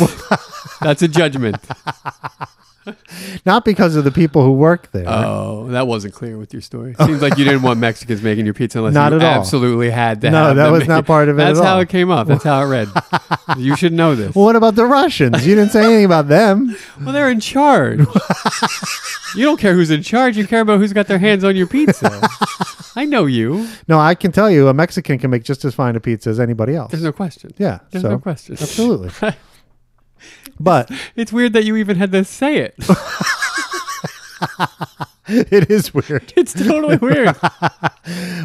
[SPEAKER 1] That's a judgment.
[SPEAKER 2] not because of the people who work there.
[SPEAKER 1] Oh, that wasn't clear with your story. Seems like you didn't want Mexicans making your pizza unless
[SPEAKER 2] Not
[SPEAKER 1] you
[SPEAKER 2] at all.
[SPEAKER 1] absolutely had to.
[SPEAKER 2] No,
[SPEAKER 1] have
[SPEAKER 2] that
[SPEAKER 1] them
[SPEAKER 2] was
[SPEAKER 1] make
[SPEAKER 2] not part of it
[SPEAKER 1] That's
[SPEAKER 2] at
[SPEAKER 1] how
[SPEAKER 2] all.
[SPEAKER 1] it came up. That's how it read. you should know this.
[SPEAKER 2] well, what about the Russians? You didn't say anything about them.
[SPEAKER 1] Well, they're in charge. you don't care who's in charge. You care about who's got their hands on your pizza. I know you.
[SPEAKER 2] No, I can tell you, a Mexican can make just as fine a pizza as anybody else.
[SPEAKER 1] There's no question.
[SPEAKER 2] yeah,
[SPEAKER 1] There's
[SPEAKER 2] so,
[SPEAKER 1] no question.
[SPEAKER 2] Absolutely. but
[SPEAKER 1] It's weird that you even had to say it.
[SPEAKER 2] it is weird.
[SPEAKER 1] It's totally weird.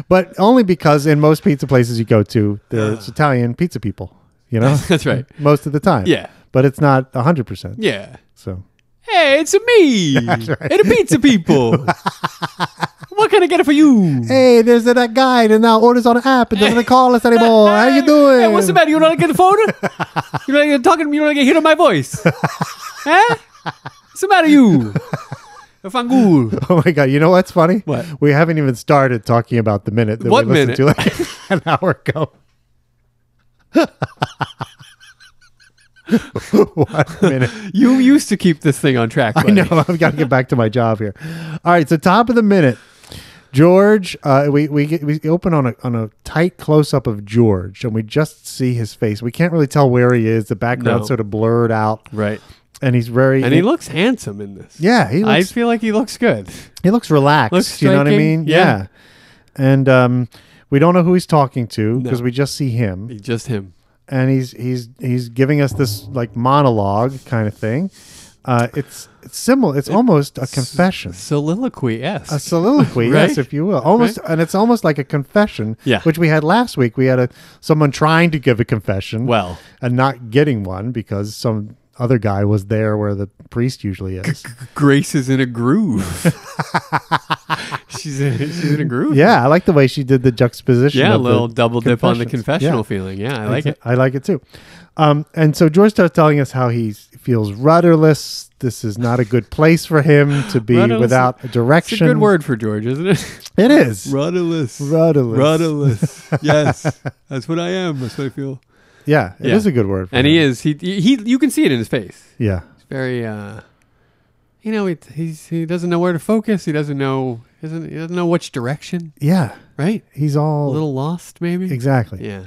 [SPEAKER 2] But only because in most pizza places you go to, there's
[SPEAKER 1] Uh.
[SPEAKER 2] Italian pizza people. You know,
[SPEAKER 1] That's right.
[SPEAKER 2] most of the time.
[SPEAKER 1] Yeah.
[SPEAKER 2] but it's not hundred percent.
[SPEAKER 1] Yeah.
[SPEAKER 2] So
[SPEAKER 1] Hey, it's me. It's pizza people. what can I get for you?
[SPEAKER 2] hey, there's that guy that now orders on an app and doesn't call us anymore. How you doing?
[SPEAKER 1] Hey, what's the matter? You don't like get the phone? you don't like talking? You don't like hear my voice? huh? What's the matter, you? Fangul.
[SPEAKER 2] Oh my god! You know what's funny?
[SPEAKER 1] What?
[SPEAKER 2] we haven't even started talking about the minute that
[SPEAKER 1] What
[SPEAKER 2] we listened
[SPEAKER 1] minute?
[SPEAKER 2] to like an hour ago. One minute.
[SPEAKER 1] You used to keep this thing on track.
[SPEAKER 2] I
[SPEAKER 1] buddy.
[SPEAKER 2] know. I've got to get back to my job here. All right. So top of the minute, George. Uh, we we get, we open on a on a tight close up of George, and we just see his face. We can't really tell where he is. The background's
[SPEAKER 1] No.
[SPEAKER 2] sort of blurred out,
[SPEAKER 1] Right.
[SPEAKER 2] and he's very
[SPEAKER 1] And he looks handsome in this.
[SPEAKER 2] Yeah, he
[SPEAKER 1] I
[SPEAKER 2] looks
[SPEAKER 1] feel like he looks good.
[SPEAKER 2] he looks relaxed.
[SPEAKER 1] Looks
[SPEAKER 2] you know what I
[SPEAKER 1] striking,
[SPEAKER 2] mean?
[SPEAKER 1] yeah.
[SPEAKER 2] And um, we don't know who he's talking to because
[SPEAKER 1] No.
[SPEAKER 2] we just see him,
[SPEAKER 1] Just him.
[SPEAKER 2] and he's he's he's giving us this like monologue kind of thing. Uh, it's it's similar. It's almost a confession.
[SPEAKER 1] Soliloquy
[SPEAKER 2] a
[SPEAKER 1] esque.
[SPEAKER 2] soliloquy,
[SPEAKER 1] Right?
[SPEAKER 2] yes, if you will, almost, and it's almost like a confession,
[SPEAKER 1] Yeah.
[SPEAKER 2] Which we had last week. We had a someone trying to give a confession,
[SPEAKER 1] Well.
[SPEAKER 2] and not getting one because some other guy was there where the priest usually is.
[SPEAKER 1] Grace is in a groove. she's, in, she's in a groove.
[SPEAKER 2] yeah, I like the way she did the juxtaposition.
[SPEAKER 1] Yeah, a
[SPEAKER 2] of the
[SPEAKER 1] little double dip on the
[SPEAKER 2] confessions.
[SPEAKER 1] confessional
[SPEAKER 2] Yeah.
[SPEAKER 1] feeling. Yeah, I like it.
[SPEAKER 2] I like it too. Um, and so George starts telling us how he feels rudderless. This is not a good place for him to be
[SPEAKER 1] Rudderless-
[SPEAKER 2] without a
[SPEAKER 1] It's a
[SPEAKER 2] direction.
[SPEAKER 1] good word for George, isn't it?
[SPEAKER 2] It is.
[SPEAKER 1] Rudderless.
[SPEAKER 2] Rudderless.
[SPEAKER 1] Rudderless. yes. That's what I am. That's what I feel.
[SPEAKER 2] yeah, it is
[SPEAKER 1] Yeah.
[SPEAKER 2] a good word. For
[SPEAKER 1] And he
[SPEAKER 2] him.
[SPEAKER 1] is. He, he you can see it in his face.
[SPEAKER 2] Yeah.
[SPEAKER 1] He's very uh you know, it, he's he doesn't know where to focus. He doesn't know isn't he doesn't know which direction,
[SPEAKER 2] Yeah.
[SPEAKER 1] right?
[SPEAKER 2] He's
[SPEAKER 1] A
[SPEAKER 2] all
[SPEAKER 1] little lost maybe.
[SPEAKER 2] exactly.
[SPEAKER 1] Yeah.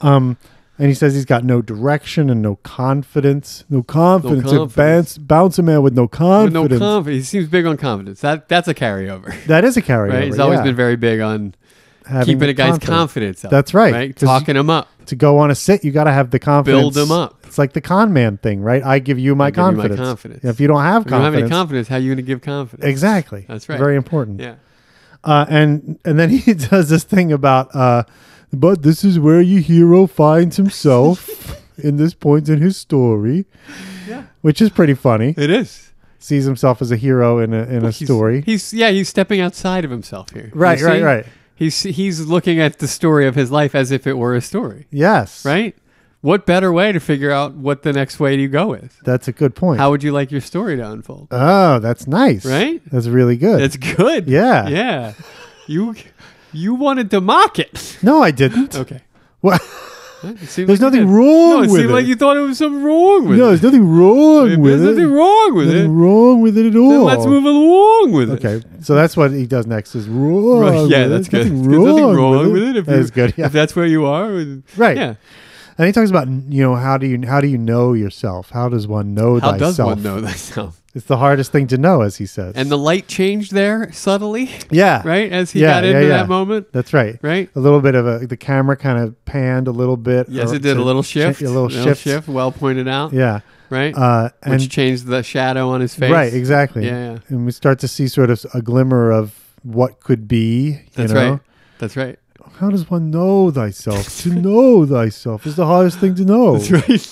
[SPEAKER 2] Um, And he says he's got no direction and no confidence. No confidence. No
[SPEAKER 1] confidence.
[SPEAKER 2] Bounce, bounce a man with no
[SPEAKER 1] With
[SPEAKER 2] confidence.
[SPEAKER 1] No confidence. He seems big on confidence. That that's a carryover,
[SPEAKER 2] that is a carryover.
[SPEAKER 1] right? He's always
[SPEAKER 2] yeah.
[SPEAKER 1] been very big on
[SPEAKER 2] Having
[SPEAKER 1] keeping a guy's confidence up.
[SPEAKER 2] That's right.
[SPEAKER 1] Right,
[SPEAKER 2] 'Cause
[SPEAKER 1] talking him up.
[SPEAKER 2] To go on a sit, you got to have the confidence.
[SPEAKER 1] Build 'em up.
[SPEAKER 2] It's like the con man thing, right? I give you my,
[SPEAKER 1] give you my
[SPEAKER 2] confidence.
[SPEAKER 1] confidence.
[SPEAKER 2] If you don't have
[SPEAKER 1] If you don't have any
[SPEAKER 2] confidence,
[SPEAKER 1] confidence, how are you going to give confidence?
[SPEAKER 2] exactly.
[SPEAKER 1] That's right.
[SPEAKER 2] Very important.
[SPEAKER 1] Yeah.
[SPEAKER 2] uh, and and then he does this thing about uh, but this is where your hero finds himself in this point in his story
[SPEAKER 1] Yeah.
[SPEAKER 2] which is pretty funny
[SPEAKER 1] It is.
[SPEAKER 2] sees himself as a hero in a in a
[SPEAKER 1] He's-
[SPEAKER 2] story
[SPEAKER 1] He's yeah, he's stepping outside of himself here. You
[SPEAKER 2] Right, right,
[SPEAKER 1] see?
[SPEAKER 2] right.
[SPEAKER 1] He's he's looking at the story of his life as if it were a story,
[SPEAKER 2] yes
[SPEAKER 1] right? What better way to figure out what the next way you go with?
[SPEAKER 2] that's a good point
[SPEAKER 1] How would you like your story to unfold?
[SPEAKER 2] oh that's nice
[SPEAKER 1] Right?
[SPEAKER 2] that's really good
[SPEAKER 1] That's good.
[SPEAKER 2] Yeah.
[SPEAKER 1] Yeah. You you wanted to mock it.
[SPEAKER 2] no i didn't
[SPEAKER 1] Okay.
[SPEAKER 2] What?
[SPEAKER 1] It seemed
[SPEAKER 2] There's
[SPEAKER 1] like you
[SPEAKER 2] nothing
[SPEAKER 1] did.
[SPEAKER 2] wrong
[SPEAKER 1] No, it
[SPEAKER 2] with
[SPEAKER 1] seemed like
[SPEAKER 2] it.
[SPEAKER 1] you thought it was something wrong with
[SPEAKER 2] no
[SPEAKER 1] it.
[SPEAKER 2] there's nothing wrong with
[SPEAKER 1] There's
[SPEAKER 2] it
[SPEAKER 1] nothing wrong with
[SPEAKER 2] Nothing
[SPEAKER 1] it.
[SPEAKER 2] wrong with it at all
[SPEAKER 1] Then let's move along with it.
[SPEAKER 2] okay so that's what he does next is wrong
[SPEAKER 1] Right,
[SPEAKER 2] with
[SPEAKER 1] yeah,
[SPEAKER 2] it.
[SPEAKER 1] that's good.
[SPEAKER 2] There's
[SPEAKER 1] There's nothing wrong with it. if
[SPEAKER 2] that's
[SPEAKER 1] you-
[SPEAKER 2] good yeah
[SPEAKER 1] If that's where you are, with-
[SPEAKER 2] Right.
[SPEAKER 1] Yeah.
[SPEAKER 2] And he talks about you know how do you how do you know yourself? How does one know
[SPEAKER 1] How
[SPEAKER 2] thyself?
[SPEAKER 1] does one know thyself?
[SPEAKER 2] It's the hardest thing to know, as he says.
[SPEAKER 1] And the light changed there subtly,
[SPEAKER 2] yeah,
[SPEAKER 1] right? As he
[SPEAKER 2] Yeah,
[SPEAKER 1] got
[SPEAKER 2] yeah,
[SPEAKER 1] into
[SPEAKER 2] yeah.
[SPEAKER 1] that moment,
[SPEAKER 2] That's right.
[SPEAKER 1] right?
[SPEAKER 2] A little bit of a the camera kind of panned a little bit.
[SPEAKER 1] Yes,
[SPEAKER 2] or-
[SPEAKER 1] it did
[SPEAKER 2] to
[SPEAKER 1] a little shift.
[SPEAKER 2] cha- a little shift.
[SPEAKER 1] Well pointed out.
[SPEAKER 2] Yeah.
[SPEAKER 1] Right.
[SPEAKER 2] Uh, and
[SPEAKER 1] Which changed the shadow on his face.
[SPEAKER 2] right, exactly.
[SPEAKER 1] Yeah, yeah.
[SPEAKER 2] And we start to see sort of a glimmer of what could be. You
[SPEAKER 1] That's
[SPEAKER 2] know?
[SPEAKER 1] right. That's right.
[SPEAKER 2] How does one know thyself? to know thyself is the hardest thing to know.
[SPEAKER 1] That's right.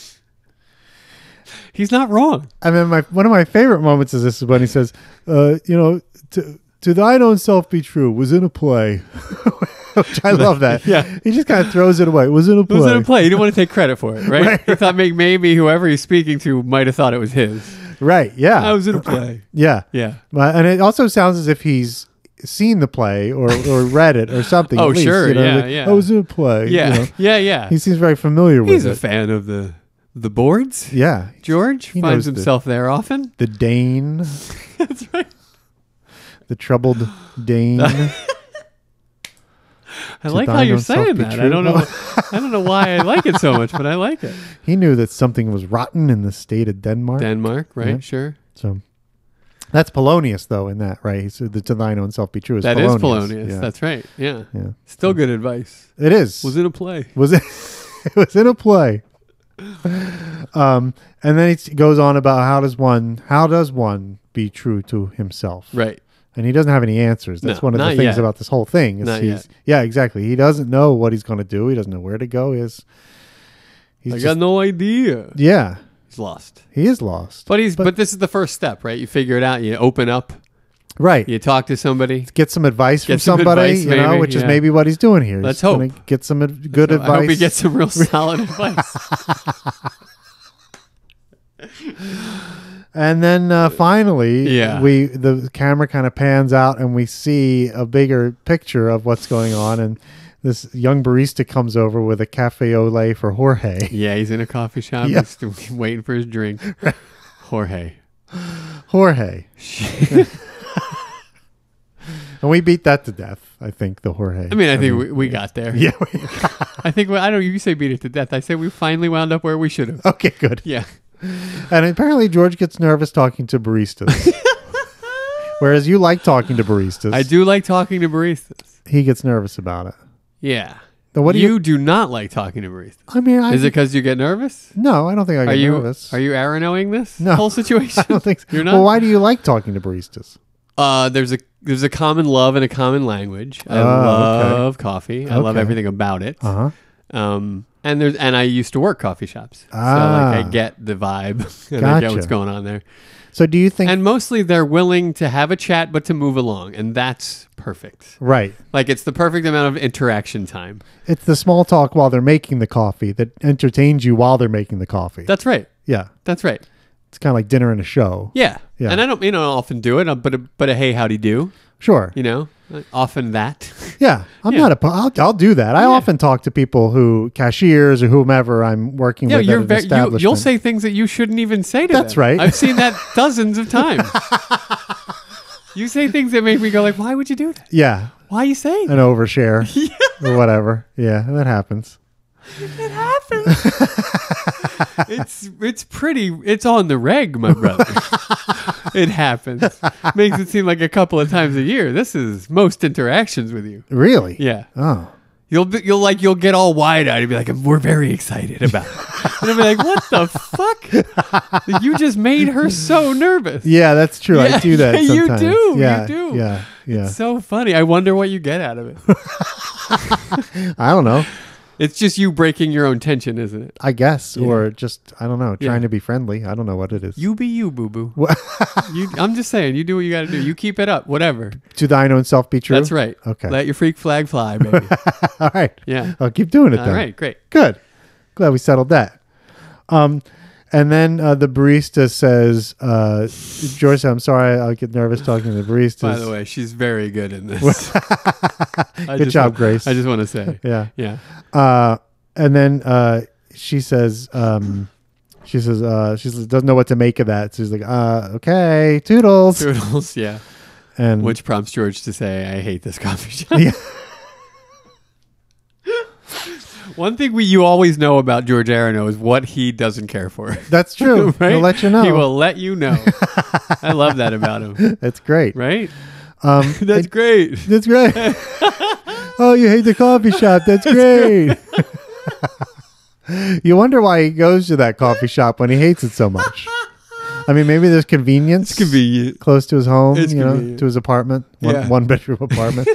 [SPEAKER 1] He's not wrong.
[SPEAKER 2] I mean, my one of my favorite moments is this is when he says, uh, "You know, to to thine own self be true." Was in a play, which I love that.
[SPEAKER 1] Yeah.
[SPEAKER 2] he just kind of throws it away. Was in a
[SPEAKER 1] It
[SPEAKER 2] play.
[SPEAKER 1] was in a play. He didn't want to take credit for it, right? He thought may- maybe whoever he's speaking to might have thought it was his.
[SPEAKER 2] Right? Yeah,
[SPEAKER 1] I was in a play.
[SPEAKER 2] yeah,
[SPEAKER 1] Yeah.
[SPEAKER 2] Uh, and it also sounds as if he's seen the play or or read it or something.
[SPEAKER 1] Oh,
[SPEAKER 2] at least,
[SPEAKER 1] sure,
[SPEAKER 2] you know,
[SPEAKER 1] yeah,
[SPEAKER 2] like,
[SPEAKER 1] yeah.
[SPEAKER 2] I was in a play. you
[SPEAKER 1] Yeah.
[SPEAKER 2] know.
[SPEAKER 1] Yeah. Yeah.
[SPEAKER 2] he seems very familiar
[SPEAKER 1] He's a
[SPEAKER 2] with it.
[SPEAKER 1] fan of the the boards.
[SPEAKER 2] yeah,
[SPEAKER 1] George
[SPEAKER 2] He knows
[SPEAKER 1] finds
[SPEAKER 2] the-
[SPEAKER 1] himself there often.
[SPEAKER 2] the Dane,
[SPEAKER 1] That's right.
[SPEAKER 2] the troubled Dane.
[SPEAKER 1] I like how
[SPEAKER 2] thine
[SPEAKER 1] you're
[SPEAKER 2] own self
[SPEAKER 1] saying
[SPEAKER 2] be
[SPEAKER 1] that. I
[SPEAKER 2] true.
[SPEAKER 1] don't know. I don't know why I like it so much, but I like it.
[SPEAKER 2] he knew that something was rotten in the state of Denmark.
[SPEAKER 1] Denmark, right?
[SPEAKER 2] Yeah.
[SPEAKER 1] Sure.
[SPEAKER 2] So that's Polonius, though, in that, right? So the to thine own self be true is
[SPEAKER 1] That is
[SPEAKER 2] Polonius.
[SPEAKER 1] Polonius.
[SPEAKER 2] Yeah.
[SPEAKER 1] That's right. Yeah.
[SPEAKER 2] yeah.
[SPEAKER 1] Still good advice.
[SPEAKER 2] It is.
[SPEAKER 1] Was in a play.
[SPEAKER 2] Was it? it was in a play. Um, and then he goes on about how does one how does one be true to himself?
[SPEAKER 1] Right.
[SPEAKER 2] And he doesn't have any answers. That's
[SPEAKER 1] No,
[SPEAKER 2] one of the
[SPEAKER 1] not
[SPEAKER 2] things
[SPEAKER 1] yet.
[SPEAKER 2] about this whole thing. Is
[SPEAKER 1] Not
[SPEAKER 2] he's,
[SPEAKER 1] yet.
[SPEAKER 2] yeah, exactly. He doesn't know what he's going to do. He doesn't know where to go. He is. He's
[SPEAKER 1] I got
[SPEAKER 2] just,
[SPEAKER 1] no idea.
[SPEAKER 2] yeah,
[SPEAKER 1] He's lost.
[SPEAKER 2] he is lost.
[SPEAKER 1] But he's but, this is the first step, right? You figure it out. You open up.
[SPEAKER 2] right.
[SPEAKER 1] You talk to somebody.
[SPEAKER 2] get some advice from
[SPEAKER 1] Get some
[SPEAKER 2] somebody,
[SPEAKER 1] advice,
[SPEAKER 2] you know,
[SPEAKER 1] maybe,
[SPEAKER 2] which is
[SPEAKER 1] yeah.
[SPEAKER 2] maybe what he's doing here.
[SPEAKER 1] Let's
[SPEAKER 2] He's gonna
[SPEAKER 1] hope.
[SPEAKER 2] Get some ad- good advice.
[SPEAKER 1] I hope he gets some real solid advice.
[SPEAKER 2] and then uh, finally,
[SPEAKER 1] Yeah.
[SPEAKER 2] we the camera kind of pans out and we see a bigger picture of what's going on. And this young barista comes over with a cafe au lait for Jorge.
[SPEAKER 1] Yeah, he's in a coffee shop.
[SPEAKER 2] Yeah.
[SPEAKER 1] He's waiting for his drink. Jorge.
[SPEAKER 2] Jorge. and we beat that to death, I think, the Jorge.
[SPEAKER 1] I mean, I think we, we got there.
[SPEAKER 2] yeah. we-
[SPEAKER 1] I think I don't. You say beat it to death. I say we finally wound up where we should have.
[SPEAKER 2] okay, good.
[SPEAKER 1] Yeah.
[SPEAKER 2] And apparently, George gets nervous talking to baristas. Whereas you like talking to baristas.
[SPEAKER 1] I do like talking to baristas.
[SPEAKER 2] he gets nervous about it.
[SPEAKER 1] Yeah.
[SPEAKER 2] Now, what do
[SPEAKER 1] you,
[SPEAKER 2] you?
[SPEAKER 1] do not like talking to baristas.
[SPEAKER 2] I mean, I,
[SPEAKER 1] Is it because you get nervous?
[SPEAKER 2] no, I don't think I
[SPEAKER 1] Are
[SPEAKER 2] get
[SPEAKER 1] you
[SPEAKER 2] nervous.
[SPEAKER 1] are you aranoing this
[SPEAKER 2] No.
[SPEAKER 1] whole situation?
[SPEAKER 2] I don't think so.
[SPEAKER 1] You're not.
[SPEAKER 2] Well, why do you like talking to baristas?
[SPEAKER 1] Uh, there's a there's a common love and a common language. I
[SPEAKER 2] Oh, okay.
[SPEAKER 1] love coffee. I love
[SPEAKER 2] Okay.
[SPEAKER 1] everything about it.
[SPEAKER 2] Uh huh.
[SPEAKER 1] Um, and there's and I used to work coffee shops, so like
[SPEAKER 2] Ah.
[SPEAKER 1] I get the vibe. and I get
[SPEAKER 2] Gotcha.
[SPEAKER 1] what's going on there.
[SPEAKER 2] So, do you think?
[SPEAKER 1] And mostly they're willing to have a chat, but to move along, and that's perfect.
[SPEAKER 2] right,
[SPEAKER 1] Like it's the perfect amount of interaction time.
[SPEAKER 2] it's the small talk while they're making the coffee that entertains you while they're making the coffee.
[SPEAKER 1] That's right.
[SPEAKER 2] yeah,
[SPEAKER 1] That's right.
[SPEAKER 2] it's kind of like dinner and a show.
[SPEAKER 1] Yeah.
[SPEAKER 2] Yeah.
[SPEAKER 1] And I don't, you know, often do it, uh, but a, but a hey, howdy do,
[SPEAKER 2] Sure.
[SPEAKER 1] you know, often that.
[SPEAKER 2] Yeah, I'm
[SPEAKER 1] Yeah.
[SPEAKER 2] not a. I'll, I'll do that. I often talk to people who cashiers or whomever I'm working
[SPEAKER 1] yeah,
[SPEAKER 2] with.
[SPEAKER 1] you're
[SPEAKER 2] at an
[SPEAKER 1] very, you,
[SPEAKER 2] establishment.
[SPEAKER 1] you'll say things that you shouldn't even say to
[SPEAKER 2] That's
[SPEAKER 1] them.
[SPEAKER 2] right.
[SPEAKER 1] I've seen that dozens of times. you say things that make me go like, why would you do that?
[SPEAKER 2] yeah,
[SPEAKER 1] Why are you saying
[SPEAKER 2] an overshare or whatever. Yeah, that happens.
[SPEAKER 1] that? coffee. it's it's pretty. It's on the reg, my brother. it happens. Makes it seem like a couple of times a year. This is most interactions with you.
[SPEAKER 2] Really?
[SPEAKER 1] Yeah,
[SPEAKER 2] Oh.
[SPEAKER 1] you'll be, you'll like you'll get all wide eyed and be like, "We're very excited about." it. And I'll be like, "What the fuck? You just made her so nervous."
[SPEAKER 2] Yeah, that's true. I
[SPEAKER 1] Yeah,
[SPEAKER 2] do that.
[SPEAKER 1] yeah, you
[SPEAKER 2] sometimes.
[SPEAKER 1] do, you
[SPEAKER 2] Yeah,
[SPEAKER 1] do.
[SPEAKER 2] Yeah. Yeah.
[SPEAKER 1] So funny. I wonder what you get out of it.
[SPEAKER 2] I don't know.
[SPEAKER 1] It's just you breaking your own tension, isn't it?
[SPEAKER 2] I guess, or just I don't know,
[SPEAKER 1] Yeah.
[SPEAKER 2] trying to be friendly. I don't know what it is.
[SPEAKER 1] You be you, boo boo. you, I'm just saying, you do what you got to do. You keep it up, whatever.
[SPEAKER 2] to thine own self be true.
[SPEAKER 1] That's right.
[SPEAKER 2] Okay.
[SPEAKER 1] Let your freak flag fly, baby.
[SPEAKER 2] All right.
[SPEAKER 1] Yeah.
[SPEAKER 2] I'll keep doing it.
[SPEAKER 1] All
[SPEAKER 2] then.
[SPEAKER 1] right, great.
[SPEAKER 2] Good. Glad we settled that. Um, and then uh, the barista says, uh, "George, I'm sorry, I get nervous talking to the baristas."
[SPEAKER 1] By the way, she's very good in this. I
[SPEAKER 2] Good
[SPEAKER 1] just
[SPEAKER 2] job,
[SPEAKER 1] want-
[SPEAKER 2] Grace.
[SPEAKER 1] I just want to say,
[SPEAKER 2] yeah.
[SPEAKER 1] yeah,
[SPEAKER 2] Uh, and then uh, she says, um, "She says uh, she says, doesn't know what to make of that." So she's like, uh, "Okay, toodles."
[SPEAKER 1] Toodles, yeah.
[SPEAKER 2] And
[SPEAKER 1] Which prompts George to say, "I hate this coffee shop."
[SPEAKER 2] Yeah.
[SPEAKER 1] One thing we you always know about George Arano is what he doesn't care for.
[SPEAKER 2] that's true.
[SPEAKER 1] right?
[SPEAKER 2] He'll let you know.
[SPEAKER 1] He will let you know. I love that about him.
[SPEAKER 2] That's great.
[SPEAKER 1] Right?
[SPEAKER 2] Um,
[SPEAKER 1] That's great.
[SPEAKER 2] That's great. oh, you hate the coffee shop. That's, great. you wonder why he goes to that coffee shop when he hates it so much. I mean, maybe there's convenience.
[SPEAKER 1] It's convenient.
[SPEAKER 2] Close to his home,
[SPEAKER 1] It's
[SPEAKER 2] you know,
[SPEAKER 1] convenient.
[SPEAKER 2] to his apartment, one,
[SPEAKER 1] Yeah.
[SPEAKER 2] one bedroom apartment.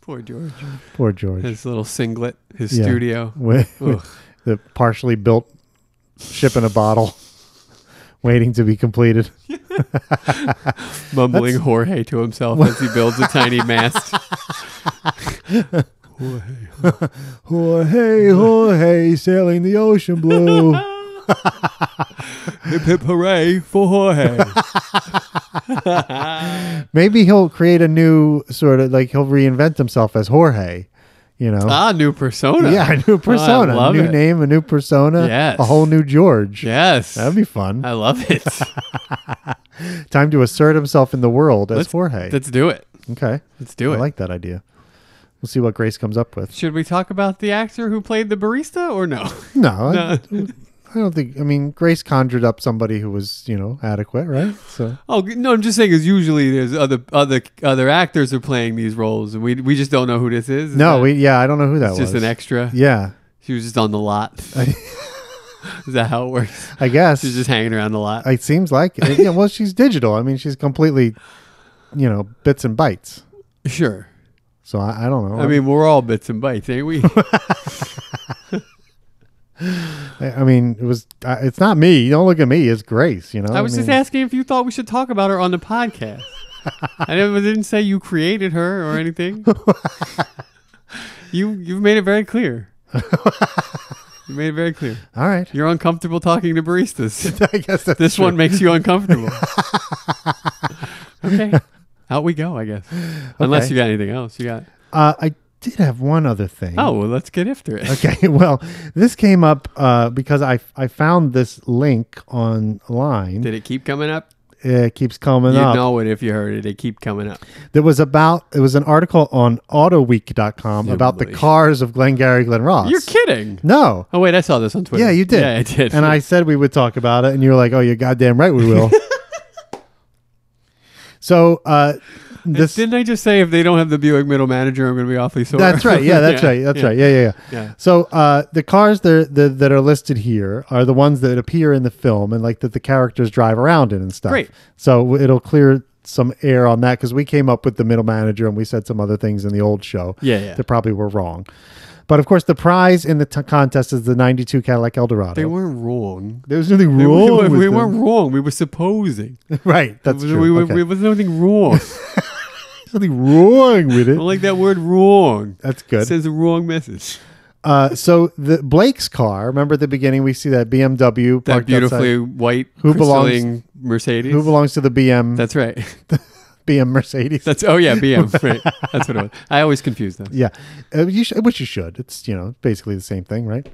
[SPEAKER 1] Poor George.
[SPEAKER 2] Poor George.
[SPEAKER 1] His little singlet, his
[SPEAKER 2] Yeah.
[SPEAKER 1] studio.
[SPEAKER 2] With,
[SPEAKER 1] Ugh.
[SPEAKER 2] with the partially built ship in a bottle, waiting to be completed.
[SPEAKER 1] Mumbling Jorge to himself as he builds a tiny mast.
[SPEAKER 2] Jorge, Jorge, sailing the ocean blue.
[SPEAKER 1] Hip hip hooray for Jorge.
[SPEAKER 2] Maybe he'll create a new sort of like he'll reinvent himself as Jorge, you know.
[SPEAKER 1] ah, new persona.
[SPEAKER 2] yeah, a new persona,
[SPEAKER 1] love
[SPEAKER 2] new
[SPEAKER 1] it.
[SPEAKER 2] name, a new persona,
[SPEAKER 1] Yes.
[SPEAKER 2] a whole new George.
[SPEAKER 1] Yes. Uh,
[SPEAKER 2] That'd be fun.
[SPEAKER 1] I love it.
[SPEAKER 2] Time to assert himself in the world as
[SPEAKER 1] Let's-
[SPEAKER 2] Jorge.
[SPEAKER 1] Let's do it.
[SPEAKER 2] okay.
[SPEAKER 1] Let's do
[SPEAKER 2] I
[SPEAKER 1] it.
[SPEAKER 2] like that idea. We'll see what Grace comes up with.
[SPEAKER 1] Should we talk about the actor who played the barista or no?
[SPEAKER 2] No,
[SPEAKER 1] No.
[SPEAKER 2] I, I don't think. I mean, Grace conjured up somebody who was, you know, adequate, right? So
[SPEAKER 1] Oh g- no, I'm just saying. Is usually there's other other other actors are playing these roles, and we we just don't know who this is. Is
[SPEAKER 2] no,
[SPEAKER 1] that-
[SPEAKER 2] we, yeah, I don't know who that
[SPEAKER 1] it's
[SPEAKER 2] was.
[SPEAKER 1] just an extra.
[SPEAKER 2] Yeah,
[SPEAKER 1] She was just on the lot. is that how it works?
[SPEAKER 2] I guess.
[SPEAKER 1] She's just hanging around the lot.
[SPEAKER 2] It seems like it. Yeah, well, she's digital. I mean, she's completely, you know, bits and bytes.
[SPEAKER 1] sure.
[SPEAKER 2] So I, I don't know.
[SPEAKER 1] I mean, we're all bits and bytes, ain't we?
[SPEAKER 2] I, I mean, it was. Uh, it's not me. You don't look at me. It's Grace. You know.
[SPEAKER 1] I was just
[SPEAKER 2] mean,
[SPEAKER 1] asking if you thought we should talk about her on the podcast. I never didn't say you created her or anything. you you've made it very clear. you made it very clear.
[SPEAKER 2] All right.
[SPEAKER 1] You're uncomfortable talking to baristas.
[SPEAKER 2] I guess that's
[SPEAKER 1] This
[SPEAKER 2] true.
[SPEAKER 1] one makes you uncomfortable. okay. Out we go, I guess. Unless
[SPEAKER 2] Okay.
[SPEAKER 1] you got anything else. You got
[SPEAKER 2] Uh, I did have one other thing.
[SPEAKER 1] Oh, well, let's get after it.
[SPEAKER 2] Okay. Well, this came up uh, because I I found this link online.
[SPEAKER 1] Did it keep coming up?
[SPEAKER 2] it keeps coming
[SPEAKER 1] You'd
[SPEAKER 2] up.
[SPEAKER 1] know it if you heard it. It keep coming up.
[SPEAKER 2] There was about it was an article on AutoWeek.com about the
[SPEAKER 1] boy.
[SPEAKER 2] cars of Glengarry Glen Ross.
[SPEAKER 1] You're kidding.
[SPEAKER 2] No.
[SPEAKER 1] Oh wait, I saw this on Twitter.
[SPEAKER 2] Yeah, you did.
[SPEAKER 1] Yeah, I did.
[SPEAKER 2] And I said we would talk about it, and you were like, "Oh, you're goddamn right, we will." so uh, this.
[SPEAKER 1] Didn't I just say if they don't have the Buick middle manager, I'm going to be awfully sore?
[SPEAKER 2] That's right. Yeah, that's right. That's right. Yeah, yeah, yeah.
[SPEAKER 1] Yeah.
[SPEAKER 2] So uh, the cars that, that that are listed here are the ones that appear in the film and like that the characters drive around in and stuff.
[SPEAKER 1] Great.
[SPEAKER 2] So w- it'll clear some air on that because we came up with the middle manager and we said some other things in the old show.
[SPEAKER 1] Yeah, yeah.
[SPEAKER 2] That probably were wrong. But of course, the prize in the t- contest is the '92 Cadillac Eldorado.
[SPEAKER 1] They weren't wrong.
[SPEAKER 2] there was nothing
[SPEAKER 1] We-
[SPEAKER 2] wrong.
[SPEAKER 1] we were-
[SPEAKER 2] with
[SPEAKER 1] we
[SPEAKER 2] them.
[SPEAKER 1] weren't wrong. We were supposing.
[SPEAKER 2] Right, that's
[SPEAKER 1] we,
[SPEAKER 2] true.
[SPEAKER 1] We, we,
[SPEAKER 2] Okay.
[SPEAKER 1] we- there was nothing wrong.
[SPEAKER 2] There's nothing wrong with
[SPEAKER 1] I
[SPEAKER 2] it.
[SPEAKER 1] like that word wrong.
[SPEAKER 2] That's
[SPEAKER 1] It
[SPEAKER 2] good.
[SPEAKER 1] sends a wrong message.
[SPEAKER 2] Uh, so the Blake's car. Remember at the beginning we see that BMW
[SPEAKER 1] That
[SPEAKER 2] parked
[SPEAKER 1] beautifully
[SPEAKER 2] outside,
[SPEAKER 1] white,
[SPEAKER 2] Who
[SPEAKER 1] who
[SPEAKER 2] belongs-
[SPEAKER 1] Mercedes.
[SPEAKER 2] who belongs to the BM
[SPEAKER 1] That's right.
[SPEAKER 2] BM Mercedes.
[SPEAKER 1] That's oh yeah, BM. right. That's what it was. I always confuse them.
[SPEAKER 2] yeah, uh, you should, which you should. It's you know basically the same thing, right?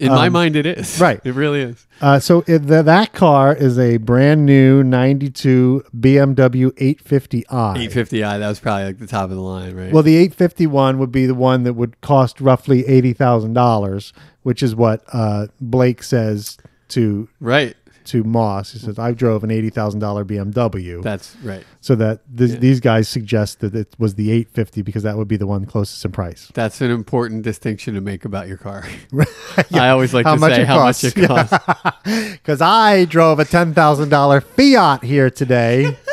[SPEAKER 1] In my mind, it is.
[SPEAKER 2] right.
[SPEAKER 1] It really is.
[SPEAKER 2] Uh, so it, th- that car is a brand new 92 BMW 850i.
[SPEAKER 1] 850i. That was probably like the top of the line, right?
[SPEAKER 2] Well, the 851 would be the one that would cost roughly $80,000, which is what uh, Blake says to
[SPEAKER 1] right.
[SPEAKER 2] to Moss. He says, I drove an $80,000 BMW.
[SPEAKER 1] That's right.
[SPEAKER 2] so that th- these guys suggest that it was the 850 because that would be the one closest in price.
[SPEAKER 1] That's an important distinction to make about your car. I always like
[SPEAKER 2] How
[SPEAKER 1] to
[SPEAKER 2] much
[SPEAKER 1] say
[SPEAKER 2] it
[SPEAKER 1] how
[SPEAKER 2] costs.
[SPEAKER 1] much it costs.
[SPEAKER 2] Because I drove a $10,000 Fiat here today.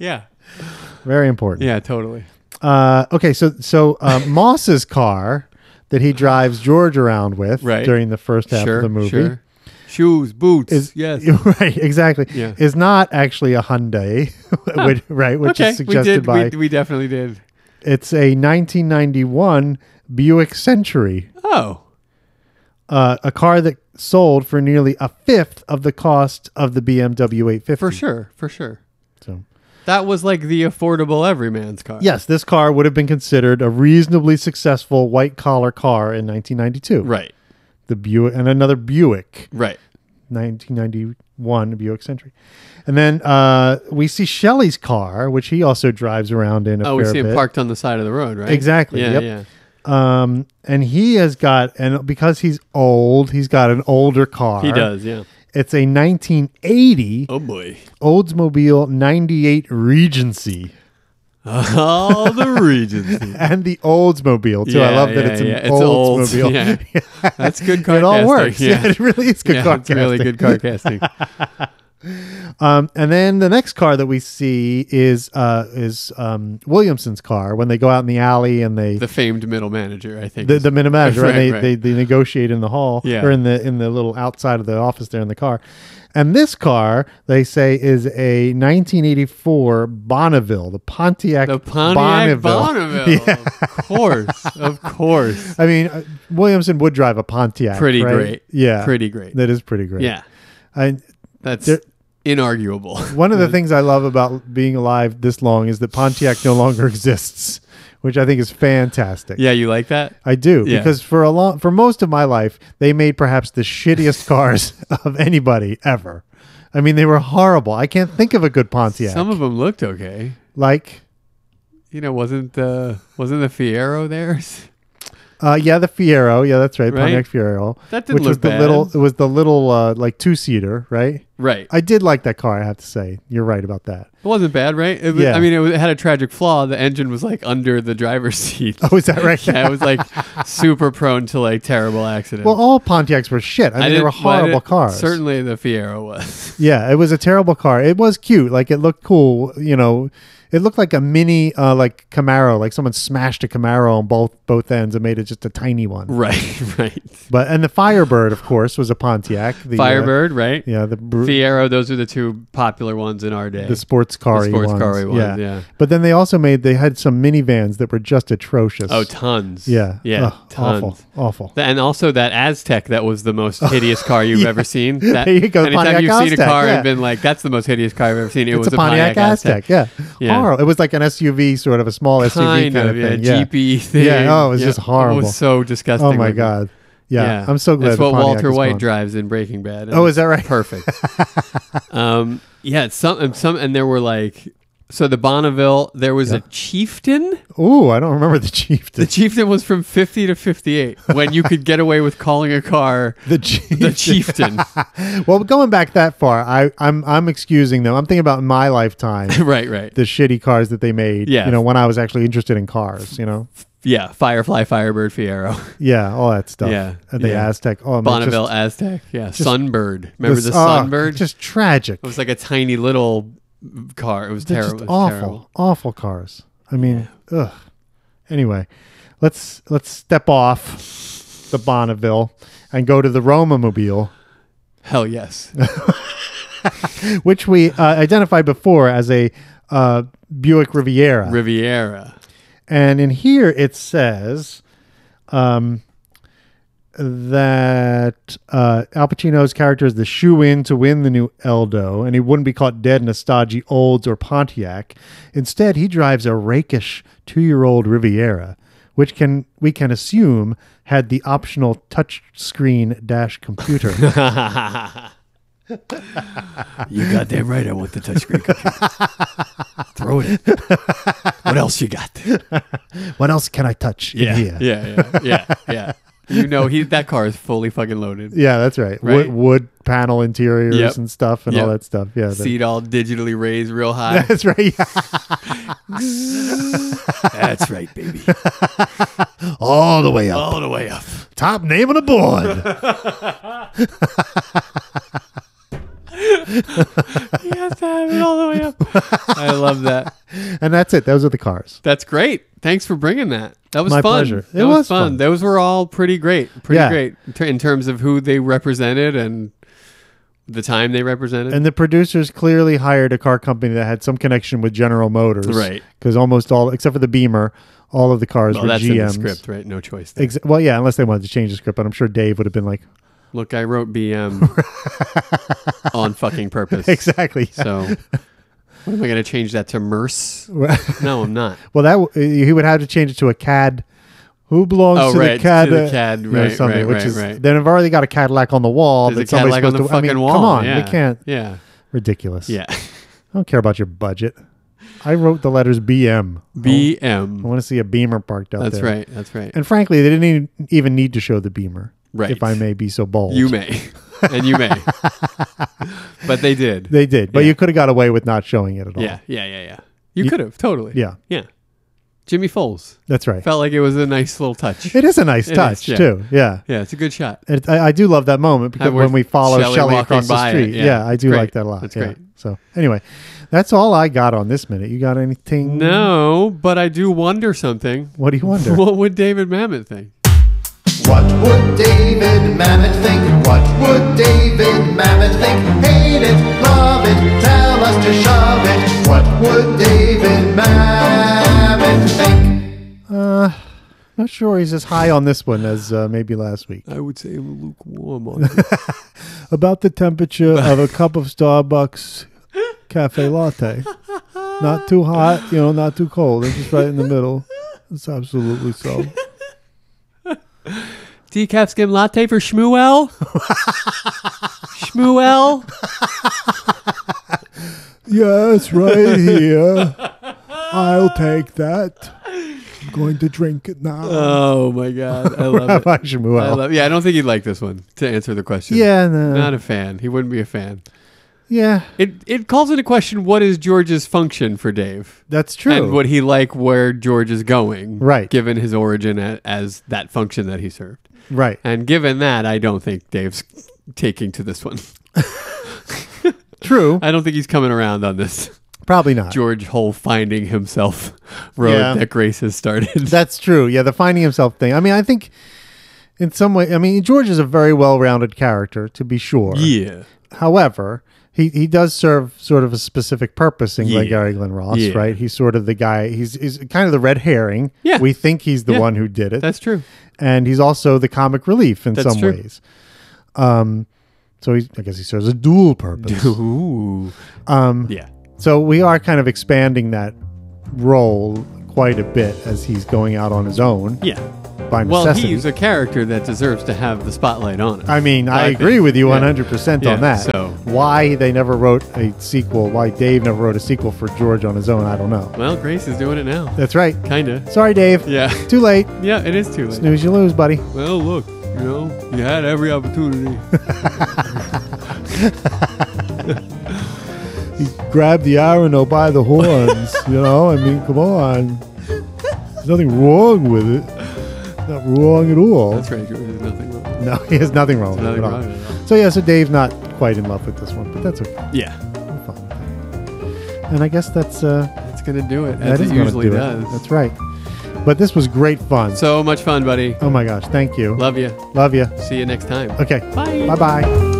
[SPEAKER 1] Yeah.
[SPEAKER 2] Very important.
[SPEAKER 1] Yeah, totally.
[SPEAKER 2] Uh, okay, so so uh, Moss's car that he drives George around with
[SPEAKER 1] Right.
[SPEAKER 2] during the first half
[SPEAKER 1] sure.
[SPEAKER 2] of the movie
[SPEAKER 1] Sure. Shoes, boots. yes.
[SPEAKER 2] right exactly
[SPEAKER 1] Yeah.
[SPEAKER 2] is not actually a Hyundai, which, right? Which
[SPEAKER 1] okay.
[SPEAKER 2] is suggested
[SPEAKER 1] we did.
[SPEAKER 2] by
[SPEAKER 1] We, we definitely did.
[SPEAKER 2] it's a 1991 Buick Century,
[SPEAKER 1] Oh.
[SPEAKER 2] uh, a car that sold for nearly a fifth of the cost of the BMW 850.
[SPEAKER 1] For sure. For sure.
[SPEAKER 2] So,
[SPEAKER 1] That was like the affordable everyman's car.
[SPEAKER 2] yes, this car would have been considered a reasonably successful white collar car in 1992.
[SPEAKER 1] Right.
[SPEAKER 2] the Buick and another Buick.
[SPEAKER 1] Right.
[SPEAKER 2] 1991 Buick Century. And then uh, we see Shelley's car, which he also drives around in a
[SPEAKER 1] Oh,
[SPEAKER 2] fair
[SPEAKER 1] we see
[SPEAKER 2] bit.
[SPEAKER 1] him parked on the side of the road, right?
[SPEAKER 2] Exactly,
[SPEAKER 1] Yeah.
[SPEAKER 2] yep.
[SPEAKER 1] Yeah.
[SPEAKER 2] Um, and he has got, and because he's old, he's got an older car.
[SPEAKER 1] He does. Yeah.
[SPEAKER 2] It's a 1980
[SPEAKER 1] Oh boy.
[SPEAKER 2] Oldsmobile 98 Regency.
[SPEAKER 1] Oh, the Regency.
[SPEAKER 2] And the Oldsmobile, too. I
[SPEAKER 1] Yeah,
[SPEAKER 2] love that
[SPEAKER 1] yeah,
[SPEAKER 2] it's an
[SPEAKER 1] yeah. It's old,
[SPEAKER 2] Oldsmobile.
[SPEAKER 1] yeah. That's good car
[SPEAKER 2] it all
[SPEAKER 1] casting,
[SPEAKER 2] works. Yeah.
[SPEAKER 1] yeah.
[SPEAKER 2] it really is good
[SPEAKER 1] yeah,
[SPEAKER 2] car
[SPEAKER 1] it's really
[SPEAKER 2] casting.
[SPEAKER 1] good car casting.
[SPEAKER 2] Um, and then the next car that we see is uh, is um, Williamson's car when they go out in the alley and they
[SPEAKER 1] the famed middle manager, I think.
[SPEAKER 2] the,
[SPEAKER 1] is-
[SPEAKER 2] the minimum manager
[SPEAKER 1] Right,
[SPEAKER 2] and they,
[SPEAKER 1] right.
[SPEAKER 2] they they negotiate in the hall
[SPEAKER 1] Yeah.
[SPEAKER 2] or in the in the little outside of the office there in the car. And this car they say is a 1984 Bonneville, the Pontiac,
[SPEAKER 1] the Pontiac
[SPEAKER 2] Bonneville.
[SPEAKER 1] Bonneville. Of course. Of course.
[SPEAKER 2] I mean, uh, Williamson would drive a Pontiac.
[SPEAKER 1] Pretty
[SPEAKER 2] right?
[SPEAKER 1] great.
[SPEAKER 2] Yeah.
[SPEAKER 1] Pretty great.
[SPEAKER 2] That is pretty great.
[SPEAKER 1] Yeah.
[SPEAKER 2] I,
[SPEAKER 1] That's
[SPEAKER 2] There-
[SPEAKER 1] inarguable.
[SPEAKER 2] One of the things I love about being alive this long is that Pontiac no longer exists, which I think is fantastic.
[SPEAKER 1] Yeah, you like that?
[SPEAKER 2] I do
[SPEAKER 1] Yeah.
[SPEAKER 2] because for a long, for most of my life, they made perhaps the shittiest cars of anybody ever. I mean, they were horrible. I can't think of a good Pontiac.
[SPEAKER 1] Some of them looked okay.
[SPEAKER 2] like,
[SPEAKER 1] You know, wasn't the wasn't the Fiero theirs?
[SPEAKER 2] uh, yeah, the Fiero. Yeah, that's right,
[SPEAKER 1] Right?
[SPEAKER 2] Pontiac Fiero.
[SPEAKER 1] That didn't
[SPEAKER 2] which
[SPEAKER 1] look
[SPEAKER 2] was the
[SPEAKER 1] bad.
[SPEAKER 2] little. It was the little uh, like two seater, right?
[SPEAKER 1] Right.
[SPEAKER 2] I did like that car. I have to say, you're right about that.
[SPEAKER 1] it wasn't bad, right? It was,
[SPEAKER 2] Yeah.
[SPEAKER 1] I mean, it, was, it had a tragic flaw. The engine was like under the driver's seat.
[SPEAKER 2] Oh, is that right?
[SPEAKER 1] yeah, it was like super prone to like terrible accidents.
[SPEAKER 2] Well, all Pontiacs were shit. I mean, they
[SPEAKER 1] didn't-
[SPEAKER 2] were
[SPEAKER 1] well, I
[SPEAKER 2] horrible
[SPEAKER 1] didn't-
[SPEAKER 2] cars.
[SPEAKER 1] Certainly the Fiero was.
[SPEAKER 2] Yeah, it was a terrible car. It was cute. Like it looked cool, you know. It looked like a mini uh like Camaro, like someone smashed a Camaro on both both ends and made it just a tiny one.
[SPEAKER 1] right, right.
[SPEAKER 2] But and the Firebird, of course, was a Pontiac. The, uh,
[SPEAKER 1] Firebird, right?
[SPEAKER 2] yeah, the br-
[SPEAKER 1] Fiero, those are the two popular ones in our day.
[SPEAKER 2] the sports car
[SPEAKER 1] The sports car-y ones, yeah.
[SPEAKER 2] But then they also made they had some minivans that were just atrocious.
[SPEAKER 1] oh, tons.
[SPEAKER 2] yeah.
[SPEAKER 1] Yeah,
[SPEAKER 2] Ugh,
[SPEAKER 1] tons.
[SPEAKER 2] Awful. Awful.
[SPEAKER 1] Th- And also that Aztec that was the most hideous car you've ever seen. That,
[SPEAKER 2] There you go,
[SPEAKER 1] Anytime
[SPEAKER 2] Pontiac
[SPEAKER 1] you've seen a
[SPEAKER 2] Aztec,
[SPEAKER 1] car
[SPEAKER 2] yeah.
[SPEAKER 1] and been like, "That's the most hideous car I've ever seen," it
[SPEAKER 2] it's
[SPEAKER 1] was
[SPEAKER 2] a Pontiac, Aztec. Yeah.
[SPEAKER 1] Yeah.
[SPEAKER 2] Horrible. It was like an SUV, sort of a small SUV
[SPEAKER 1] Kind
[SPEAKER 2] kind
[SPEAKER 1] of, yeah,
[SPEAKER 2] thing. Yeah.
[SPEAKER 1] jeepy thing.
[SPEAKER 2] Yeah, oh, it was just
[SPEAKER 1] It
[SPEAKER 2] horrible.
[SPEAKER 1] was so disgusting.
[SPEAKER 2] Oh my
[SPEAKER 1] looking.
[SPEAKER 2] god. Yeah, I'm so glad.
[SPEAKER 1] That's
[SPEAKER 2] the
[SPEAKER 1] what
[SPEAKER 2] Pontiac
[SPEAKER 1] Walter
[SPEAKER 2] is
[SPEAKER 1] White
[SPEAKER 2] gone.
[SPEAKER 1] drives in Breaking Bad.
[SPEAKER 2] Oh, is that right?
[SPEAKER 1] Perfect. um, yeah, it's some and some and there were like so the Bonneville. There was a chieftain.
[SPEAKER 2] Ooh, I don't remember the chieftain.
[SPEAKER 1] The chieftain was from fifty to fifty-eight when you could get away with calling a car
[SPEAKER 2] The chief.
[SPEAKER 1] the chieftain.
[SPEAKER 2] well, going back that far, I, I'm I'm excusing them. I'm thinking about my lifetime,
[SPEAKER 1] right, right.
[SPEAKER 2] the shitty cars that they made.
[SPEAKER 1] Yeah.
[SPEAKER 2] you know when I was actually interested in cars. You know,
[SPEAKER 1] yeah, Firefly, Firebird, Fiero,
[SPEAKER 2] yeah, all that stuff.
[SPEAKER 1] Yeah,
[SPEAKER 2] And the
[SPEAKER 1] yeah.
[SPEAKER 2] Aztec. Oh, man,
[SPEAKER 1] Bonneville,
[SPEAKER 2] just-
[SPEAKER 1] Aztec. Yeah, Sunbird. Remember the
[SPEAKER 2] this- oh,
[SPEAKER 1] Sunbird?
[SPEAKER 2] Just tragic.
[SPEAKER 1] it was like a tiny little car. It was
[SPEAKER 2] They're
[SPEAKER 1] terrible.
[SPEAKER 2] just awful, awful cars. I mean, ugh. Anyway, let's let's step off the Bonneville and go to the Roma Mobile.
[SPEAKER 1] Hell yes.
[SPEAKER 2] which we uh, identified before as a uh, Buick Riviera.
[SPEAKER 1] Riviera.
[SPEAKER 2] and in here it says um, that uh, Al Pacino's character is the shoe in to win the new Eldo, and he wouldn't be caught dead in a stodgy Olds or Pontiac. Instead, he drives a rakish two year old Riviera. which can we can assume had the optional touchscreen dash computer.
[SPEAKER 1] You goddamn right. I want the touchscreen computer. Throw it. In. What else you got?
[SPEAKER 2] what else can I touch? in
[SPEAKER 1] Yeah,
[SPEAKER 2] here?
[SPEAKER 1] yeah, yeah, yeah, yeah. You know, he that car is fully fucking loaded.
[SPEAKER 2] Yeah, that's right.
[SPEAKER 1] Right?
[SPEAKER 2] Wood, wood panel interiors
[SPEAKER 1] Yep.
[SPEAKER 2] and stuff and all
[SPEAKER 1] Yep.
[SPEAKER 2] that stuff. Yeah, that-
[SPEAKER 1] Seat all digitally raised real high.
[SPEAKER 2] that's right. Yeah.
[SPEAKER 1] That's right, baby.
[SPEAKER 2] All the way up.
[SPEAKER 1] All the way up.
[SPEAKER 2] Top name on the board.
[SPEAKER 1] You have to have it all the way up. I love that.
[SPEAKER 2] and that's it. Those are the cars.
[SPEAKER 1] That's great. Thanks for bringing that. That was
[SPEAKER 2] My
[SPEAKER 1] fun.
[SPEAKER 2] pleasure.
[SPEAKER 1] That
[SPEAKER 2] It
[SPEAKER 1] was,
[SPEAKER 2] was
[SPEAKER 1] fun.
[SPEAKER 2] fun.
[SPEAKER 1] Those were all pretty great. Pretty
[SPEAKER 2] Yeah.
[SPEAKER 1] great in ter- in terms of who they represented and the time they represented.
[SPEAKER 2] And the producers clearly hired a car company that had some connection with General Motors.
[SPEAKER 1] Right.
[SPEAKER 2] Because almost all, except for the Beamer, all of the cars
[SPEAKER 1] well,
[SPEAKER 2] were
[SPEAKER 1] that's
[SPEAKER 2] GMs.
[SPEAKER 1] in the script, right? No choice. there.
[SPEAKER 2] Ex- well, yeah, unless they wanted to change the script, but I'm sure Dave would have been like,
[SPEAKER 1] Look, I wrote BM on fucking purpose.
[SPEAKER 2] exactly. yeah.
[SPEAKER 1] So, what am I going to change that to Merce? No, I'm not.
[SPEAKER 2] well, that w- he would have to change it to a CAD. Who belongs
[SPEAKER 1] Oh,
[SPEAKER 2] to
[SPEAKER 1] right,
[SPEAKER 2] the CAD?
[SPEAKER 1] to the
[SPEAKER 2] uh,
[SPEAKER 1] CAD,
[SPEAKER 2] you know,
[SPEAKER 1] right,
[SPEAKER 2] something,
[SPEAKER 1] right,
[SPEAKER 2] which
[SPEAKER 1] right,
[SPEAKER 2] is,
[SPEAKER 1] right.
[SPEAKER 2] Then I've already got a Cadillac on the wall.
[SPEAKER 1] There's a
[SPEAKER 2] that somebody's
[SPEAKER 1] Cadillac on the
[SPEAKER 2] supposed to, I
[SPEAKER 1] fucking
[SPEAKER 2] mean,
[SPEAKER 1] wall.
[SPEAKER 2] Come on,
[SPEAKER 1] yeah.
[SPEAKER 2] we can't.
[SPEAKER 1] Yeah.
[SPEAKER 2] Ridiculous.
[SPEAKER 1] Yeah.
[SPEAKER 2] I don't care about your budget. I wrote the letters BM. I
[SPEAKER 1] BM.
[SPEAKER 2] want to see a Beamer parked out
[SPEAKER 1] That's
[SPEAKER 2] there.
[SPEAKER 1] right. That's right.
[SPEAKER 2] And frankly, they didn't even, even need to show the Beamer.
[SPEAKER 1] Right.
[SPEAKER 2] If I may be so bold.
[SPEAKER 1] You may. and you may. but they did.
[SPEAKER 2] They did, but
[SPEAKER 1] Yeah.
[SPEAKER 2] you could have got away with not showing it at all.
[SPEAKER 1] yeah. Yeah. Yeah. Yeah. You could have. Totally.
[SPEAKER 2] Yeah.
[SPEAKER 1] Yeah. Jimmy Foles.
[SPEAKER 2] That's right.
[SPEAKER 1] Felt like it was a nice little touch.
[SPEAKER 2] It is a nice
[SPEAKER 1] It is,
[SPEAKER 2] touch,
[SPEAKER 1] yeah.
[SPEAKER 2] too. Yeah.
[SPEAKER 1] yeah. It's a good shot.
[SPEAKER 2] And It, I, I do love that moment because
[SPEAKER 1] And we're
[SPEAKER 2] when we follow
[SPEAKER 1] Shelley
[SPEAKER 2] Shelly,
[SPEAKER 1] walking
[SPEAKER 2] across
[SPEAKER 1] by
[SPEAKER 2] the
[SPEAKER 1] it,
[SPEAKER 2] street.
[SPEAKER 1] yeah.
[SPEAKER 2] Yeah. I do
[SPEAKER 1] Great.
[SPEAKER 2] like that a lot.
[SPEAKER 1] That's
[SPEAKER 2] yeah.
[SPEAKER 1] great.
[SPEAKER 2] So, anyway, that's all I got on this minute. You got anything?
[SPEAKER 1] No, but I do wonder something.
[SPEAKER 2] What do you wonder?
[SPEAKER 1] What would David Mamet think?
[SPEAKER 3] What would David Mamet think? What would David Mamet think? Hate it, love it, tell us to shove it. What would David Mamet think?
[SPEAKER 2] not sure he's as high on this one as uh, maybe last week.
[SPEAKER 1] I would say I'm lukewarm on it.
[SPEAKER 2] About the temperature of a cup of Starbucks cafe latte. Not too hot, you know, not too cold. It's just right in the middle. It's absolutely so.
[SPEAKER 1] Decaf skim latte for Shmuel. Shmuel.
[SPEAKER 2] Yeah, it's right here. I'll take that. I'm going to drink it now.
[SPEAKER 1] Oh my god, I love it.
[SPEAKER 2] Rabbi Shmuel.
[SPEAKER 1] I love. Yeah, I don't think he'd like this one. To answer the question,
[SPEAKER 2] yeah, no.
[SPEAKER 1] not a fan. He wouldn't be a fan.
[SPEAKER 2] yeah,
[SPEAKER 1] It it calls into question what is George's function for Dave,
[SPEAKER 2] that's true.
[SPEAKER 1] and would he like where George is going,
[SPEAKER 2] Right.
[SPEAKER 1] Given his origin a, as that function that he served,
[SPEAKER 2] right.
[SPEAKER 1] and given that, I don't think Dave's taking to this one.
[SPEAKER 2] True.
[SPEAKER 1] I don't think he's coming around on this
[SPEAKER 2] Probably not.
[SPEAKER 1] George whole finding himself road
[SPEAKER 2] Yeah.
[SPEAKER 1] that Grace has started.
[SPEAKER 2] That's true. Yeah, the finding himself thing. I mean, I think in some way, I mean, George is a very well rounded character, to be sure.
[SPEAKER 1] yeah,
[SPEAKER 2] However, he, he does serve sort of a specific purpose in Glengarry
[SPEAKER 1] Yeah.
[SPEAKER 2] Gary Glenn Ross,
[SPEAKER 1] Yeah.
[SPEAKER 2] right? He's sort of the guy, he's, he's kind of the red herring.
[SPEAKER 1] Yeah.
[SPEAKER 2] We think he's the
[SPEAKER 1] Yeah.
[SPEAKER 2] one who did it.
[SPEAKER 1] that's true.
[SPEAKER 2] and he's also the comic relief in
[SPEAKER 1] That's
[SPEAKER 2] some
[SPEAKER 1] true.
[SPEAKER 2] ways. Um, so he's, I guess he serves a dual purpose.
[SPEAKER 1] Ooh,
[SPEAKER 2] Um,
[SPEAKER 1] yeah.
[SPEAKER 2] so we are kind of expanding that role quite a bit as he's going out on his own
[SPEAKER 1] Yeah.
[SPEAKER 2] by
[SPEAKER 1] Well,
[SPEAKER 2] necessity.
[SPEAKER 1] he's a character that deserves to have the spotlight on him.
[SPEAKER 2] I mean, I,
[SPEAKER 1] I
[SPEAKER 2] agree
[SPEAKER 1] think-
[SPEAKER 2] with you
[SPEAKER 1] yeah.
[SPEAKER 2] 100%
[SPEAKER 1] Yeah,
[SPEAKER 2] on that.
[SPEAKER 1] so-
[SPEAKER 2] Why they never wrote a sequel, why Dave never wrote a sequel for George on his own, I don't know.
[SPEAKER 1] well, Grace is doing it now.
[SPEAKER 2] That's right.
[SPEAKER 1] Kinda.
[SPEAKER 2] Sorry, Dave.
[SPEAKER 1] Yeah.
[SPEAKER 2] Too late.
[SPEAKER 1] Yeah, it is too late.
[SPEAKER 2] Snooze, you lose, buddy.
[SPEAKER 1] Well, look, you know, you had every opportunity.
[SPEAKER 2] He grabbed the Arano by the horns. you know, I mean, come on. There's nothing wrong with it. Not wrong at all.
[SPEAKER 1] That's right, George. There's nothing wrong.
[SPEAKER 2] No, he has nothing wrong with
[SPEAKER 1] Nothing
[SPEAKER 2] it at
[SPEAKER 1] wrong
[SPEAKER 2] all.
[SPEAKER 1] with it.
[SPEAKER 2] So yeah, so Dave's not quite in love with this one, but that's okay.
[SPEAKER 1] Yeah,
[SPEAKER 2] We're fine with that. And I guess that's uh,
[SPEAKER 1] that's gonna do it.
[SPEAKER 2] that
[SPEAKER 1] As
[SPEAKER 2] is
[SPEAKER 1] it
[SPEAKER 2] gonna
[SPEAKER 1] usually
[SPEAKER 2] do it.
[SPEAKER 1] does.
[SPEAKER 2] That's right. But this was great fun.
[SPEAKER 1] So much fun, buddy.
[SPEAKER 2] oh my gosh, thank you.
[SPEAKER 1] Love you.
[SPEAKER 2] Love you.
[SPEAKER 1] See you next time.
[SPEAKER 2] Okay.
[SPEAKER 1] Bye.
[SPEAKER 2] Bye bye.